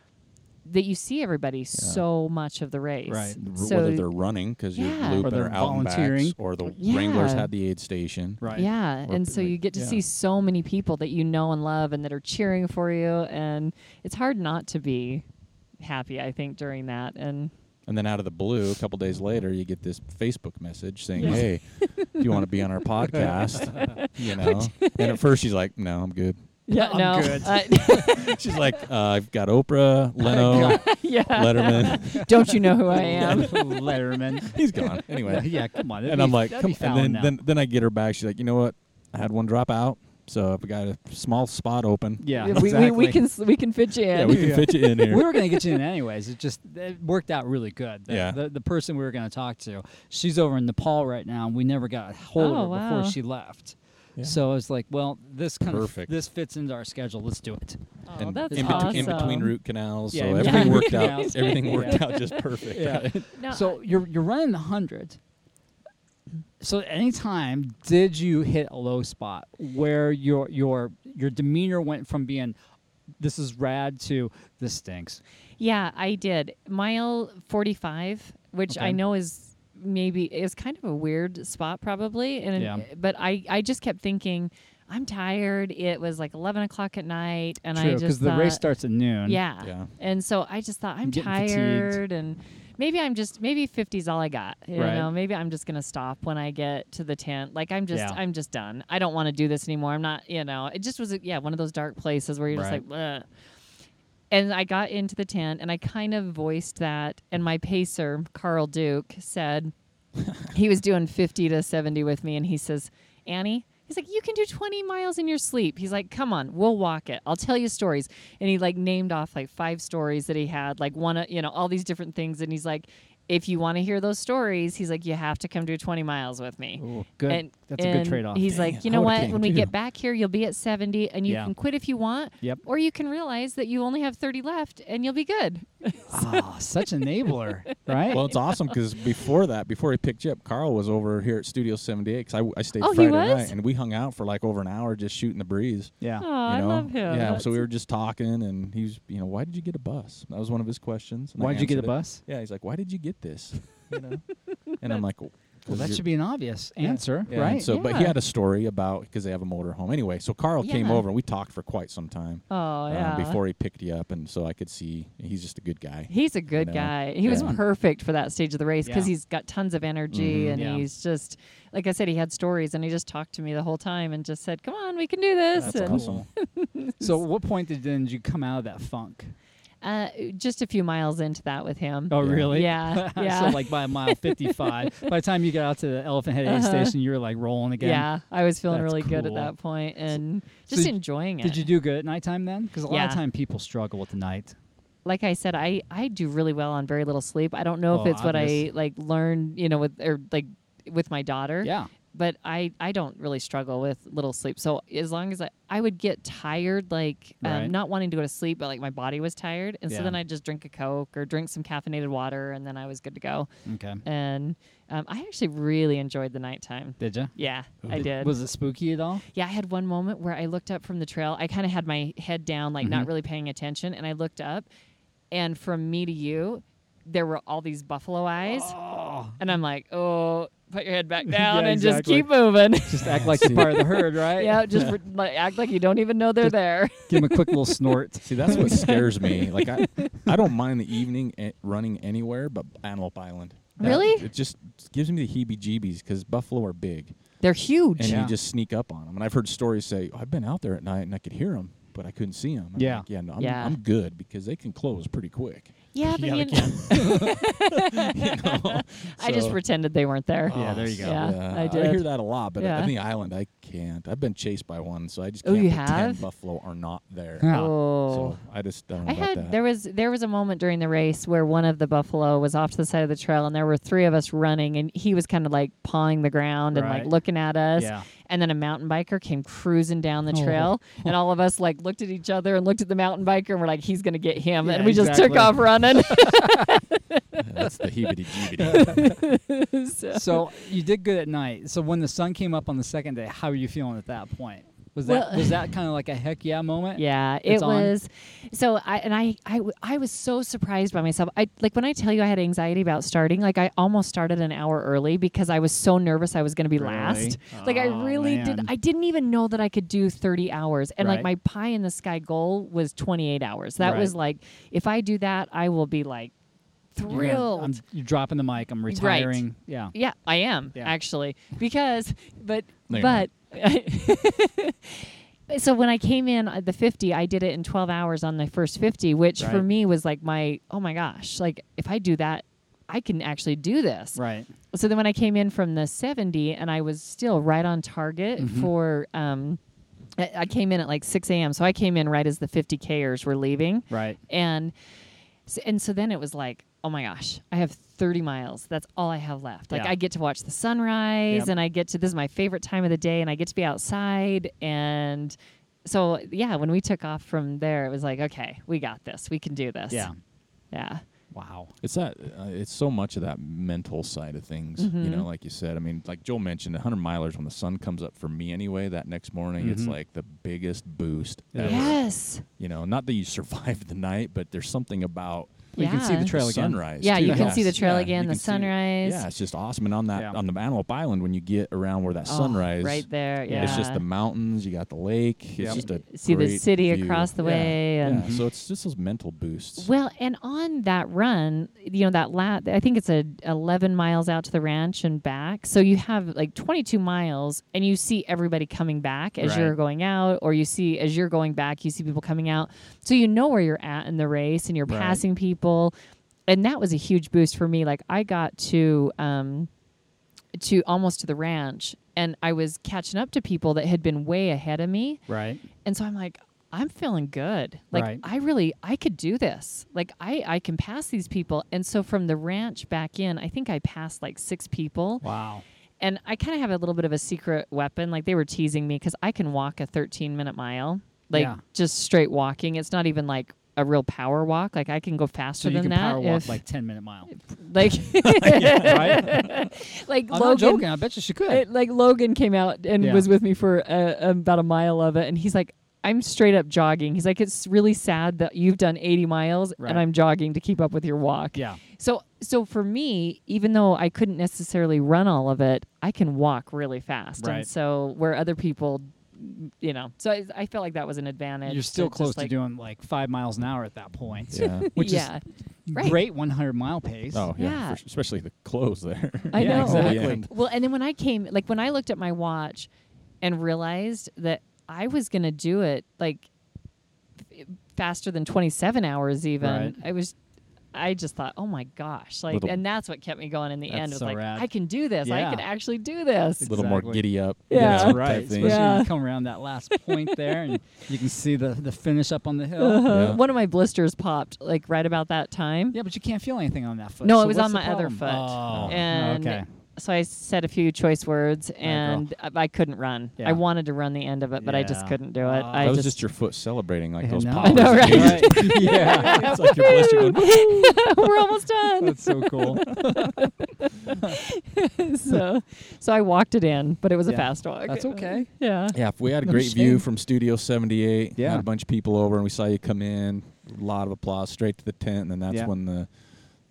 Speaker 3: that you see everybody so much of the race.
Speaker 2: Right.
Speaker 1: R-
Speaker 3: So,
Speaker 1: whether they're running because
Speaker 3: Yeah.
Speaker 1: you're
Speaker 3: Or
Speaker 1: looping
Speaker 2: they're
Speaker 1: or, out and backs,
Speaker 2: volunteering.
Speaker 1: or the
Speaker 3: Yeah.
Speaker 1: Wranglers had the aid station.
Speaker 2: Right.
Speaker 3: yeah.
Speaker 1: Or
Speaker 3: And so
Speaker 1: like-
Speaker 3: you get to
Speaker 2: yeah.
Speaker 3: see so many people that you know and love and that are cheering for you. And it's hard not to be happy, I think, during that. And
Speaker 1: And then out of the blue, a couple days later, you get this Facebook message saying, "Hey, do you want to be on our podcast?" you know. and at first she's like, "No, I'm good."
Speaker 3: yeah,
Speaker 2: I'm
Speaker 3: no.
Speaker 2: good.
Speaker 3: I-
Speaker 1: She's like, uh, "I've got Oprah, Leno,
Speaker 3: yeah.
Speaker 1: Letterman.
Speaker 3: Don't you know who I am?
Speaker 2: Letterman.
Speaker 1: He's gone anyway."
Speaker 2: yeah, come on. that'd
Speaker 1: and
Speaker 2: be-
Speaker 1: I'm like,
Speaker 2: that'd
Speaker 1: "Come."
Speaker 2: be
Speaker 1: And
Speaker 2: foul
Speaker 1: then,
Speaker 2: now.
Speaker 1: then then I get her back. She's like, "You know what? I had one drop out, so I've got a small spot open.
Speaker 2: yeah,
Speaker 3: Yeah, we, we, we can s- we can fit you in.
Speaker 1: yeah, we can fit you in here."
Speaker 2: we were gonna get you in anyways. It just it worked out really good. The,
Speaker 1: Yeah.
Speaker 2: the, the person we were gonna talk to, she's over in Nepal right now, and we never got a hold
Speaker 3: Oh,
Speaker 2: of her
Speaker 3: wow.
Speaker 2: before she left.
Speaker 1: Yeah.
Speaker 2: So I was like, well, this kind
Speaker 1: Perfect.
Speaker 2: of this fits into our schedule. Let's do it.
Speaker 3: Oh,
Speaker 1: and
Speaker 3: that's
Speaker 1: in,
Speaker 3: awesome.
Speaker 1: between, in between root canals,
Speaker 2: Yeah,
Speaker 1: so
Speaker 2: in
Speaker 1: everything
Speaker 3: between
Speaker 1: worked
Speaker 2: root
Speaker 1: out.
Speaker 2: canals.
Speaker 1: Everything worked
Speaker 3: Yeah.
Speaker 1: out just perfect. right?
Speaker 3: No,
Speaker 2: so you're you're running the hundred. So at any time did you hit a low spot where your your your demeanor went from being this is rad to this stinks.
Speaker 3: yeah, I did mile forty five, which I
Speaker 2: Okay.
Speaker 3: know is maybe is kind of a weird spot probably, and
Speaker 2: Yeah.
Speaker 3: but I I just kept thinking I'm tired. It was like eleven o'clock at night, and I
Speaker 2: True,
Speaker 3: just
Speaker 2: because the race
Speaker 3: thought-
Speaker 2: starts at noon.
Speaker 3: Yeah.
Speaker 1: Yeah.
Speaker 3: And so I just thought I'm
Speaker 2: Getting
Speaker 3: tired
Speaker 2: fatigued.
Speaker 3: and maybe I'm just maybe 50's all I got. You
Speaker 2: Right.
Speaker 3: know, maybe I'm just going to stop when I get to the tent. Like I'm just
Speaker 2: Yeah.
Speaker 3: I'm just done. I don't want to do this anymore. I'm not, you know. It just was yeah, one of those dark places where you're
Speaker 2: Right.
Speaker 3: just like Ugh. And I got into the tent and I kind of voiced that and my pacer Carl Duke said he was doing 50 to 70 with me and he says annie he's like you can do 20 miles in your sleep he's like come on we'll walk it i'll tell you stories and he like named off like five stories that he had like one uh, you know all these different things and he's like if you want to hear those stories he's like you have to come do 20 miles with me
Speaker 2: Ooh, Oh, good.
Speaker 3: And-
Speaker 2: That's a good
Speaker 3: and
Speaker 2: trade-off.
Speaker 3: He's
Speaker 1: Dang
Speaker 3: like,
Speaker 1: it,
Speaker 3: you
Speaker 1: I
Speaker 3: know
Speaker 1: would've
Speaker 3: what?
Speaker 1: came
Speaker 3: When we
Speaker 1: too."
Speaker 3: get back here, you'll be at 70 and you
Speaker 2: Yeah.
Speaker 3: can quit if you want.
Speaker 2: Yep.
Speaker 3: Or you can realize that you only have 30 left and you'll be good.
Speaker 2: Ah, such enabler, right?
Speaker 1: Well, it's awesome because before that, before he picked you up, Carl was over here at Studio 78 because I, I stayed
Speaker 3: Oh, he
Speaker 1: Friday
Speaker 3: was?
Speaker 1: night and we hung out for like over an hour just shooting the breeze.
Speaker 2: yeah.
Speaker 3: Oh,
Speaker 1: you
Speaker 3: I
Speaker 1: know?
Speaker 3: love him.
Speaker 1: Yeah,
Speaker 3: That's
Speaker 1: so we were just talking and he was, you know, why did you get a bus? That was one of his questions. and I
Speaker 2: Why would you get a
Speaker 1: answered it.
Speaker 2: bus?
Speaker 1: Yeah, he's like, why did you get this? You know? and I'm like, well,
Speaker 2: Well, that should be an obvious answer,
Speaker 1: Yeah, and
Speaker 2: right?
Speaker 1: So, but he
Speaker 3: Yeah.
Speaker 1: had a story about because they have a motor home anyway. So Carl came
Speaker 3: Yeah.
Speaker 1: over and we talked for quite some time.
Speaker 3: Oh,
Speaker 1: uh,
Speaker 3: yeah.
Speaker 1: before he picked you up, and so I could see he's just a good guy.
Speaker 3: He's a good
Speaker 1: know?
Speaker 3: guy. He was
Speaker 1: Yeah.
Speaker 3: perfect for that stage of the race because
Speaker 2: Yeah.
Speaker 3: he's got tons of energy
Speaker 1: Mhm.
Speaker 3: and
Speaker 2: Yeah.
Speaker 3: he's just, like I said, he had stories and he just talked to me the whole time and just said, "Come on, we can do this."
Speaker 1: That's
Speaker 3: and
Speaker 1: awesome.
Speaker 2: so, at what point did then you come out of that funk?
Speaker 3: uh, just a few miles into that with him.
Speaker 2: Oh,
Speaker 1: Yeah.
Speaker 2: really?
Speaker 3: Yeah,
Speaker 2: so,
Speaker 3: yeah.
Speaker 2: like by mile 55, by the time you got out to the Elephant Head Aid Station, you were like rolling again.
Speaker 3: Uh-huh. Yeah, I was feeling
Speaker 2: That's
Speaker 3: really good at
Speaker 2: cool.
Speaker 3: that point and just
Speaker 2: did-
Speaker 3: enjoying it.
Speaker 2: Did you do good at nighttime then? Because a lot of
Speaker 3: Yeah.
Speaker 2: time people struggle with the night.
Speaker 3: like I said, I I do really well on very little sleep. I don't know
Speaker 2: Oh,
Speaker 3: if it's
Speaker 2: obvious.
Speaker 3: what I like learned, you know, with or like with my daughter.
Speaker 2: Yeah.
Speaker 3: But I I don't really struggle with little sleep. So as long as I I would get tired, like um,
Speaker 2: Right.
Speaker 3: not wanting to go to sleep, but like my body was tired, and
Speaker 2: Yeah.
Speaker 3: so then I would just drink a coke or drink some caffeinated water, and then I was good to go.
Speaker 2: Okay.
Speaker 3: And um, I actually really enjoyed the nighttime.
Speaker 2: Did you?
Speaker 3: Yeah, I did.
Speaker 2: Was it spooky at all?
Speaker 3: Yeah, I had one moment where I looked up from the trail. I kind of had my head down, like
Speaker 2: Mm-hmm.
Speaker 3: not really paying attention, and I looked up, and from me to you, there were all these buffalo eyes, and I'm like, oh, put your head back down and
Speaker 2: exactly.
Speaker 3: just keep moving.
Speaker 2: Just act like you're part of the herd, right?
Speaker 3: yeah, just re- like, act like you don't even know they're there.
Speaker 2: Give him a quick little snort.
Speaker 1: See, that's what scares me. Like I, I don't mind the evening a- running anywhere, but Antelope Island. That-
Speaker 3: Really?
Speaker 1: It just gives me the heebie-jeebies because buffalo are big,
Speaker 3: They're huge.
Speaker 1: and
Speaker 2: Yeah.
Speaker 1: you just sneak up on them. And I've heard stories say, oh, I've been out there at night and I could hear them, but I couldn't see them.
Speaker 2: Yeah.
Speaker 1: yeah, no, I'm,
Speaker 3: Yeah.
Speaker 1: I'm good because they can close pretty quick.
Speaker 3: Yeah, but you know, I just
Speaker 1: So-
Speaker 3: pretended they weren't there.
Speaker 2: Yeah, there you go.
Speaker 3: Yeah,
Speaker 1: uh,
Speaker 3: I
Speaker 1: I hear
Speaker 3: did.
Speaker 1: that a lot, but
Speaker 3: Yeah.
Speaker 1: on the island, I can't. I've been chased by one, so I just
Speaker 3: Oh,
Speaker 1: can't
Speaker 3: you
Speaker 1: pretend
Speaker 3: have?
Speaker 1: buffalo are not there.
Speaker 2: Yeah.
Speaker 3: Oh.
Speaker 1: So I just don't know
Speaker 3: I
Speaker 1: about
Speaker 3: had
Speaker 1: that.
Speaker 3: there was there was a moment during the race where one of the buffalo was off to the side of the trail and there were three of us running and he was kind of like pawing the ground and like
Speaker 2: Right.
Speaker 3: looking at us
Speaker 2: Yeah.
Speaker 3: and then a mountain biker came cruising down the
Speaker 2: Oh.
Speaker 3: trail and all of us like looked at each other and looked at the mountain biker and we're like he's gonna get him
Speaker 2: Yeah,
Speaker 3: and we just took
Speaker 2: exactly.
Speaker 3: off running.
Speaker 1: Yeah, That's the heebity jeebity.
Speaker 3: So-
Speaker 2: so you did good at night. So when the sun came up on the second day, how were you feeling at that point? Was that
Speaker 3: Well-
Speaker 2: was that kind of like a heck yeah moment?
Speaker 3: Yeah, it
Speaker 2: It's on.
Speaker 3: was. So I and I, I w- I was so surprised by myself. I like when I tell you I had anxiety about starting. Like I almost started an hour early because I was so nervous I was going to be
Speaker 2: Really?
Speaker 3: last. Like I
Speaker 2: Oh,
Speaker 3: really did.
Speaker 2: man.
Speaker 3: I didn't even know that I could do thirty hours. And like
Speaker 2: Right.
Speaker 3: my pie in the sky goal was twenty eight hours. That
Speaker 2: Right.
Speaker 3: was like if I do that, I will be like
Speaker 2: You're gonna-
Speaker 3: thrilled.
Speaker 2: I'm, you're dropping the mic. I'm retiring. Yeah.
Speaker 3: Yeah, I am
Speaker 2: Yeah.
Speaker 3: actually because, but
Speaker 1: No, you're
Speaker 3: but. So when I came in at the 50, I did it in 12 hours on the first 50, which for
Speaker 2: Right.
Speaker 3: me was like my oh my gosh, like if I do that, I can actually do this.
Speaker 2: Right.
Speaker 3: So then when I came in from the 70 and I was still right on target
Speaker 2: Mm-hmm.
Speaker 3: for um I I came in at like 6 a.m. So I came in right as the 50Kers were leaving
Speaker 2: Right.
Speaker 3: and s- and so then it was like oh my gosh i have 30 miles that's all i have left like
Speaker 2: Yeah.
Speaker 3: i get to watch the sunrise
Speaker 2: Yep.
Speaker 3: and i get to this is my favorite time of the day and i get to be outside and so yeah when we took off from there it was like okay we got this we can do this
Speaker 2: Yeah.
Speaker 3: yeah
Speaker 2: Wow.
Speaker 1: It's that. Uh, it's so much of that mental side of things.
Speaker 3: Mm-hmm.
Speaker 1: You know, like you said. I mean, like Joel mentioned, the hundred milers when the sun comes up for me anyway. That next morning, it's
Speaker 3: Mm-hmm.
Speaker 2: Mhm.
Speaker 1: like the biggest boost
Speaker 2: Yeah.
Speaker 1: ever.
Speaker 3: yes
Speaker 1: You know, not that you survived the night, but there's something about
Speaker 2: You can see
Speaker 3: Yeah.
Speaker 2: the trail
Speaker 1: the
Speaker 2: again.
Speaker 1: sunrise.
Speaker 3: Yeah,
Speaker 1: too.
Speaker 3: you can
Speaker 1: Yes.
Speaker 3: see the trail
Speaker 1: Yeah,
Speaker 3: again,
Speaker 1: you
Speaker 3: the
Speaker 1: can see-
Speaker 3: sunrise.
Speaker 1: yeah, it's just awesome. And on that,
Speaker 2: Yeah.
Speaker 1: on the Antelope Island, when you get around where that
Speaker 3: Oh,
Speaker 1: sunrise,
Speaker 3: right there yeah
Speaker 2: Yeah.
Speaker 1: It's just the mountains. You got the lake. It's
Speaker 2: Yep.
Speaker 1: just a
Speaker 3: see the
Speaker 1: great
Speaker 3: city
Speaker 1: view.
Speaker 3: across the
Speaker 1: Yeah.
Speaker 3: way
Speaker 1: Yeah.
Speaker 3: and
Speaker 1: So it's just those mental boosts.
Speaker 3: Well, and on that run, you know that la I think it's a 11 miles out to the ranch and back. So you have like 22 miles, and you see everybody coming back as
Speaker 2: Right.
Speaker 3: you're going out, or you see as you're going back, you see people coming out. So you know where you're at in the race, and you're
Speaker 2: Right.
Speaker 3: passing people, and that was a huge boost for me. Like I got to. Um, to almost to the ranch and I was catching up to people that had been way ahead of me.
Speaker 2: Right.
Speaker 3: And so I'm like, I'm feeling good. Like
Speaker 2: Right.
Speaker 3: I really I could do this. Like I I can pass these people. And so from the ranch back in, I think I passed like six people.
Speaker 2: Wow.
Speaker 3: And I kind of have a little bit of a secret weapon. Like they were teasing me cuz I can walk a 13 minute mile. Like
Speaker 2: Yeah.
Speaker 3: just straight walking. It's not even like a real power walk. Like I can go faster
Speaker 2: So you can
Speaker 3: than that.
Speaker 2: power walk
Speaker 3: if-
Speaker 2: like 10 minute mile.
Speaker 3: like
Speaker 2: right?
Speaker 3: like
Speaker 2: I'm not
Speaker 3: Logan
Speaker 2: joking. I bet you she could.
Speaker 3: it, like Logan came out and
Speaker 2: Yeah.
Speaker 3: was with me for uh, about a mile of it, and he's like, "I'm straight up jogging." He's like, "It's really sad that you've done 80 miles
Speaker 2: Right.
Speaker 3: and I'm jogging to keep up with your walk."
Speaker 2: yeah.
Speaker 3: So, so for me, even though I couldn't necessarily run all of it, I can walk really fast,
Speaker 2: Right.
Speaker 3: and so where other people, you know, so I, I felt like that was an advantage.
Speaker 2: You're still
Speaker 3: just,
Speaker 2: close to
Speaker 3: like-
Speaker 2: doing like five miles an hour at that point.
Speaker 1: Yeah.
Speaker 2: Which
Speaker 3: yeah.
Speaker 2: is
Speaker 3: right.
Speaker 2: great 100 mile pace.
Speaker 1: Oh yeah,
Speaker 3: Yeah.
Speaker 1: for- especially the clothes there.
Speaker 3: I
Speaker 2: Yeah,
Speaker 3: know.
Speaker 2: exactly.
Speaker 1: Yeah.
Speaker 3: Well, and then when I came, like when I looked at my watch and realized that I was going to do it like f- faster than 27 hours, even,
Speaker 2: Right.
Speaker 3: I was, I just thought, oh my gosh. Like,
Speaker 1: Little-
Speaker 3: and that's what kept me going in the
Speaker 2: That's
Speaker 3: end was
Speaker 2: so
Speaker 3: like,
Speaker 2: rad.
Speaker 3: I can do this. I
Speaker 2: Yeah.
Speaker 3: can actually do this.
Speaker 1: A little more
Speaker 2: Exactly.
Speaker 1: giddy up.
Speaker 3: Yeah.
Speaker 1: you know,
Speaker 3: That's
Speaker 1: type
Speaker 2: right.
Speaker 1: thing.
Speaker 2: Especially when
Speaker 3: Yeah.
Speaker 2: you come around that last point there and you can see the, the finish up on the hill.
Speaker 1: Yeah.
Speaker 3: Uh, One of my blisters popped like right about that time.
Speaker 2: Yeah, but you can't feel anything on that foot.
Speaker 3: No,
Speaker 2: So
Speaker 3: it was
Speaker 2: what's
Speaker 3: on
Speaker 2: the
Speaker 3: my other
Speaker 2: problem?
Speaker 3: foot.
Speaker 2: Oh,
Speaker 3: And
Speaker 2: okay.
Speaker 3: so I said a few choice words and I I couldn't run.
Speaker 2: Yeah.
Speaker 3: I wanted to run the end of it, but I just
Speaker 2: Yeah.
Speaker 3: couldn't do it.
Speaker 2: Wow.
Speaker 3: I
Speaker 1: that was
Speaker 3: just,
Speaker 1: just your foot celebrating like
Speaker 2: I
Speaker 1: those
Speaker 2: know.
Speaker 1: poppers.
Speaker 3: I know,
Speaker 1: that you
Speaker 3: right?
Speaker 2: Right. yeah.
Speaker 1: just- it's like your blister going,
Speaker 3: we're almost done.
Speaker 2: That's so cool.
Speaker 3: so, so I walked it in, but it was a
Speaker 2: Yeah.
Speaker 3: fast walk.
Speaker 2: That's okay.
Speaker 3: Yeah.
Speaker 1: Yeah, if we had a
Speaker 2: No
Speaker 1: great view
Speaker 2: shame.
Speaker 1: from Studio 78.
Speaker 2: Yeah.
Speaker 1: Had a bunch of people over, and we saw you come in. A lot of applause, straight to the tent, and then that's
Speaker 2: Yeah.
Speaker 1: when the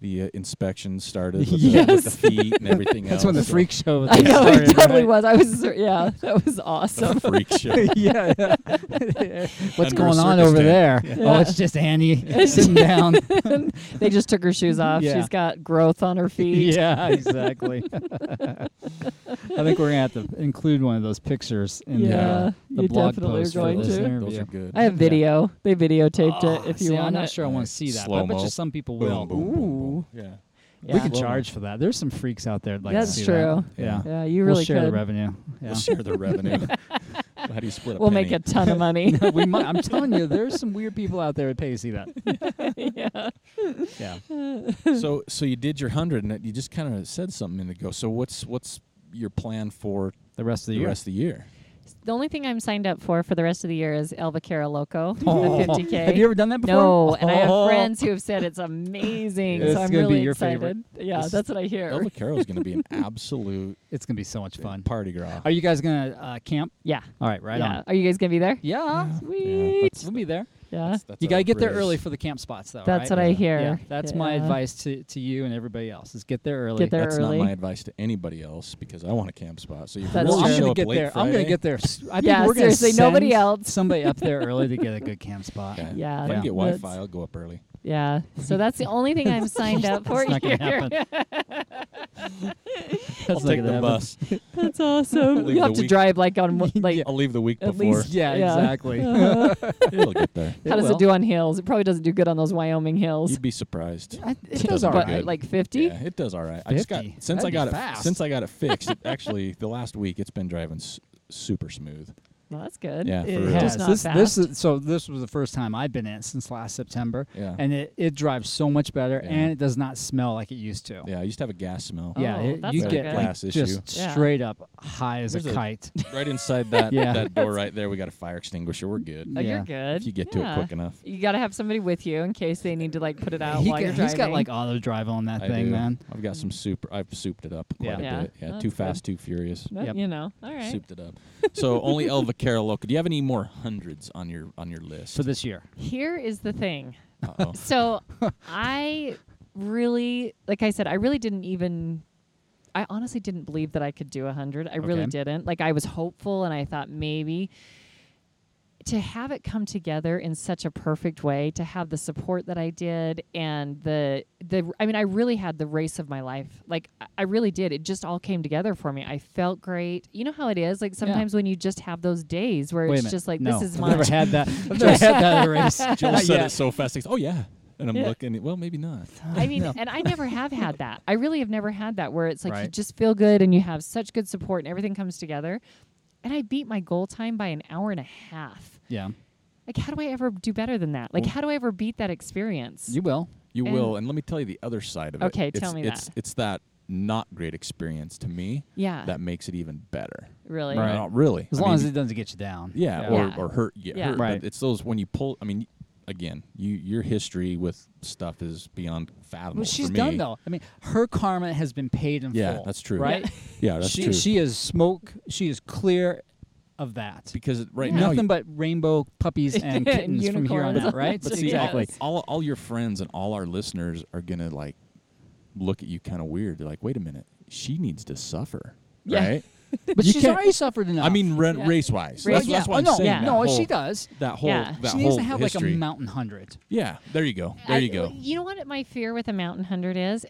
Speaker 1: the uh, inspection started with, the, with the
Speaker 3: Yes.
Speaker 1: feet and everything else.
Speaker 2: That's when the
Speaker 1: so-
Speaker 2: freak show
Speaker 3: I know
Speaker 2: started,
Speaker 3: it totally
Speaker 2: right?
Speaker 3: was. I was, yeah, that was awesome.
Speaker 1: freak show.
Speaker 2: yeah. What's
Speaker 1: Under a
Speaker 2: going on
Speaker 1: circus
Speaker 2: over
Speaker 1: tent.
Speaker 2: there?
Speaker 3: Yeah.
Speaker 2: Oh, it's just Annie sitting down.
Speaker 3: they just took her shoes off.
Speaker 2: Yeah.
Speaker 3: She's got growth on her feet.
Speaker 2: yeah, exactly. I think we're gonna have to include one of those pictures in the,
Speaker 3: Yeah,
Speaker 2: uh, the
Speaker 3: you
Speaker 2: blog
Speaker 3: definitely are
Speaker 2: post
Speaker 3: going
Speaker 2: for
Speaker 1: those,
Speaker 2: this
Speaker 3: to.
Speaker 1: those
Speaker 2: interview.
Speaker 1: are good.
Speaker 3: I have video. They videotaped
Speaker 2: Oh,
Speaker 3: it if
Speaker 2: see,
Speaker 3: you want
Speaker 2: I'm not
Speaker 3: it.
Speaker 2: sure I want to see that, but I bet
Speaker 1: Slow-mo.
Speaker 2: you some people
Speaker 1: Boom,
Speaker 2: will.
Speaker 1: boom, boom, boom.
Speaker 3: Ooh.
Speaker 1: Yeah.
Speaker 2: we
Speaker 3: Yeah.
Speaker 2: can
Speaker 3: Well,
Speaker 2: charge for that. There's some freaks out there. That'd like to
Speaker 3: That's
Speaker 2: see
Speaker 3: true.
Speaker 2: That. Yeah.
Speaker 3: Yeah, you
Speaker 2: we'll
Speaker 3: really
Speaker 2: share the
Speaker 3: could.
Speaker 2: revenue. Yeah.
Speaker 1: We'll share the revenue. How do you split a
Speaker 3: We'll make a
Speaker 1: penny?
Speaker 3: ton of money.
Speaker 2: we might, I'm telling you, there's some weird people out there that pay to see that.
Speaker 3: yeah.
Speaker 2: Yeah.
Speaker 1: so so you did your hundred, and you just kind of said something a minute ago. So what's what's your plan for
Speaker 2: The rest of the,
Speaker 1: the
Speaker 2: year.
Speaker 1: rest of the year?
Speaker 3: The only thing I'm signed up for for the rest of the year is Elva Cara Loco,
Speaker 2: Oh.
Speaker 3: the 50K.
Speaker 2: Have you ever done that before?
Speaker 3: No, and I
Speaker 2: Oh.
Speaker 3: have friends who have said it's amazing.
Speaker 2: It's
Speaker 3: so I'm
Speaker 2: gonna be
Speaker 3: really
Speaker 2: your
Speaker 3: excited.
Speaker 2: favorite.
Speaker 3: Yeah,
Speaker 1: This-
Speaker 3: that's what I hear.
Speaker 1: Elva Carroll's going to be an absolute
Speaker 2: It's gonna be so much fun.
Speaker 1: party girl.
Speaker 2: Are you guys gonna uh, camp?
Speaker 3: yeah.
Speaker 2: All right, right
Speaker 3: yeah.
Speaker 2: on.
Speaker 3: Are you guys gonna be there?
Speaker 2: Yeah.
Speaker 3: Sweet.
Speaker 2: We'll be there.
Speaker 3: Yeah.
Speaker 1: That's- that's
Speaker 2: you
Speaker 1: our
Speaker 2: gotta get there
Speaker 1: phrase.
Speaker 2: early for the camp spots, though. right?
Speaker 3: That's what I
Speaker 1: Yeah.
Speaker 3: hear.
Speaker 2: Yeah, that's my
Speaker 3: Yeah.
Speaker 2: advice to, to you and everybody else: is get there early.
Speaker 3: Get there
Speaker 1: That's
Speaker 3: early.
Speaker 1: not my advice to anybody else because I want a camp spot. So you
Speaker 3: That's
Speaker 2: well,
Speaker 1: really
Speaker 3: true.
Speaker 2: I'm
Speaker 1: show
Speaker 2: gonna
Speaker 1: up
Speaker 2: get
Speaker 1: late
Speaker 2: there.
Speaker 1: Friday.
Speaker 2: I'm gonna get there. s- I think
Speaker 3: Yeah,
Speaker 2: we're gonna
Speaker 3: seriously, nobody
Speaker 2: send
Speaker 3: else.
Speaker 2: Somebody up there early to get a good camp spot.
Speaker 1: Okay. If
Speaker 3: Yeah,
Speaker 1: I
Speaker 2: yeah.
Speaker 1: can get Wi Fi,
Speaker 3: that's-
Speaker 1: I'll go up early.
Speaker 3: Yeah. So that's the only thing I'm signed up for
Speaker 2: It's not gonna
Speaker 3: here.
Speaker 2: happen. That's
Speaker 1: I'll
Speaker 2: not
Speaker 1: take
Speaker 2: gonna
Speaker 1: the
Speaker 2: happen.
Speaker 1: bus.
Speaker 3: That's awesome.
Speaker 1: Leave
Speaker 3: you have
Speaker 1: the
Speaker 3: to
Speaker 1: week-
Speaker 3: drive like on one- like
Speaker 1: I'll leave the week
Speaker 3: at
Speaker 1: before.
Speaker 3: least-
Speaker 2: Yeah,
Speaker 3: Yeah.
Speaker 2: exactly.
Speaker 1: It'll get there.
Speaker 3: how does
Speaker 2: will.
Speaker 3: it do on hills? It probably doesn't do good on those Wyoming hills.
Speaker 1: You'd be surprised.
Speaker 2: I- it
Speaker 1: Doesn't
Speaker 2: does all
Speaker 1: look
Speaker 3: But
Speaker 2: right.
Speaker 1: good.
Speaker 3: like 50?
Speaker 1: Yeah, it does all right. I just got
Speaker 2: 50?
Speaker 1: since I
Speaker 2: That'd be
Speaker 1: got it
Speaker 2: fast.
Speaker 1: since I got it fixed. It actually, the last week it's been driving s- super smooth.
Speaker 3: Well, that's good.
Speaker 1: Yeah, for
Speaker 3: It's
Speaker 1: real.
Speaker 3: just
Speaker 1: Yes,
Speaker 3: not
Speaker 2: this,
Speaker 3: fast.
Speaker 2: this is so. This was the first time I've been in it since last September,
Speaker 1: Yeah.
Speaker 2: and it, it drives so much better,
Speaker 1: Yeah.
Speaker 2: and it does not smell like it used to.
Speaker 1: Yeah, I used to have a gas smell.
Speaker 2: Yeah,
Speaker 3: Oh,
Speaker 2: it-
Speaker 3: that's
Speaker 2: you
Speaker 1: not
Speaker 2: get
Speaker 1: good.
Speaker 2: like
Speaker 1: Glass issue.
Speaker 2: just
Speaker 3: Yeah.
Speaker 2: straight up high as
Speaker 1: There's
Speaker 2: a
Speaker 1: a-
Speaker 2: kite.
Speaker 1: Right inside that
Speaker 2: Yeah.
Speaker 1: that door right there, we got a fire extinguisher. We're good.
Speaker 3: Oh,
Speaker 2: yeah.
Speaker 3: you're good.
Speaker 1: If you get to it
Speaker 3: Yeah.
Speaker 1: quick enough.
Speaker 3: You got to have somebody with you in case they need to like put it out
Speaker 2: he
Speaker 3: while you're driving.
Speaker 2: has got like auto drive on that
Speaker 1: I
Speaker 2: thing,
Speaker 1: do.
Speaker 2: man.
Speaker 1: I've got some super. I've souped it up quite
Speaker 2: Yeah.
Speaker 1: a
Speaker 3: Yeah,
Speaker 1: bit. Yeah,
Speaker 3: that's
Speaker 1: too
Speaker 3: good.
Speaker 1: fast, too furious.
Speaker 3: But,
Speaker 2: Yep.
Speaker 3: you know. All right.
Speaker 1: Souped it up. So only El Vaquero Loco. Do you have any more hundreds on your on your list?
Speaker 2: For this year,
Speaker 3: Here is the thing.
Speaker 1: Uh-oh.
Speaker 3: So I really, like I said, I really didn't even. I honestly didn't believe that I could do 100. I really
Speaker 2: Okay.
Speaker 3: didn't. Like I was hopeful and I thought maybe to have it come together in such a perfect way, to have the support that I did and the the I mean I really had the race of my life. Like I- I really did. It just all came together for me. I felt great. You know how it is? Like sometimes when you just have those days where
Speaker 2: wait a
Speaker 3: it's
Speaker 2: minute.
Speaker 3: just like
Speaker 2: no,
Speaker 3: this is
Speaker 2: I've
Speaker 3: mine.
Speaker 2: never had that. I've never had that at a race.
Speaker 1: Jill said
Speaker 2: Yeah.
Speaker 1: it so fast. It's, oh yeah, and I'm
Speaker 3: Yeah.
Speaker 1: looking. Well, maybe not.
Speaker 3: I mean, and I never have had that. I really have never had that where it's like you
Speaker 2: Right.
Speaker 3: just feel good and you have such good support and everything comes together. And I beat my goal time by an hour and a half.
Speaker 2: Yeah,
Speaker 3: Like, how do I ever do better than that? Like, how do I ever beat that experience?
Speaker 2: you will.
Speaker 1: You
Speaker 3: And-
Speaker 1: will, and let me tell you the other side of it.
Speaker 3: Okay,
Speaker 1: it's,
Speaker 3: tell me
Speaker 1: it's,
Speaker 3: that.
Speaker 1: It's that not great experience to me.
Speaker 3: Yeah.
Speaker 1: That makes it even better.
Speaker 3: really?
Speaker 2: Right.
Speaker 1: Not really.
Speaker 2: As
Speaker 1: I
Speaker 2: long
Speaker 1: mean,
Speaker 2: as it doesn't get you down.
Speaker 1: yeah,
Speaker 3: Yeah.
Speaker 1: Or, or hurt, get
Speaker 3: Yeah.
Speaker 1: hurt.
Speaker 2: Right.
Speaker 1: But it's those when you pull. I mean, again, you your history with stuff is beyond fathomable.
Speaker 2: well, she's
Speaker 1: for me.
Speaker 2: done though. I mean, her karma has been paid in
Speaker 1: Yeah,
Speaker 2: full.
Speaker 1: that's true.
Speaker 2: Right?
Speaker 1: Yeah, Oh, that's
Speaker 2: she
Speaker 1: true.
Speaker 2: she is smoke. She is clear of that.
Speaker 1: because it- right
Speaker 3: Yeah.
Speaker 1: now, you-
Speaker 2: Nothing but rainbow puppies and kittens from here on
Speaker 3: unicorns.
Speaker 2: out, right?
Speaker 3: But
Speaker 1: see,
Speaker 2: exactly.
Speaker 3: Yes.
Speaker 1: all all your friends and all our listeners are gonna like look at you kind of weird. They're like, wait a minute, she needs to suffer,
Speaker 3: Yeah.
Speaker 1: right?
Speaker 2: But
Speaker 1: You
Speaker 2: she's
Speaker 1: can't-
Speaker 2: already suffered enough.
Speaker 1: I mean, re-
Speaker 3: Yeah.
Speaker 1: race wise.
Speaker 3: Well,
Speaker 1: That's,
Speaker 3: yeah.
Speaker 1: that's what
Speaker 2: oh,
Speaker 1: I'm
Speaker 2: no,
Speaker 1: saying.
Speaker 3: yeah.
Speaker 1: that
Speaker 2: no,
Speaker 1: whole-
Speaker 2: she does.
Speaker 1: That whole.
Speaker 3: Yeah.
Speaker 1: That
Speaker 2: she needs
Speaker 1: whole
Speaker 2: to have
Speaker 1: history.
Speaker 2: like a mountain hundred.
Speaker 1: Yeah, there you go. There
Speaker 3: I-
Speaker 1: you go.
Speaker 3: You know what my fear with a mountain hundred is?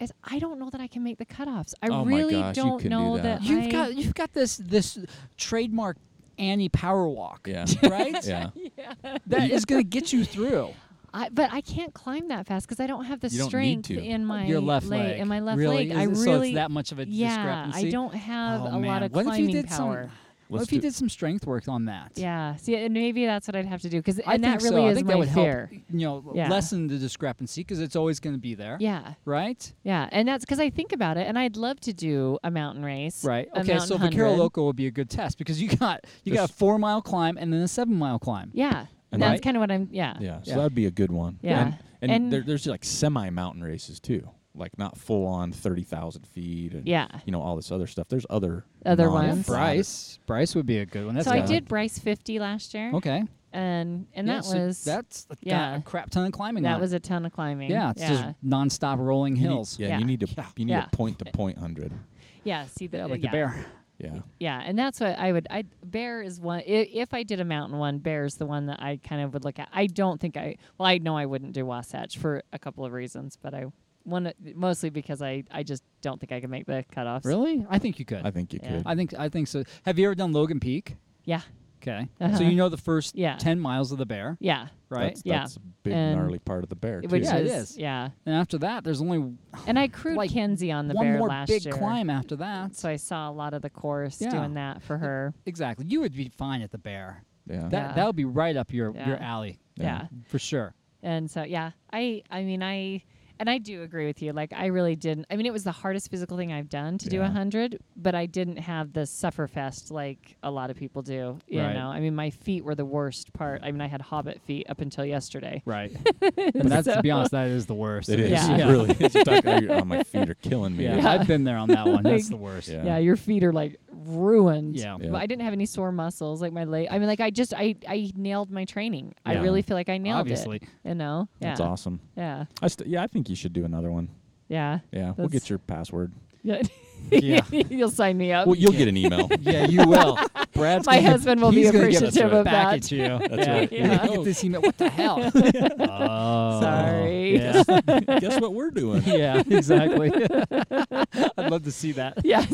Speaker 3: Is I don't know that I can make the cutoffs. I
Speaker 1: Oh my
Speaker 3: really
Speaker 1: gosh, you
Speaker 3: don't
Speaker 1: can do
Speaker 3: know
Speaker 1: that.
Speaker 3: that. I,
Speaker 2: You've got you've got this this trademark Annie Power Walk.
Speaker 1: Yeah.
Speaker 2: Right?
Speaker 1: yeah.
Speaker 2: That is gonna get you through.
Speaker 3: I, but I can't climb that fast because I don't have the
Speaker 1: You don't need
Speaker 3: strength
Speaker 1: to.
Speaker 3: in my
Speaker 2: Your left
Speaker 3: leg,
Speaker 2: leg.
Speaker 3: in my left
Speaker 2: Really?
Speaker 3: leg. I
Speaker 2: Is it-
Speaker 3: really
Speaker 2: so it's that much of a
Speaker 3: yeah,
Speaker 2: discrepancy?
Speaker 3: I don't have
Speaker 2: oh
Speaker 3: a
Speaker 2: man.
Speaker 3: lot of
Speaker 2: what if
Speaker 3: climbing
Speaker 2: you did
Speaker 3: power.
Speaker 2: Some, what
Speaker 1: Let's
Speaker 2: if you
Speaker 1: do-
Speaker 2: did some strength work on that?
Speaker 3: Yeah. See, and maybe that's what I'd have to do because
Speaker 2: I
Speaker 3: and that
Speaker 2: think
Speaker 3: really
Speaker 2: so.
Speaker 3: is
Speaker 2: I think
Speaker 3: my
Speaker 2: that would
Speaker 3: fear.
Speaker 2: help. You know,
Speaker 3: Yeah.
Speaker 2: lessen the discrepancy because it's always going to be there.
Speaker 3: Yeah.
Speaker 2: Right.
Speaker 3: Yeah, and that's because I think about it, and I'd love to do a mountain race.
Speaker 2: Right.
Speaker 3: a
Speaker 2: Okay. So
Speaker 3: mountain
Speaker 2: Vaquero
Speaker 3: 100.
Speaker 2: Loco would be a good test because you got you got
Speaker 1: This-
Speaker 2: a four mile climb and then a seven mile climb.
Speaker 3: Yeah,
Speaker 1: And
Speaker 3: that's
Speaker 1: right.
Speaker 3: kind of what I'm. Yeah.
Speaker 1: Yeah. So
Speaker 2: Yeah.
Speaker 1: that'd be a good one.
Speaker 3: Yeah.
Speaker 1: And, and
Speaker 3: And-
Speaker 1: there, there's like semi mountain races too, like not full on thirty thousand feet and
Speaker 3: Yeah.
Speaker 1: you know all this other stuff. There's other
Speaker 3: Other
Speaker 1: non-
Speaker 3: ones.
Speaker 2: Bryce. Bryce would be a good one. That's
Speaker 3: so I
Speaker 2: got-
Speaker 3: did Bryce 50 last year.
Speaker 2: Okay.
Speaker 3: And and
Speaker 2: Yeah,
Speaker 3: that
Speaker 2: so
Speaker 3: was
Speaker 2: that's got
Speaker 3: yeah.
Speaker 2: a crap ton of climbing.
Speaker 3: that
Speaker 2: on
Speaker 3: was
Speaker 2: it.
Speaker 3: a ton of climbing.
Speaker 2: yeah. It's just nonstop rolling
Speaker 1: You need-
Speaker 2: hills.
Speaker 1: yeah,
Speaker 3: Yeah.
Speaker 1: You need to.
Speaker 2: Yeah.
Speaker 1: You need
Speaker 3: Yeah.
Speaker 1: a point to point hundred.
Speaker 3: yeah. See the
Speaker 2: Yeah, like the bear.
Speaker 1: Yeah.
Speaker 3: Yeah, and that's what I would. I bear is one. i- If I did a mountain one, bear is the one that I kind of would look at. I don't think I. Well, I know I wouldn't do Wasatch for a couple of reasons, but I one mostly because I I just don't think I can make the cutoffs.
Speaker 2: Really? I think you could.
Speaker 1: I think you
Speaker 3: Yeah.
Speaker 1: could.
Speaker 2: I think I think so. Have you ever done Logan Peak?
Speaker 3: Yeah.
Speaker 2: Okay.
Speaker 3: Uh-huh.
Speaker 2: So you know the first
Speaker 3: Yeah.
Speaker 2: 10 miles of the bear,
Speaker 3: Yeah.
Speaker 2: right?
Speaker 1: That's,
Speaker 3: Yeah.
Speaker 1: that's a big
Speaker 3: And-
Speaker 1: gnarly part of the bear. Too.
Speaker 3: Which
Speaker 2: Yeah, it
Speaker 3: is,
Speaker 2: is.
Speaker 3: yeah.
Speaker 2: And after that, there's only
Speaker 3: And I crewed
Speaker 2: Like,
Speaker 3: Kenzie on the
Speaker 2: one
Speaker 3: bear
Speaker 2: more
Speaker 3: last
Speaker 2: big
Speaker 3: year.
Speaker 2: climb after that.
Speaker 3: So I saw a lot of the course
Speaker 2: Yeah.
Speaker 3: doing that for her.
Speaker 2: exactly. You would be fine at the bear.
Speaker 1: yeah.
Speaker 2: That
Speaker 3: Yeah.
Speaker 2: that would be right up your your
Speaker 3: Yeah.
Speaker 2: alley
Speaker 3: Yeah.
Speaker 1: Yeah.
Speaker 2: for sure.
Speaker 3: And so yeah, I I mean I and I do agree with you. Like I really didn't. I mean it was the hardest physical thing I've done to do a
Speaker 1: Yeah.
Speaker 3: 100, but I didn't have the sufferfest like a lot of people do, you
Speaker 2: Right.
Speaker 3: know. I mean my feet were the worst part. I mean I had hobbit feet up until yesterday.
Speaker 2: Right. and that's to be honest, that is the worst.
Speaker 1: It is. It
Speaker 3: Yeah.
Speaker 1: really is. You're talking- oh, my feet are killing me.
Speaker 2: Yeah. I've been there on that one. That's the worst.
Speaker 1: Yeah.
Speaker 3: Yeah, your feet are like ruined.
Speaker 2: Yeah.
Speaker 1: Yeah.
Speaker 3: But I didn't have any sore muscles like my leg. I mean like I just I I nailed my training. I
Speaker 2: Yeah.
Speaker 3: really feel like I nailed
Speaker 2: Obviously.
Speaker 3: it. You know? Yeah.
Speaker 1: That's awesome.
Speaker 3: Yeah.
Speaker 1: I st- yeah, I think you should do another one.
Speaker 3: Yeah.
Speaker 1: Yeah, we'll
Speaker 3: That's-
Speaker 1: get your password.
Speaker 3: Yeah.
Speaker 2: Yeah.
Speaker 3: You'll sign me
Speaker 2: Oh,
Speaker 3: up.
Speaker 1: Well, you'll get an email.
Speaker 2: Yeah, you will. Brad's
Speaker 3: My
Speaker 2: gonna-
Speaker 3: husband will be
Speaker 2: he's gonna give it
Speaker 3: appreciative of
Speaker 2: back at
Speaker 3: that.
Speaker 2: you.
Speaker 1: That's
Speaker 2: yeah.
Speaker 1: right.
Speaker 2: You're gonna
Speaker 1: Yeah.
Speaker 2: Get this email. What the hell? oh,
Speaker 3: Sorry.
Speaker 2: Yeah.
Speaker 1: Guess what we're doing?
Speaker 2: yeah, exactly. I'd love to see that.
Speaker 3: yeah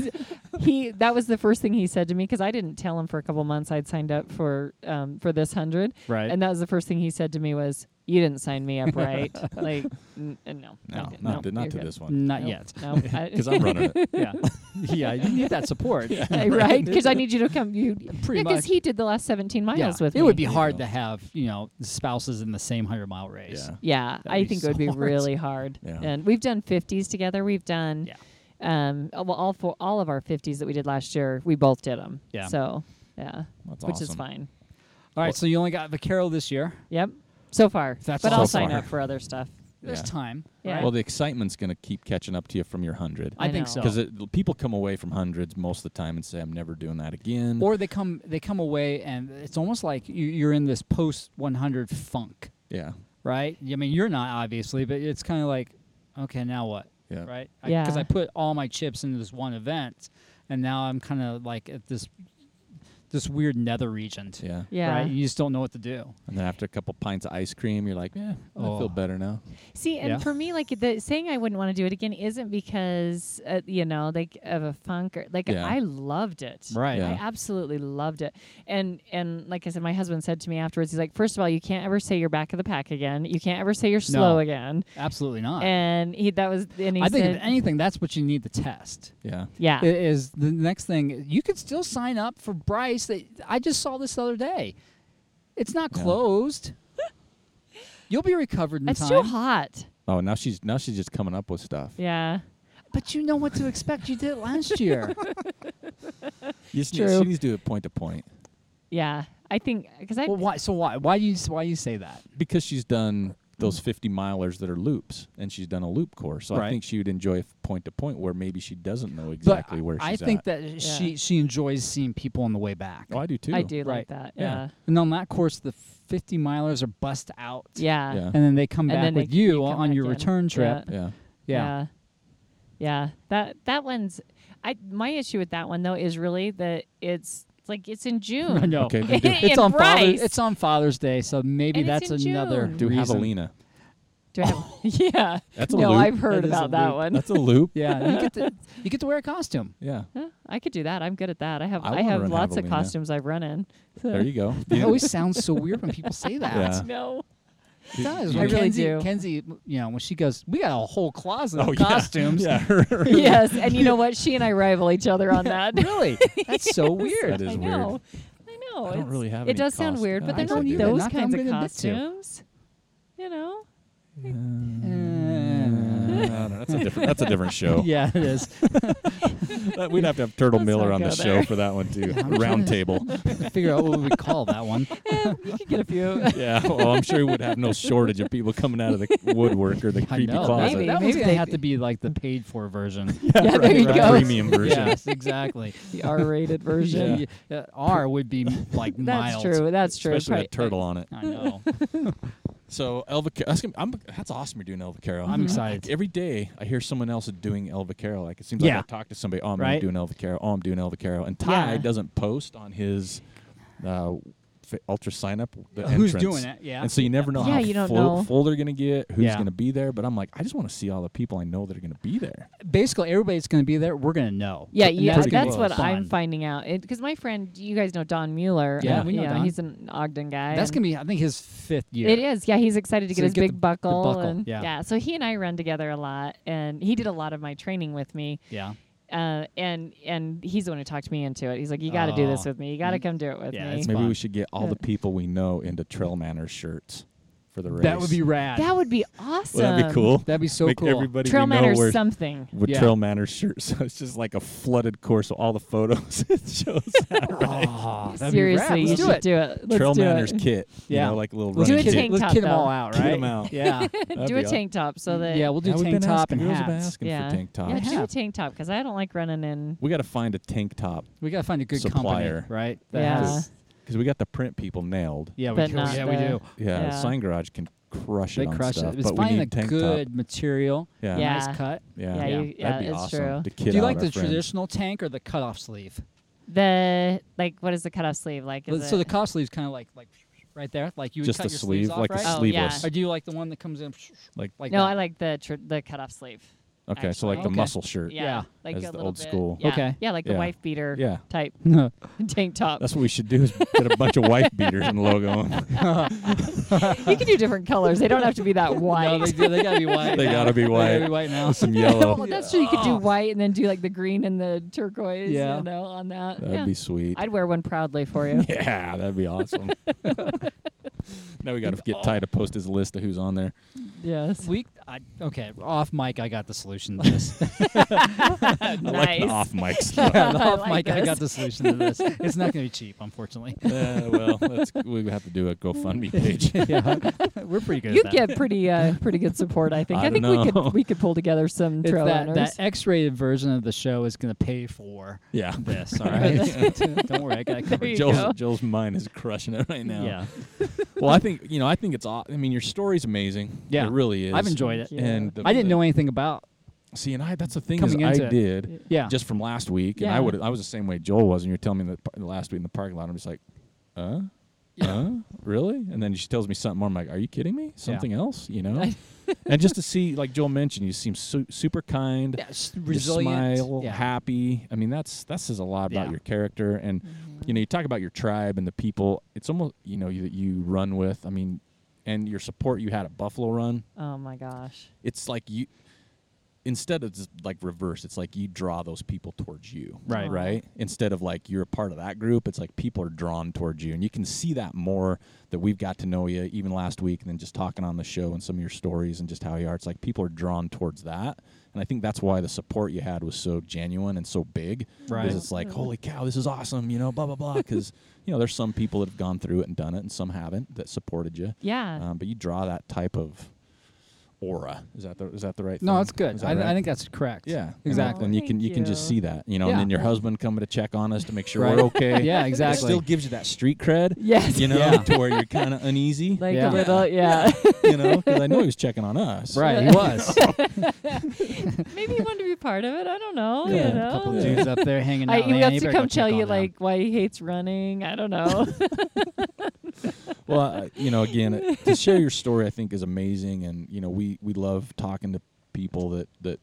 Speaker 3: he that was the first thing he said to me because i didn't tell him for a couple months i'd signed up for um, for this hundred
Speaker 2: Right.
Speaker 3: and that was the first thing he said to me was you didn't sign me up right like n- uh, no I
Speaker 1: No,
Speaker 3: didn't.
Speaker 1: not, to,
Speaker 3: you're
Speaker 1: not to
Speaker 3: good.
Speaker 1: this one.
Speaker 2: Not
Speaker 3: Nope,
Speaker 2: yet.
Speaker 3: no I-
Speaker 1: Because I'm running it.
Speaker 2: Yeah. Yeah, you need that support. Yeah.
Speaker 3: I- right because i need you to come you
Speaker 2: Pretty
Speaker 3: because
Speaker 2: much.
Speaker 3: he did the last 17 miles with me
Speaker 2: It would be
Speaker 1: you
Speaker 2: hard
Speaker 1: go.
Speaker 2: to have, you know, spouses in the same 100 mile race.
Speaker 1: Yeah.
Speaker 3: yeah
Speaker 2: That'd
Speaker 3: i
Speaker 2: be
Speaker 3: think
Speaker 2: so
Speaker 3: it would be
Speaker 2: hard.
Speaker 3: really hard
Speaker 1: Yeah.
Speaker 3: and we've done 50s together we've done
Speaker 2: Yeah.
Speaker 3: um uh, well all for all of our 50s that we did last year we both did them
Speaker 2: Yeah.
Speaker 3: so yeah
Speaker 1: That's
Speaker 3: which is
Speaker 1: awesome.
Speaker 3: fine
Speaker 2: All right, so you only got Vaquero this year.
Speaker 3: Yep. So far.
Speaker 2: That's
Speaker 3: but
Speaker 2: all.
Speaker 3: I'll
Speaker 1: So
Speaker 3: sign
Speaker 1: far.
Speaker 3: up for other stuff.
Speaker 2: There's
Speaker 1: Yeah.
Speaker 2: time.
Speaker 3: Yeah.
Speaker 2: right?
Speaker 1: Well, the excitement's going to keep catching up to you from your 100.
Speaker 2: I,
Speaker 3: I
Speaker 2: think
Speaker 3: know.
Speaker 2: so.
Speaker 1: Because people come away from hundreds most of the time and say, I'm never doing that again.
Speaker 2: or they come they come away and it's almost like you, you're in this post 100 funk,
Speaker 1: yeah.
Speaker 2: right? I mean, you're not obviously, but it's kind of like, okay, now what?
Speaker 1: Yeah.
Speaker 2: Right? Because
Speaker 3: Yeah.
Speaker 2: I, put all my chips into this one event, and now I'm kind of like at this this weird nether region.
Speaker 1: Yeah.
Speaker 3: Yeah.
Speaker 2: Right? You just don't know what to do.
Speaker 1: And then after a couple pints of ice cream, you're like, yeah, I
Speaker 2: Oh.
Speaker 1: feel better now.
Speaker 3: See, and
Speaker 2: Yeah.
Speaker 3: for me, like the saying I wouldn't want to do it again isn't because, uh, you know, like of a funk or like
Speaker 1: Yeah.
Speaker 3: I loved it.
Speaker 2: Right.
Speaker 1: Yeah.
Speaker 3: I absolutely loved it. And, and like I said, my husband said to me afterwards, he's like, first of all, you can't ever say you're back of the pack again. You can't ever say you're slow
Speaker 2: No.
Speaker 3: again.
Speaker 2: Absolutely not.
Speaker 3: And he, that was, and he
Speaker 2: I
Speaker 3: said,
Speaker 2: think if anything, that's what you need to test.
Speaker 1: Yeah.
Speaker 3: yeah.
Speaker 2: i- Is the next thing you could still sign up for Bryce? That I just saw this the other day. It's not
Speaker 1: Yeah.
Speaker 2: closed. You'll be recovered in
Speaker 3: it's
Speaker 2: time.
Speaker 3: too hot.
Speaker 1: Oh, now she's now she's just coming up with stuff.
Speaker 3: Yeah.
Speaker 2: But you know what to expect. You did it last year.
Speaker 1: You just
Speaker 3: True.
Speaker 1: Need, she needs to do it point to point
Speaker 3: Yeah. I think, because I,
Speaker 2: well, why? So why? Why do you? Why you say that?
Speaker 1: because she's done those 50 milers that are loops and she's done a loop course. So I
Speaker 2: Right.
Speaker 1: think she would enjoy a f- point to point where maybe she doesn't know exactly
Speaker 2: but
Speaker 1: where
Speaker 2: I
Speaker 1: she's
Speaker 2: think
Speaker 1: at.
Speaker 2: that she she enjoys seeing people on the way back.
Speaker 1: oh, I do too.
Speaker 3: I do
Speaker 2: Right.
Speaker 3: like that.
Speaker 1: Yeah.
Speaker 2: And on that course, the fifty milers are bust out.
Speaker 3: Yeah.
Speaker 1: Yeah.
Speaker 2: And then they come
Speaker 3: And
Speaker 2: back
Speaker 3: then they-
Speaker 2: with you,
Speaker 3: you come
Speaker 2: on
Speaker 3: back
Speaker 2: your
Speaker 3: in.
Speaker 2: return trip.
Speaker 3: Yeah.
Speaker 1: Yeah.
Speaker 2: Yeah.
Speaker 3: yeah yeah that that one's i my issue with that one though is really that it's it's like it's in june
Speaker 2: I know.
Speaker 1: Okay. then do,
Speaker 3: In
Speaker 2: It's on
Speaker 3: Bryce.
Speaker 2: Father's. It's on Father's Day, so maybe
Speaker 3: And it's
Speaker 2: that's
Speaker 3: in
Speaker 2: another
Speaker 3: June.
Speaker 1: do
Speaker 2: reason.
Speaker 1: javelina.
Speaker 3: Do I have- yeah
Speaker 1: That's a
Speaker 3: no
Speaker 1: loop.
Speaker 3: i've heard
Speaker 2: That is a
Speaker 3: about that
Speaker 2: loop.
Speaker 3: one
Speaker 1: That's a loop.
Speaker 2: Yeah, you get to you get to wear a costume.
Speaker 1: Yeah.
Speaker 3: Huh, i could do that i'm good at that i have
Speaker 1: I
Speaker 3: i,
Speaker 1: wanna
Speaker 3: have
Speaker 1: run
Speaker 3: lots
Speaker 1: javelina.
Speaker 3: of costumes i've run in
Speaker 1: There you go.
Speaker 2: It always sounds so weird when people say that.
Speaker 1: Yeah.
Speaker 3: no
Speaker 2: It does.
Speaker 3: I
Speaker 2: When
Speaker 3: really
Speaker 2: Kenzie,
Speaker 3: do.
Speaker 2: Kenzie, you know, when she goes, we got a whole closet
Speaker 1: Oh,
Speaker 2: of
Speaker 1: yeah.
Speaker 2: costumes.
Speaker 1: Yeah.
Speaker 3: Uh,
Speaker 1: that
Speaker 3: yes and you know what she and i rival each other on that
Speaker 2: Really? That's so weird.
Speaker 1: is
Speaker 3: i
Speaker 1: weird.
Speaker 3: know i know
Speaker 1: I don't
Speaker 3: it's-
Speaker 1: really have
Speaker 3: it
Speaker 1: any
Speaker 3: does sound
Speaker 1: cost-
Speaker 3: weird
Speaker 1: no,
Speaker 3: but
Speaker 1: I
Speaker 3: they're
Speaker 1: guess I
Speaker 3: not
Speaker 1: do.
Speaker 3: those
Speaker 2: Not that I'm
Speaker 3: kinds of
Speaker 2: gonna admit to.
Speaker 3: costumes you know
Speaker 2: Uh,
Speaker 1: Uh, that's a different. That's a different show.
Speaker 2: yeah, it is.
Speaker 1: That- We'd have to have Turtle
Speaker 3: Let's
Speaker 1: Miller
Speaker 3: not
Speaker 1: on
Speaker 3: go
Speaker 1: the show
Speaker 3: there.
Speaker 1: for that one too.
Speaker 2: Yeah, I'm
Speaker 1: Round
Speaker 2: trying to-
Speaker 1: table.
Speaker 2: Figure out what we call that one.
Speaker 3: you could get a few
Speaker 1: Yeah. Well, I'm sure we would have no shortage of people coming out of the woodwork or the
Speaker 2: I
Speaker 1: creepy
Speaker 2: know.
Speaker 1: closet.
Speaker 3: Maybe.
Speaker 2: that one's gonna
Speaker 3: they-
Speaker 2: have to be like the paid for version.
Speaker 1: Yeah,
Speaker 3: there
Speaker 1: right,
Speaker 3: you
Speaker 1: right.
Speaker 3: go.
Speaker 1: Premium version.
Speaker 2: Yes, exactly.
Speaker 3: the r-rated version
Speaker 2: Yeah. yeah, R would be like
Speaker 3: That's
Speaker 2: mild.
Speaker 3: true. That's true.
Speaker 1: Especially with
Speaker 3: Probably-
Speaker 1: turtle on it.
Speaker 2: I know.
Speaker 1: So Elva, Car- that's, gonna, I'm, that's awesome. You're doing Elva Carroll.
Speaker 2: I'm excited.
Speaker 1: Every day I hear someone else doing Elva Carroll. Like it seems
Speaker 2: Yeah.
Speaker 1: like I talk to somebody. Oh, I'm
Speaker 2: Right?
Speaker 1: doing Elva Carroll. Oh, I'm doing Elva Carroll. And Ty
Speaker 3: Yeah.
Speaker 1: doesn't post on his uh, fa- ultra sign up. The
Speaker 2: Uh, who's
Speaker 1: entrance.
Speaker 2: doing it, yeah.
Speaker 1: And so you never know
Speaker 3: Yeah,
Speaker 1: how
Speaker 3: you don't
Speaker 1: full,
Speaker 3: know.
Speaker 1: full they're gonna get, who's
Speaker 2: Yeah.
Speaker 1: gonna be there. But I'm like, I just want to see all the people I know that are gonna be there.
Speaker 2: Basically, everybody's going to be there. We're going to know.
Speaker 3: Yeah,
Speaker 2: And
Speaker 3: yeah,
Speaker 1: that's
Speaker 3: that's,
Speaker 1: gonna be
Speaker 3: what
Speaker 2: fun.
Speaker 3: I'm finding out. Because my friend, you guys know Don Mueller.
Speaker 2: Yeah,
Speaker 3: uh,
Speaker 2: we know
Speaker 3: yeah,
Speaker 2: Don.
Speaker 3: He's an Ogden guy.
Speaker 2: That's
Speaker 3: and-
Speaker 2: going to be, I think, his fifth year.
Speaker 3: It is. Yeah, he's excited to
Speaker 2: So
Speaker 3: get
Speaker 2: you
Speaker 3: his
Speaker 2: get
Speaker 3: big
Speaker 2: the- the
Speaker 3: buckle.
Speaker 2: buckle,
Speaker 3: and-
Speaker 2: yeah.
Speaker 3: So he and I run together a lot, and he did a lot of my training with me.
Speaker 2: Yeah.
Speaker 3: Uh, and and he's the one who talked me into it. He's like, "You got to do this
Speaker 2: Oh.
Speaker 3: with me. You got to come do it with
Speaker 2: Yeah,
Speaker 3: me."
Speaker 2: it's
Speaker 1: Maybe
Speaker 2: fun.
Speaker 1: we should get all the people we know into Trail Manners shirts for the race.
Speaker 2: That would be rad.
Speaker 3: That would be awesome.
Speaker 1: Would that be cool?
Speaker 2: That'd be so
Speaker 1: Make
Speaker 2: cool.
Speaker 1: Everybody
Speaker 3: Trail
Speaker 1: we know
Speaker 3: manners
Speaker 1: wear-
Speaker 3: something.
Speaker 1: with
Speaker 2: Yeah.
Speaker 1: Trail Manners shirts. So it's just like a flooded course of all the photos. it shows that, right?
Speaker 2: Oh, that'd be rad.
Speaker 3: Seriously, you
Speaker 2: Let's
Speaker 3: should
Speaker 2: do it.
Speaker 3: do it. Let's
Speaker 1: Trail
Speaker 3: do
Speaker 1: Manners
Speaker 3: it.
Speaker 1: kit.
Speaker 2: Yeah.
Speaker 1: You know, like a little
Speaker 2: Let's
Speaker 3: Do a
Speaker 1: running
Speaker 2: kid,
Speaker 1: kit.
Speaker 3: tank
Speaker 2: let's
Speaker 3: top,
Speaker 2: kid them
Speaker 3: though.
Speaker 2: all out,
Speaker 1: Kid
Speaker 2: right?
Speaker 1: 'em out.
Speaker 2: Yeah.
Speaker 1: That'd
Speaker 3: Do
Speaker 1: be
Speaker 3: a
Speaker 1: aw-
Speaker 3: tank top so that
Speaker 2: yeah, we'll do
Speaker 1: Yeah, we've
Speaker 2: tank
Speaker 1: been
Speaker 2: top
Speaker 1: asking-
Speaker 2: and
Speaker 1: girls have been
Speaker 2: hats.
Speaker 1: asking
Speaker 3: yeah.
Speaker 1: for tank
Speaker 3: Yeah,
Speaker 1: tops.
Speaker 3: do
Speaker 2: Yeah.
Speaker 3: a tank top because I don't like running in.
Speaker 1: We got to find a tank top
Speaker 2: We got to find a good
Speaker 1: Supplier.
Speaker 2: company, right?
Speaker 3: Yeah.
Speaker 2: has-
Speaker 1: because we got the print people nailed.
Speaker 2: yeah, we
Speaker 3: But
Speaker 2: do.
Speaker 3: not
Speaker 2: yeah, we
Speaker 3: the-
Speaker 2: do.
Speaker 1: Yeah,
Speaker 3: Yeah.
Speaker 1: Sign Garage can crush
Speaker 2: They
Speaker 1: it on
Speaker 2: crush
Speaker 1: stuff,
Speaker 2: it. It's
Speaker 1: but we
Speaker 2: finding
Speaker 1: need
Speaker 2: a
Speaker 1: tank
Speaker 2: good
Speaker 1: top.
Speaker 2: material,
Speaker 1: Yeah,
Speaker 3: Yeah.
Speaker 2: nice cut.
Speaker 1: yeah,
Speaker 3: Yeah, you- yeah,
Speaker 1: that'd be
Speaker 3: it's
Speaker 1: awesome.
Speaker 3: true.
Speaker 1: To
Speaker 2: Do
Speaker 1: kid
Speaker 2: you
Speaker 1: out
Speaker 2: like
Speaker 1: our
Speaker 2: the
Speaker 1: friends.
Speaker 2: traditional tank or the cutoff sleeve?
Speaker 3: The like, what is the cutoff sleeve like? Is
Speaker 2: so the
Speaker 3: it-
Speaker 2: cutoff sleeve's kind of like like right there, like you would
Speaker 1: Just
Speaker 2: cut
Speaker 1: the
Speaker 2: your
Speaker 1: sleeve,
Speaker 2: sleeves off,
Speaker 1: like
Speaker 2: right?
Speaker 1: the
Speaker 3: Oh, yeah.
Speaker 1: sleeveless.
Speaker 2: Or do you like the one that comes in
Speaker 1: Like
Speaker 2: like
Speaker 3: no,
Speaker 2: that?
Speaker 3: I like the tr- the cutoff sleeve.
Speaker 1: okay, so like the
Speaker 3: actually.
Speaker 1: muscle shirt.
Speaker 3: Yeah,
Speaker 2: Yeah.
Speaker 3: like
Speaker 1: As
Speaker 3: a
Speaker 1: the
Speaker 3: little
Speaker 1: old
Speaker 3: bit-
Speaker 1: school.
Speaker 3: Yeah.
Speaker 2: Okay.
Speaker 3: Yeah, like the
Speaker 1: Yeah.
Speaker 3: wife beater
Speaker 1: Yeah.
Speaker 3: type
Speaker 2: no.
Speaker 3: tank top.
Speaker 1: That's what we should do is get a bunch of wife beaters and logo on.
Speaker 3: you can do different colors. They don't have to be that
Speaker 2: no,
Speaker 3: white.
Speaker 2: they, do, they gotta be white.
Speaker 1: They
Speaker 2: now.
Speaker 1: gotta be
Speaker 2: They
Speaker 1: white.
Speaker 2: gotta be white now.
Speaker 1: Some yellow.
Speaker 3: well, that's true. You could do white and then do like the green and the turquoise.
Speaker 2: Yeah.
Speaker 3: You know, on that.
Speaker 1: That'd
Speaker 3: yeah.
Speaker 1: be sweet.
Speaker 3: I'd wear one proudly for you.
Speaker 1: yeah, that'd be awesome. now we got to get Ty to post his list of who's on there.
Speaker 3: yes.
Speaker 2: We I, okay off mic. I got the solution to this. Uh,
Speaker 1: I like the
Speaker 3: Nice.
Speaker 1: off mic stuff. Uh,
Speaker 2: Yeah,
Speaker 3: I
Speaker 2: off
Speaker 3: like
Speaker 2: mic. I got
Speaker 3: this.
Speaker 2: the solution to this. It's not gonna be cheap, unfortunately.
Speaker 1: Uh, well, that's, we have to do a GoFundMe page.
Speaker 2: yeah, we're pretty good.
Speaker 3: You
Speaker 2: at that.
Speaker 3: get pretty uh, pretty good support, I think.
Speaker 1: I
Speaker 3: I, think
Speaker 1: don't
Speaker 3: we
Speaker 1: know.
Speaker 3: could we could pull together some
Speaker 2: It's
Speaker 3: trail
Speaker 2: that,
Speaker 3: runners.
Speaker 2: that X-rated version of the show is gonna pay for
Speaker 1: yeah.
Speaker 2: this. All right, don't worry, I got it
Speaker 3: There
Speaker 2: covered.
Speaker 3: you go.
Speaker 1: Joel's, Joel's mind is crushing it right now.
Speaker 2: Yeah,
Speaker 1: Well, I think you know. I think it's. aw- I mean, your story's amazing.
Speaker 2: Yeah.
Speaker 1: It really is.
Speaker 2: I've enjoyed it.
Speaker 3: Thank you.
Speaker 1: And the-
Speaker 2: I didn't know anything about.
Speaker 1: See, and I. That's the thing is,
Speaker 2: Coming
Speaker 1: I
Speaker 2: into it.
Speaker 1: did.
Speaker 2: Yeah,
Speaker 1: Just from last week, and I
Speaker 3: Yeah.
Speaker 1: would. I was the same way Joel was, and you're telling me that par- last week in the parking lot. I'm just like, uh, uh, really? And then she tells me something more. I'm like, are you kidding me? Something else? You know? and just to see, like Joel mentioned, you seem su- super kind.
Speaker 2: yeah, s-
Speaker 1: you
Speaker 2: resilient,
Speaker 1: smile,
Speaker 2: yeah.
Speaker 1: happy. I mean, that's that says a lot about
Speaker 2: Yeah. Mm-hmm.
Speaker 1: your character, and you know, you talk about your tribe and the people. It's almost you know you, that you run with. I mean, and your support you had at Buffalo Run.
Speaker 3: oh my gosh.
Speaker 1: It's like you instead of just like reverse. It's like you draw those people towards you,
Speaker 2: Right.
Speaker 1: Right. Instead of like you're a part of that group, it's like people are drawn towards you, and you can see that more that we've got to know you even last week, and then just talking on the show and some of your stories and just how you are. It's like people are drawn towards that, and I think that's why the support you had was so genuine and so big,
Speaker 2: Right.
Speaker 1: Because it's like holy cow, this is awesome, you know, blah blah blah. Because you know there's some people that have gone through it and done it, and some haven't that supported you.
Speaker 3: Yeah.
Speaker 1: Um, but you draw that type of aura. Is that the is that the right?
Speaker 2: No,
Speaker 1: thing?
Speaker 2: that's good.
Speaker 1: Is that
Speaker 2: I, th- I
Speaker 1: right?
Speaker 2: think that's correct.
Speaker 1: yeah,
Speaker 2: exactly.
Speaker 1: And, you can
Speaker 3: Thank
Speaker 1: you can just
Speaker 3: you.
Speaker 1: see that, you know.
Speaker 2: Yeah.
Speaker 1: And then your husband coming to check on us to make sure
Speaker 2: Right.
Speaker 1: we're okay.
Speaker 2: Yeah,
Speaker 1: It
Speaker 2: exactly.
Speaker 1: still gives you that street cred.
Speaker 3: Yes.
Speaker 1: You know,
Speaker 2: Yeah.
Speaker 1: to where you're kind of uneasy.
Speaker 3: like
Speaker 2: Yeah.
Speaker 3: a little yeah.
Speaker 1: you know, because I know he was checking on us.
Speaker 2: right, he was.
Speaker 3: Maybe you want to be part of it. I don't know.
Speaker 1: Yeah,
Speaker 3: you
Speaker 1: a
Speaker 3: know.
Speaker 2: couple dudes up there hanging out.
Speaker 3: Oh, I, he
Speaker 2: man,
Speaker 3: wants to
Speaker 2: better go
Speaker 3: come tell
Speaker 2: check
Speaker 3: you
Speaker 2: on them.
Speaker 3: like why he hates running. I don't know.
Speaker 1: well, I- you know, again, it- to share your story, I think is amazing, and you know, we we love talking to people that that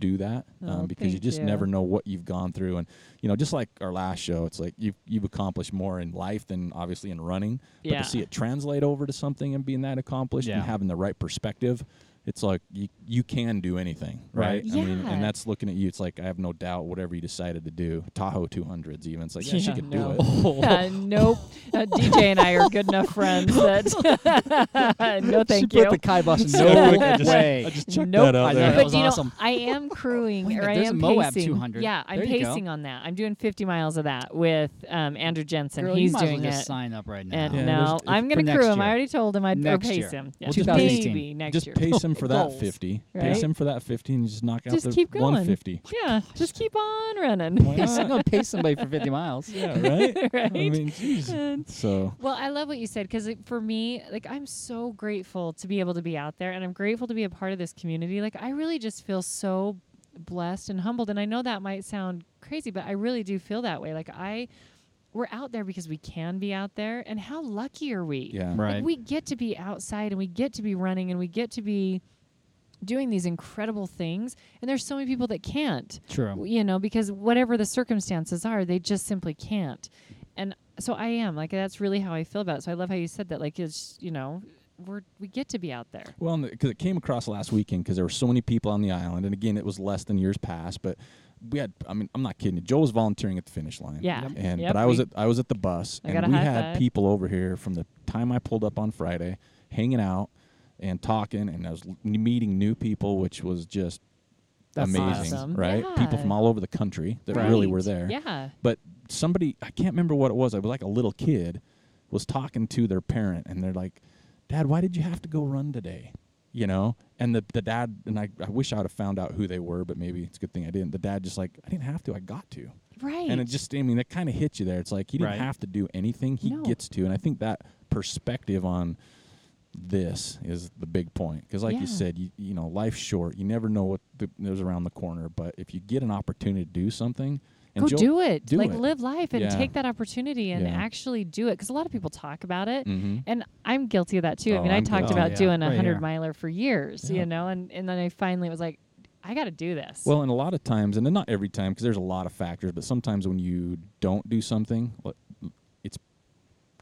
Speaker 1: do that um,
Speaker 3: Oh,
Speaker 1: because you
Speaker 3: thank
Speaker 1: just
Speaker 3: you.
Speaker 1: never know what you've gone through, and you know, just like our last show, it's like you've you've accomplished more in life than obviously in running, but
Speaker 3: Yeah.
Speaker 1: to see it translate over to something and being that accomplished and
Speaker 2: Yeah.
Speaker 1: having the right perspective. It's like you, you can do anything, right?
Speaker 2: Right.
Speaker 1: I mean,
Speaker 3: Yeah.
Speaker 1: and that's looking at you. It's like I have no doubt whatever you decided to do, Tahoe 200s even. It's like yeah, she
Speaker 3: Yeah,
Speaker 1: could
Speaker 3: no.
Speaker 1: do it.
Speaker 3: Uh, nope. Uh, DJ and I are good enough friends that no Oh, thank
Speaker 2: she
Speaker 3: you.
Speaker 2: put the kibosh in
Speaker 1: So
Speaker 2: no
Speaker 1: quick, I just-
Speaker 2: way.
Speaker 1: I just checked
Speaker 3: Nope.
Speaker 1: that out
Speaker 2: I
Speaker 1: there.
Speaker 2: know.
Speaker 3: but
Speaker 2: was
Speaker 3: you know,
Speaker 2: awesome.
Speaker 3: I am crewing
Speaker 2: Wait a
Speaker 3: or I
Speaker 2: minute, there's
Speaker 3: am
Speaker 2: a Moab
Speaker 3: pacing.
Speaker 2: 200.
Speaker 3: Yeah, I'm
Speaker 2: There you go.
Speaker 3: pacing on that. I'm doing 50 miles of that with um, Andrew Jensen.
Speaker 2: Girl,
Speaker 3: He's
Speaker 2: you might as well
Speaker 3: doing
Speaker 2: just
Speaker 3: it.
Speaker 2: sign up right now.
Speaker 3: And
Speaker 1: Yeah,
Speaker 3: no,
Speaker 1: there's-
Speaker 3: I'm
Speaker 2: for
Speaker 3: gonna
Speaker 2: next
Speaker 3: crew him.
Speaker 2: year.
Speaker 3: I already told him I'd or
Speaker 2: Next
Speaker 3: pace
Speaker 2: year.
Speaker 3: him.
Speaker 1: We'll
Speaker 3: Yeah,
Speaker 1: just
Speaker 3: maybe next
Speaker 1: just
Speaker 3: year.
Speaker 1: pace him for that
Speaker 3: Goals.
Speaker 1: 50. Pace
Speaker 3: right?
Speaker 1: him for that 50 and just knock out
Speaker 3: Just
Speaker 1: the
Speaker 3: keep going.
Speaker 1: 150.
Speaker 3: Yeah, just keep on
Speaker 1: Why
Speaker 3: running.
Speaker 2: He's not gonna pay somebody for 50 miles.
Speaker 1: Yeah, right?
Speaker 3: Right?
Speaker 1: I mean, jeez. So,
Speaker 3: Well, I love what you said because for me, like I'm so grateful to be able to be out there and I'm grateful to be a part of this community. Like I really just feel so blessed and humbled and I know that might sound crazy, but I really do feel that way. Like I we're out there because we can be out there. And how lucky are we?
Speaker 1: Yeah.
Speaker 3: Like,
Speaker 2: Right.
Speaker 3: we get to be outside and we get to be running and we get to be doing these incredible things. And there's so many people that can't.
Speaker 2: True.
Speaker 3: You know, because whatever the circumstances are, they just simply can't. And so I am like that's really how I feel about it. So I love how you said that. Like it's you know we're we get to be out there.
Speaker 1: Well, because it came across last weekend because there were so many people on the island, and again, it was less than years past, but we had. I mean, I'm not kidding you. Joe was volunteering at the finish line.
Speaker 3: Yeah. Yep.
Speaker 1: And
Speaker 3: Yep,
Speaker 1: but I was
Speaker 3: we-
Speaker 1: at I was at the bus,
Speaker 3: I got
Speaker 1: and
Speaker 3: a
Speaker 1: we
Speaker 3: high
Speaker 1: had
Speaker 3: five.
Speaker 1: people over here from the time I pulled up on Friday, hanging out and talking, and I was l- meeting new people, which was just
Speaker 2: That's
Speaker 1: amazing,
Speaker 3: awesome.
Speaker 1: right? People
Speaker 3: Yeah.
Speaker 1: from all over the country that really were
Speaker 3: Right.
Speaker 1: there
Speaker 3: Yeah.
Speaker 1: but somebody I can't remember what it was. I was like a little kid was talking to their parent and they're like, "Dad, why did you have to go run today?" You know? And the the dad and I I wish I would have found out who they were, but maybe it's a good thing I didn't. The dad just like, "I didn't have to. I got to."
Speaker 3: Right.
Speaker 1: And it just I mean, that kind of hits you there. It's like he didn't
Speaker 2: Right.
Speaker 1: have to do anything. He
Speaker 3: No.
Speaker 1: gets to. And I think that perspective on this is the big point because like
Speaker 3: Yeah.
Speaker 1: you said you, you know life's short you never know what the, is around the corner but if you get an opportunity to do something and
Speaker 3: go
Speaker 1: Joel-
Speaker 3: do it.
Speaker 1: do
Speaker 3: like
Speaker 1: it.
Speaker 3: live life and
Speaker 1: Yeah.
Speaker 3: take that opportunity and
Speaker 1: Yeah.
Speaker 3: actually do it. Because a lot of people talk about it,
Speaker 1: Mhm.
Speaker 3: and I'm guilty of that too.
Speaker 1: Oh,
Speaker 3: I mean, i
Speaker 1: I'm
Speaker 3: talked
Speaker 1: guilty.
Speaker 3: about
Speaker 2: Oh, yeah.
Speaker 3: doing a
Speaker 2: Right
Speaker 3: hundred
Speaker 2: here.
Speaker 3: miler for years,
Speaker 1: Yeah.
Speaker 3: you know, and and then I finally was like, I got to do this.
Speaker 1: Well, and a lot of times, and not every time, because there's a lot of factors, but sometimes when you don't do something, what- it's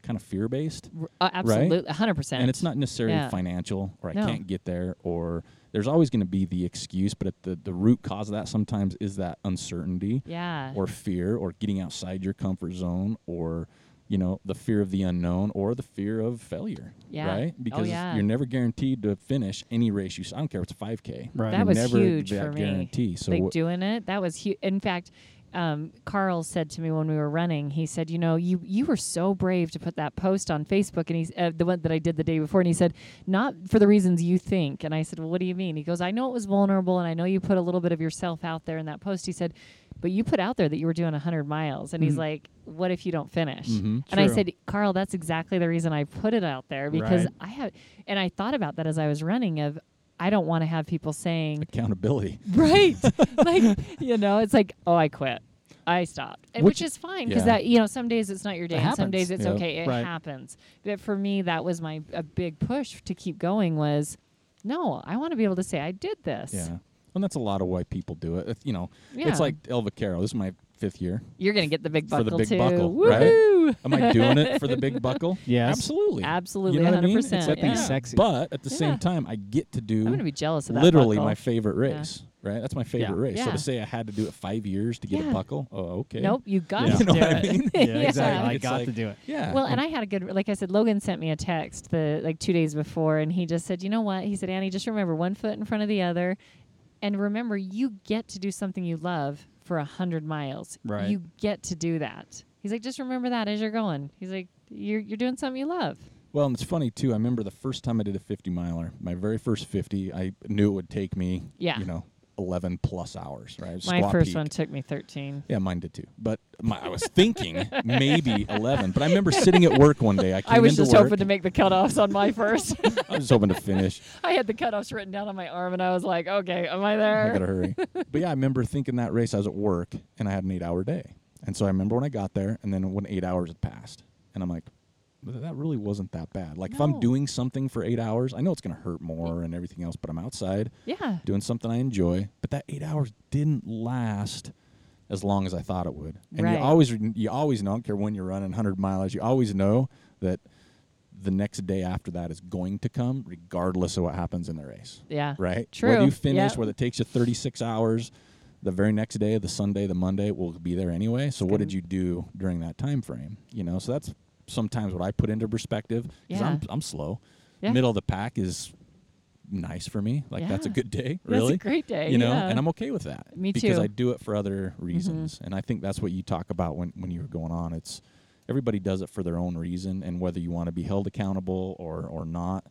Speaker 1: kind of fear based.
Speaker 3: R- uh, absolutely, hundred percent.
Speaker 1: And it's not necessarily
Speaker 3: Yeah.
Speaker 1: financial, or I
Speaker 3: No.
Speaker 1: can't get there, or there's always going to be the excuse, but at the, the root cause of that sometimes is that uncertainty
Speaker 3: Yeah.
Speaker 1: or fear or getting outside your comfort zone or you know the fear of the unknown or the fear of failure
Speaker 3: Yeah.
Speaker 1: right
Speaker 3: Oh,
Speaker 1: because
Speaker 3: yeah.
Speaker 1: you're never guaranteed to finish any race you s- i don't care if it's a 5k
Speaker 2: Right.
Speaker 3: That
Speaker 1: You're
Speaker 3: was
Speaker 1: never
Speaker 3: huge
Speaker 1: that
Speaker 3: for me.
Speaker 1: guarantee so
Speaker 3: like
Speaker 1: what-
Speaker 3: doing it, that was huge. In fact, um, Carl said to me when we were running, he said, "You know, you you were so brave to put that post on Facebook." And he's uh, the one that I did the day before, and he said, "Not for the reasons you think." And I said, "Well, what do you mean?" He goes, "I know it was vulnerable, and I know you put a little bit of yourself out there in that post." He said. But you put out there that you were doing 100 miles, and
Speaker 1: Mm-hmm.
Speaker 3: he's like, "What if you don't finish?" And I
Speaker 2: True.
Speaker 3: said, "Carl, that's exactly the reason I put it out there because
Speaker 2: Right.
Speaker 3: I have." And I thought about that as I was running. Of I don't want to have people saying,
Speaker 1: accountability
Speaker 3: Right. like, you know, it's like, oh, I quit. I stopped. And
Speaker 1: Which-
Speaker 3: which, is fine because
Speaker 1: Yeah.
Speaker 3: that, you know, some days it's not your day. and Some
Speaker 2: happens.
Speaker 3: days it's
Speaker 1: Yep.
Speaker 3: okay. It
Speaker 2: Right.
Speaker 3: happens. But for me, that was my a big push to keep going was, no, I want to be able to say I did this.
Speaker 1: Yeah. And that's a lot of why people do it. It's, you know,
Speaker 3: Yeah.
Speaker 1: it's like El Vaquero. This is my fifth year.
Speaker 3: You're going to get the big
Speaker 1: For
Speaker 3: buckle
Speaker 1: the big
Speaker 3: too.
Speaker 1: buckle,
Speaker 3: Woohoo!
Speaker 1: Am I doing it for the big buckle?
Speaker 2: Yes.
Speaker 1: Absolutely.
Speaker 3: Absolutely,
Speaker 1: You know what I mean?
Speaker 3: 100%,
Speaker 1: It's like-
Speaker 3: yeah.
Speaker 2: Something sexy.
Speaker 1: But at the
Speaker 3: Yeah.
Speaker 1: same time, I get to do
Speaker 3: I'm going to be jealous of that.
Speaker 1: literally
Speaker 3: buckle.
Speaker 1: my favorite race, right? That's my favorite
Speaker 2: Yeah.
Speaker 1: race. So
Speaker 3: Yeah.
Speaker 1: to say I had to do it five years to get
Speaker 3: Yeah.
Speaker 1: a buckle, oh, okay.
Speaker 3: Nope, you got
Speaker 2: Yeah.
Speaker 3: to
Speaker 1: You know
Speaker 3: do
Speaker 1: what I
Speaker 3: it.
Speaker 1: mean?
Speaker 2: Yeah,
Speaker 3: Yeah.
Speaker 2: exactly. I
Speaker 1: It's
Speaker 2: got
Speaker 1: like-
Speaker 2: to do it.
Speaker 1: Yeah.
Speaker 3: Well, and I had a good, like I said, Logan sent me a text the like two days before, and he just said, you know what? He said, Annie, just remember one foot in front of the other, and remember you get to do something you love for a hundred miles.
Speaker 2: Right.
Speaker 3: You get to do that. He's like, just remember that as you're going. He's like, you're you're doing something you love.
Speaker 1: Well, and it's funny too. I remember the first time I did a 50 miler, my very first 50, I knew it would take me,
Speaker 3: Yeah.
Speaker 1: you know, 11 plus hours, right?
Speaker 3: My
Speaker 1: Squat
Speaker 3: first
Speaker 1: peak.
Speaker 3: one took me 13.
Speaker 1: Yeah, mine did too. But my, I was thinking maybe 11. But I remember sitting at work one day. I came
Speaker 3: I was
Speaker 1: into
Speaker 3: just
Speaker 1: work.
Speaker 3: hoping to make the cutoffs on my first.
Speaker 1: I was hoping to finish.
Speaker 3: I had the cutoffs written down on my arm, and I was like, okay, am I
Speaker 1: I
Speaker 3: there?
Speaker 1: gotta hurry. But yeah, I remember thinking that race. I was at work and I had an eight-hour day. And so I remember when I got there, and then when eight hours had passed, and I'm like, "But that really wasn't that bad. Like if I'm
Speaker 3: No.
Speaker 1: doing something for eight hours, I know it's gonna hurt more and everything else. But I'm outside
Speaker 3: yeah.
Speaker 1: doing something I enjoy. But that eight hours didn't last as long as I thought it would. And
Speaker 3: Right.
Speaker 1: you always you always know, I don't care when you're running hundred miles, you always know that the next day after that is going to come, regardless of what happens in the race.
Speaker 3: Yeah.
Speaker 1: Right?
Speaker 3: True.
Speaker 1: Whether you finish,
Speaker 3: Yep.
Speaker 1: whether it takes you thirty six hours, the very next day, the Sunday, the Monday will be there anyway. So what
Speaker 3: gonna-
Speaker 1: did you do during that time frame? You know, so that's sometimes what I put into perspective. Because
Speaker 3: Yeah.
Speaker 1: I'm I'm slow.
Speaker 3: Yeah.
Speaker 1: Middle of the pack is nice for me. Like that's a
Speaker 3: Yeah.
Speaker 1: good day,
Speaker 3: That's a
Speaker 1: really.
Speaker 3: great day,
Speaker 1: You know,
Speaker 3: yeah.
Speaker 1: and I'm okay with that.
Speaker 3: Me
Speaker 1: Because
Speaker 3: too. Mm-hmm.
Speaker 1: I do it for other reasons. And I think that's what you talk about when, when you were going on. It's everybody does it for their own reason and whether you want to be held accountable or, or not,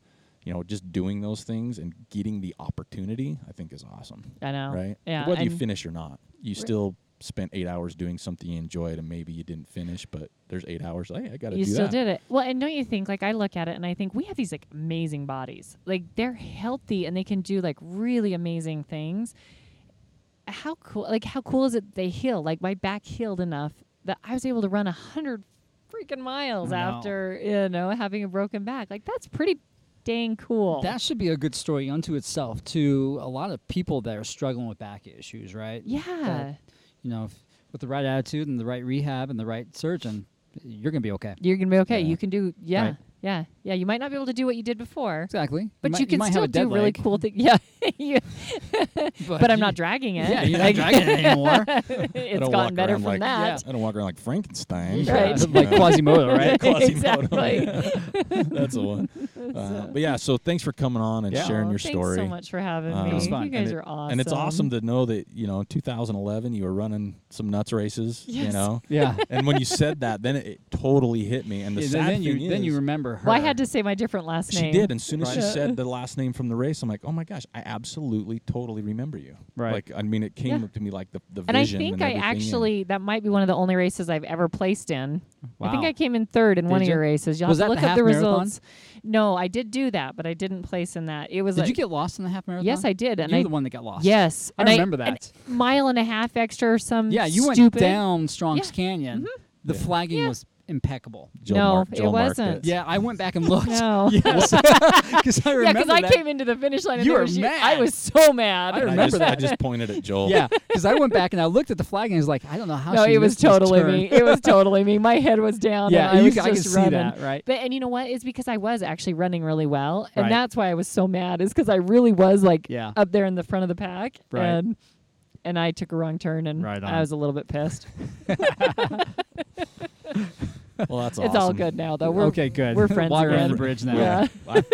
Speaker 1: you know, just doing those things and getting the opportunity I think is awesome.
Speaker 3: I know.
Speaker 1: Right?
Speaker 3: Yeah,
Speaker 1: Whether you
Speaker 3: and-
Speaker 1: finish or not. You still spent eight hours doing something you enjoyed and maybe you didn't finish, but there's eight hours. Hey, I gotta
Speaker 3: you
Speaker 1: do
Speaker 3: still
Speaker 1: that.
Speaker 3: did it well and don't you think like i look at it and i think we have these like amazing bodies like they're healthy and they can do like really amazing things how cool like how cool is it they heal like my back healed enough that i was able to run a hundred freaking miles
Speaker 2: I know.
Speaker 3: after you know having a broken back. Like that's pretty dang cool.
Speaker 2: That should be a good story unto itself to a lot of people that are struggling with back issues, right?
Speaker 3: yeah.
Speaker 2: That, you know, if, with the right attitude and the right rehab and the right surgeon, you're going to be okay.
Speaker 3: You're gonna be okay.
Speaker 2: Yeah.
Speaker 3: You can do yeah,
Speaker 2: Right.
Speaker 3: yeah, yeah. You might not be able to do what you did before,
Speaker 2: Exactly.
Speaker 3: but you,
Speaker 2: might-
Speaker 3: can
Speaker 2: might have
Speaker 3: still
Speaker 2: a dead
Speaker 3: do really
Speaker 2: leg,
Speaker 3: cool things. Yeah, You-
Speaker 2: But,
Speaker 3: but I'm
Speaker 2: you-
Speaker 3: not dragging it.
Speaker 2: Yeah, you're not dragging it anymore.
Speaker 3: it's
Speaker 1: don't
Speaker 3: gotten
Speaker 1: walk
Speaker 3: better
Speaker 1: around
Speaker 3: from
Speaker 1: like-
Speaker 3: that.
Speaker 1: I don't walk around like Frankenstein.
Speaker 3: Right.
Speaker 2: Yeah, like Quasimodo, right?
Speaker 1: Quasimodo.
Speaker 3: exactly.
Speaker 1: That's the one. Uh, but yeah, so thanks for coming on and
Speaker 2: Yeah.
Speaker 1: sharing
Speaker 3: Aw,
Speaker 1: your
Speaker 3: thanks
Speaker 1: story.
Speaker 3: so much for having
Speaker 1: Um,
Speaker 3: me.
Speaker 1: It was
Speaker 2: fun,
Speaker 3: You
Speaker 2: and
Speaker 3: guys
Speaker 2: it-
Speaker 3: are awesome.
Speaker 1: And it's awesome to know that you know, in 2011, you were running some nuts races. You
Speaker 3: Yes.
Speaker 1: know,
Speaker 2: Yeah.
Speaker 1: and when you said that, then it, it totally hit me. And the
Speaker 2: Yeah,
Speaker 1: sad
Speaker 2: then you
Speaker 1: thing
Speaker 2: then you
Speaker 1: is,
Speaker 2: remember her.
Speaker 3: Well, I had to say my different last
Speaker 1: she
Speaker 3: name.
Speaker 1: did. And as soon as she
Speaker 2: Right.
Speaker 1: said the last name from the race, I'm like, oh my gosh, I absolutely totally remember you.
Speaker 2: Right.
Speaker 1: Like, I mean, it came
Speaker 3: Yeah.
Speaker 1: up to me like the the
Speaker 3: And I
Speaker 1: vision.
Speaker 3: think I
Speaker 1: everything, and-
Speaker 3: actually that might be one of the only races I've ever placed in. I think
Speaker 2: Wow.
Speaker 3: I came in third in one
Speaker 2: Did
Speaker 3: of your
Speaker 2: you?
Speaker 3: races. You'll
Speaker 2: Was
Speaker 3: have
Speaker 2: that
Speaker 3: to
Speaker 2: the
Speaker 3: look up the
Speaker 2: half marathon?
Speaker 3: results. No, I did do that, but I didn't place in that. It was
Speaker 2: Did
Speaker 3: like
Speaker 2: you get lost in the half marathon?
Speaker 3: Yes, I did, and
Speaker 2: you were
Speaker 3: I-
Speaker 2: the one that got lost.
Speaker 3: Yes,
Speaker 2: I
Speaker 3: and
Speaker 2: remember
Speaker 3: an
Speaker 2: that.
Speaker 3: mile and a half extra or some.
Speaker 2: Yeah, you went
Speaker 3: Mm, stupid-
Speaker 2: down Strong's
Speaker 3: Yeah. Mm-hmm.
Speaker 2: Canyon. The flagging
Speaker 3: Yeah.
Speaker 2: was impeccable.
Speaker 1: Joel
Speaker 3: No,
Speaker 1: marked-
Speaker 3: it
Speaker 1: Joel marked
Speaker 3: wasn't.
Speaker 2: Yeah, I went back and looked.
Speaker 3: No.
Speaker 2: Yes. Because I
Speaker 3: Yeah,
Speaker 2: remember
Speaker 3: because I
Speaker 2: that.
Speaker 3: came into the finish line. And
Speaker 2: You
Speaker 3: there
Speaker 2: were
Speaker 3: was
Speaker 2: mad.
Speaker 3: I was so mad.
Speaker 2: I
Speaker 1: And
Speaker 2: remember
Speaker 1: just, I
Speaker 2: that.
Speaker 1: just pointed at Joel.
Speaker 2: Yeah, because I went back and I looked at the flag and I was like, I don't know how.
Speaker 3: No,
Speaker 2: she
Speaker 3: it was
Speaker 2: missed this
Speaker 3: totally
Speaker 2: turn.
Speaker 3: me. It was totally me. My head was down.
Speaker 2: Yeah,
Speaker 3: and I
Speaker 2: you
Speaker 3: was
Speaker 2: ca- I
Speaker 3: just
Speaker 2: can see
Speaker 3: running.
Speaker 2: that, right?
Speaker 3: But and you know what? It's because I was actually running really well, and
Speaker 2: Right.
Speaker 3: that's why I was so mad. Is because I really was like
Speaker 2: Yeah.
Speaker 3: up there in the front of the pack,
Speaker 2: Right.
Speaker 3: and and I took a wrong turn, and
Speaker 2: Right on.
Speaker 3: I was a little bit pissed.
Speaker 1: Well, that's
Speaker 3: It's all good now, though. We're
Speaker 2: okay, good.
Speaker 3: We're friends
Speaker 2: Water
Speaker 3: again.
Speaker 2: under the bridge now.
Speaker 3: Yeah.
Speaker 1: I-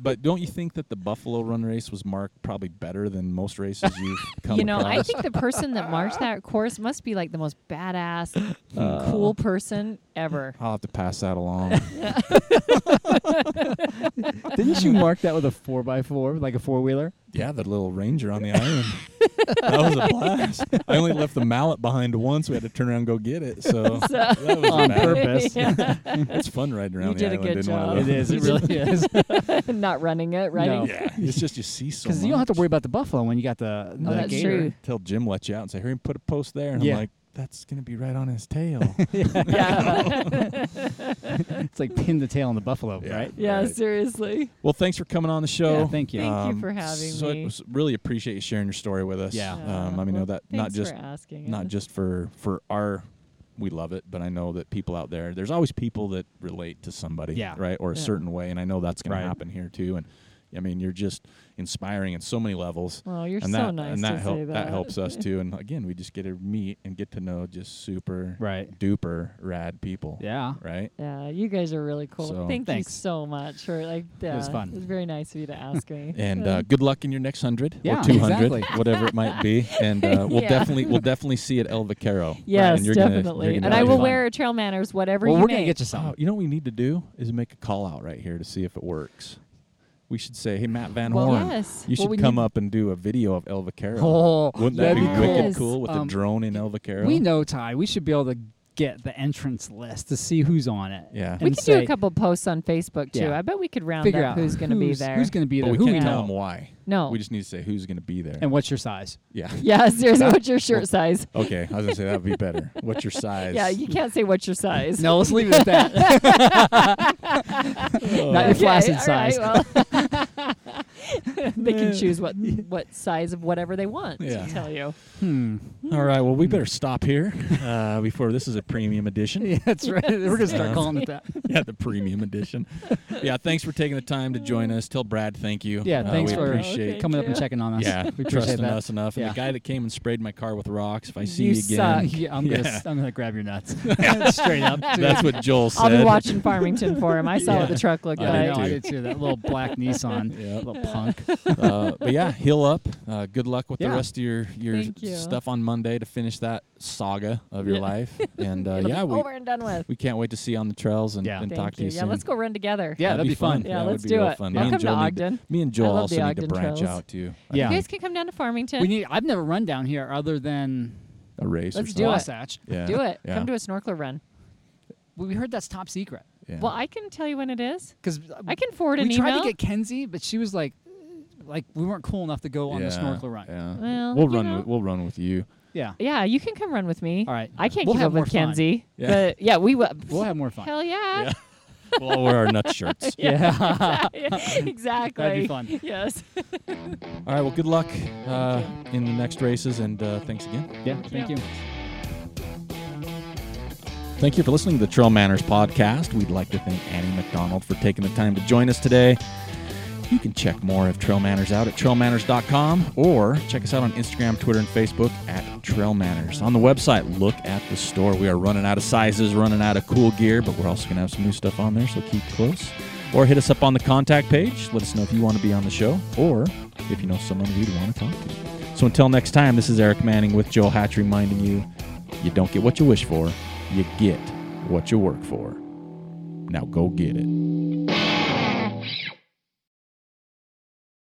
Speaker 1: but don't you think that the Buffalo Run race was marked probably better than most races you've come
Speaker 3: you know, I
Speaker 1: across?
Speaker 3: think the person that marked that course must be like the most badass,
Speaker 2: Uh.
Speaker 3: cool person ever.
Speaker 1: I'll have to pass that along.
Speaker 2: Didn't you mark that with a four by four, like a four wheeler?
Speaker 1: yeah, the little ranger on the island. that was a blast. I only left the mallet behind once. We had to turn around and go get it. So, that was
Speaker 2: On
Speaker 1: bad.
Speaker 2: purpose.
Speaker 3: Yeah.
Speaker 1: It's fun riding around
Speaker 3: You
Speaker 1: the
Speaker 3: did a
Speaker 1: island.
Speaker 3: good
Speaker 1: in one of
Speaker 2: It
Speaker 3: job.
Speaker 1: those.
Speaker 2: is. It really is.
Speaker 3: Not running it, right?
Speaker 2: No.
Speaker 1: Yeah, it's just you see so
Speaker 2: Because
Speaker 1: much.
Speaker 2: you don't have to worry about the buffalo when you got the, the
Speaker 3: Oh, that's
Speaker 2: gator.
Speaker 3: true.
Speaker 1: Till Jim lets you out and say, "Hurry and put a post there," and
Speaker 2: Yeah.
Speaker 1: I'm like, "That's gonna be right on his tail."
Speaker 3: Yeah.
Speaker 2: It's like pin the tail on the buffalo,
Speaker 1: Yeah.
Speaker 2: right?
Speaker 3: yeah,
Speaker 1: Right.
Speaker 3: seriously.
Speaker 1: Well, thanks for coming on the show. Um,
Speaker 2: Yeah, thank you.
Speaker 3: Thank you for having
Speaker 1: so
Speaker 3: me.
Speaker 1: I s- really appreciate you sharing your story with us.
Speaker 2: Yeah.
Speaker 1: Um, I mean,
Speaker 3: well,
Speaker 1: know that not
Speaker 3: thanks
Speaker 1: just
Speaker 3: for asking.
Speaker 1: not
Speaker 3: and-
Speaker 1: just for for our we love it, but I know that people out there, there's always people that relate to somebody,
Speaker 2: Yeah.
Speaker 1: right, or a
Speaker 3: Yeah.
Speaker 1: certain way, and I know that's going
Speaker 2: Right.
Speaker 1: to happen here too. And I mean, you're just inspiring in so many levels.
Speaker 3: Well, you're
Speaker 1: and
Speaker 3: so
Speaker 1: that,
Speaker 3: nice
Speaker 1: and that,
Speaker 3: to
Speaker 1: help,
Speaker 3: say that.
Speaker 1: helps us too. And again, we just get to meet and get to know just super
Speaker 2: Right.
Speaker 1: duper rad people.
Speaker 2: Yeah.
Speaker 1: Right.
Speaker 3: Yeah, you guys are really cool.
Speaker 1: So-
Speaker 3: Thank
Speaker 2: Thanks.
Speaker 3: you so much for like.
Speaker 2: It was
Speaker 3: uh,
Speaker 2: fun.
Speaker 3: It was very nice of you to ask me.
Speaker 1: and
Speaker 3: So-
Speaker 1: uh, good luck in your next hundred
Speaker 2: Yeah,
Speaker 1: or two hundred,
Speaker 2: exactly.
Speaker 1: whatever it might be. And uh, we'll
Speaker 3: Yeah.
Speaker 1: definitely we'll definitely see it at El Vaquero.
Speaker 3: yes,
Speaker 1: and you're gonna- you're
Speaker 3: definitely.
Speaker 1: gonna have
Speaker 3: and I
Speaker 1: to
Speaker 3: will
Speaker 1: do
Speaker 3: wear a trail manners, whatever
Speaker 2: Well,
Speaker 3: you
Speaker 2: we're
Speaker 3: make.
Speaker 2: gonna get you
Speaker 1: that. Oh,
Speaker 2: something.
Speaker 1: you know what we need to do is make a call out right here to see if it works. We should say, "Hey, Matt Van
Speaker 3: Well,
Speaker 1: Horn,
Speaker 3: yes.
Speaker 1: you
Speaker 2: Well,
Speaker 1: should
Speaker 2: we
Speaker 1: come
Speaker 2: need-
Speaker 1: up and do a video of El Vaquero."
Speaker 2: Oh,
Speaker 1: Wouldn't that
Speaker 2: that'd
Speaker 1: be
Speaker 2: be
Speaker 1: wicked
Speaker 3: Yes.
Speaker 1: cool with a
Speaker 2: Um,
Speaker 1: drone in El Vaquero?
Speaker 2: We know Ty. We should be able to get the entrance list to see who's on it.
Speaker 1: Yeah.
Speaker 3: We
Speaker 2: and
Speaker 3: could do a
Speaker 2: say-
Speaker 3: couple posts on Facebook too.
Speaker 2: Yeah.
Speaker 3: I bet we could round
Speaker 2: Figure
Speaker 3: up
Speaker 2: out
Speaker 3: who's going to be there.
Speaker 2: Who's going to be
Speaker 1: but
Speaker 2: there?
Speaker 1: we
Speaker 2: who
Speaker 1: can't
Speaker 2: we
Speaker 1: tell
Speaker 2: know,
Speaker 1: them why.
Speaker 3: No.
Speaker 1: we just need to say who's going to be there.
Speaker 2: and what's your size?
Speaker 1: yeah.
Speaker 3: yeah, seriously, what's your shirt size?
Speaker 1: Okay, I was gonna say that'd be better. What's your size?
Speaker 3: Yeah, you can't say what's your size.
Speaker 2: No, let's leave it at that. Not your
Speaker 3: Okay,
Speaker 2: flaccid
Speaker 3: all right,
Speaker 2: size.
Speaker 3: well. they can choose what what size of whatever they want.
Speaker 1: Yeah.
Speaker 3: To tell you.
Speaker 1: All right. Well, we better stop here uh, before this is a premium edition.
Speaker 2: yeah, that's right. We're gonna start
Speaker 1: Yeah.
Speaker 2: calling it that.
Speaker 1: yeah, the premium edition. Yeah, thanks for taking the time to join us. Tell Brad thank you.
Speaker 2: Yeah,
Speaker 1: Uh,
Speaker 2: thanks
Speaker 1: we
Speaker 2: for
Speaker 1: appreciate
Speaker 3: Okay.
Speaker 2: coming up and
Speaker 3: you.
Speaker 2: checking on us.
Speaker 1: yeah,
Speaker 2: we appreciate
Speaker 1: trusting
Speaker 2: that.
Speaker 1: us enough. And
Speaker 2: Yeah.
Speaker 1: the guy that came and sprayed my car with rocks, if I see
Speaker 3: You
Speaker 1: you, again,
Speaker 3: suck.
Speaker 2: Yeah, I'm gonna
Speaker 1: Yeah.
Speaker 2: s- I'm gonna grab your nuts straight up. dude.
Speaker 1: that's what Joel said.
Speaker 3: I'll be watching Farmington for him. I saw
Speaker 1: Yeah.
Speaker 3: what the truck looked
Speaker 1: I
Speaker 2: I
Speaker 1: did
Speaker 2: know.
Speaker 3: like.
Speaker 2: I
Speaker 1: too.
Speaker 2: did too. That little black Nissan,
Speaker 1: Yeah.
Speaker 2: little punk.
Speaker 1: Uh, but yeah, heal up. Uh, good luck with the
Speaker 2: Yeah.
Speaker 1: rest of your your
Speaker 3: Thank you.
Speaker 1: stuff on Monday to finish that saga of your
Speaker 3: Yeah.
Speaker 1: life. And uh,
Speaker 3: It'll
Speaker 1: yeah,
Speaker 3: be
Speaker 1: we
Speaker 3: over and done with.
Speaker 1: we can't wait to see you on the trails and,
Speaker 2: Yeah.
Speaker 1: and
Speaker 3: Thank
Speaker 1: talk to you,
Speaker 3: you. Yeah,
Speaker 1: soon.
Speaker 3: let's go run together.
Speaker 2: Yeah, that'd be fun.
Speaker 3: Yeah,
Speaker 1: that
Speaker 3: let's
Speaker 1: would be
Speaker 3: do
Speaker 1: real
Speaker 3: it.
Speaker 1: Fun.
Speaker 3: I'll
Speaker 1: Me
Speaker 3: come
Speaker 1: and
Speaker 3: to
Speaker 1: Joel need
Speaker 3: Ogden.
Speaker 1: me and
Speaker 3: I
Speaker 1: Joel
Speaker 3: love
Speaker 1: also
Speaker 3: the
Speaker 1: need to
Speaker 3: Ogden
Speaker 1: branch
Speaker 3: trails.
Speaker 1: out too.
Speaker 2: Yeah.
Speaker 3: You guys can come down to Farmington.
Speaker 2: We need. I've never run down here other than
Speaker 1: a race. or
Speaker 3: Let's
Speaker 1: something.
Speaker 3: do it.
Speaker 2: Wasatch.
Speaker 1: Yeah.
Speaker 3: Do it.
Speaker 1: Yeah.
Speaker 3: Come to a snorkeler run.
Speaker 2: We heard that's top secret.
Speaker 1: Yeah.
Speaker 3: Well, I can tell you when it is.
Speaker 2: Because
Speaker 3: I can forward
Speaker 2: we
Speaker 3: an
Speaker 2: tried
Speaker 3: email.
Speaker 2: to get Kenzie, but she was like, like we weren't cool enough to go on the
Speaker 1: Yeah,
Speaker 2: snorkel run.
Speaker 1: Yeah.
Speaker 3: Well,
Speaker 1: we'll
Speaker 3: you
Speaker 1: run.
Speaker 3: know.
Speaker 1: With, we'll run with you.
Speaker 2: Yeah.
Speaker 3: Yeah, you can come run with me.
Speaker 2: All right.
Speaker 3: I can't
Speaker 2: We'll
Speaker 3: keep
Speaker 2: have
Speaker 3: up
Speaker 2: more
Speaker 3: with
Speaker 2: fun.
Speaker 3: Kenzie.
Speaker 1: Yeah.
Speaker 3: But yeah, we will.
Speaker 2: We'll have more fun.
Speaker 3: Hell yeah.
Speaker 1: Yeah. we'll all wear our nut shirts.
Speaker 2: Yeah.
Speaker 3: exactly.
Speaker 2: That'd be fun.
Speaker 3: Yes.
Speaker 1: All right. Well, good luck uh, in the next races, and uh, thanks again.
Speaker 2: yeah. Thank you.
Speaker 3: Yeah.
Speaker 1: Thank you for listening to the Trail Manners podcast. We'd like to thank Annie McDonald for taking the time to join us today. You can check more of Trail Manners out at trailmanners.com or check us out on Instagram, Twitter, and Facebook at Trail Manners. On the website, look at the store. We are running out of sizes, running out of cool gear, but we're also going to have some new stuff on there, so keep close. Or hit us up on the contact page. Let us know if you want to be on the show or if you know someone we'd want to talk to. So until next time, this is Eric Manning with Joe Hatch reminding you you don't get what you wish for, you get what you work for. Now go get it.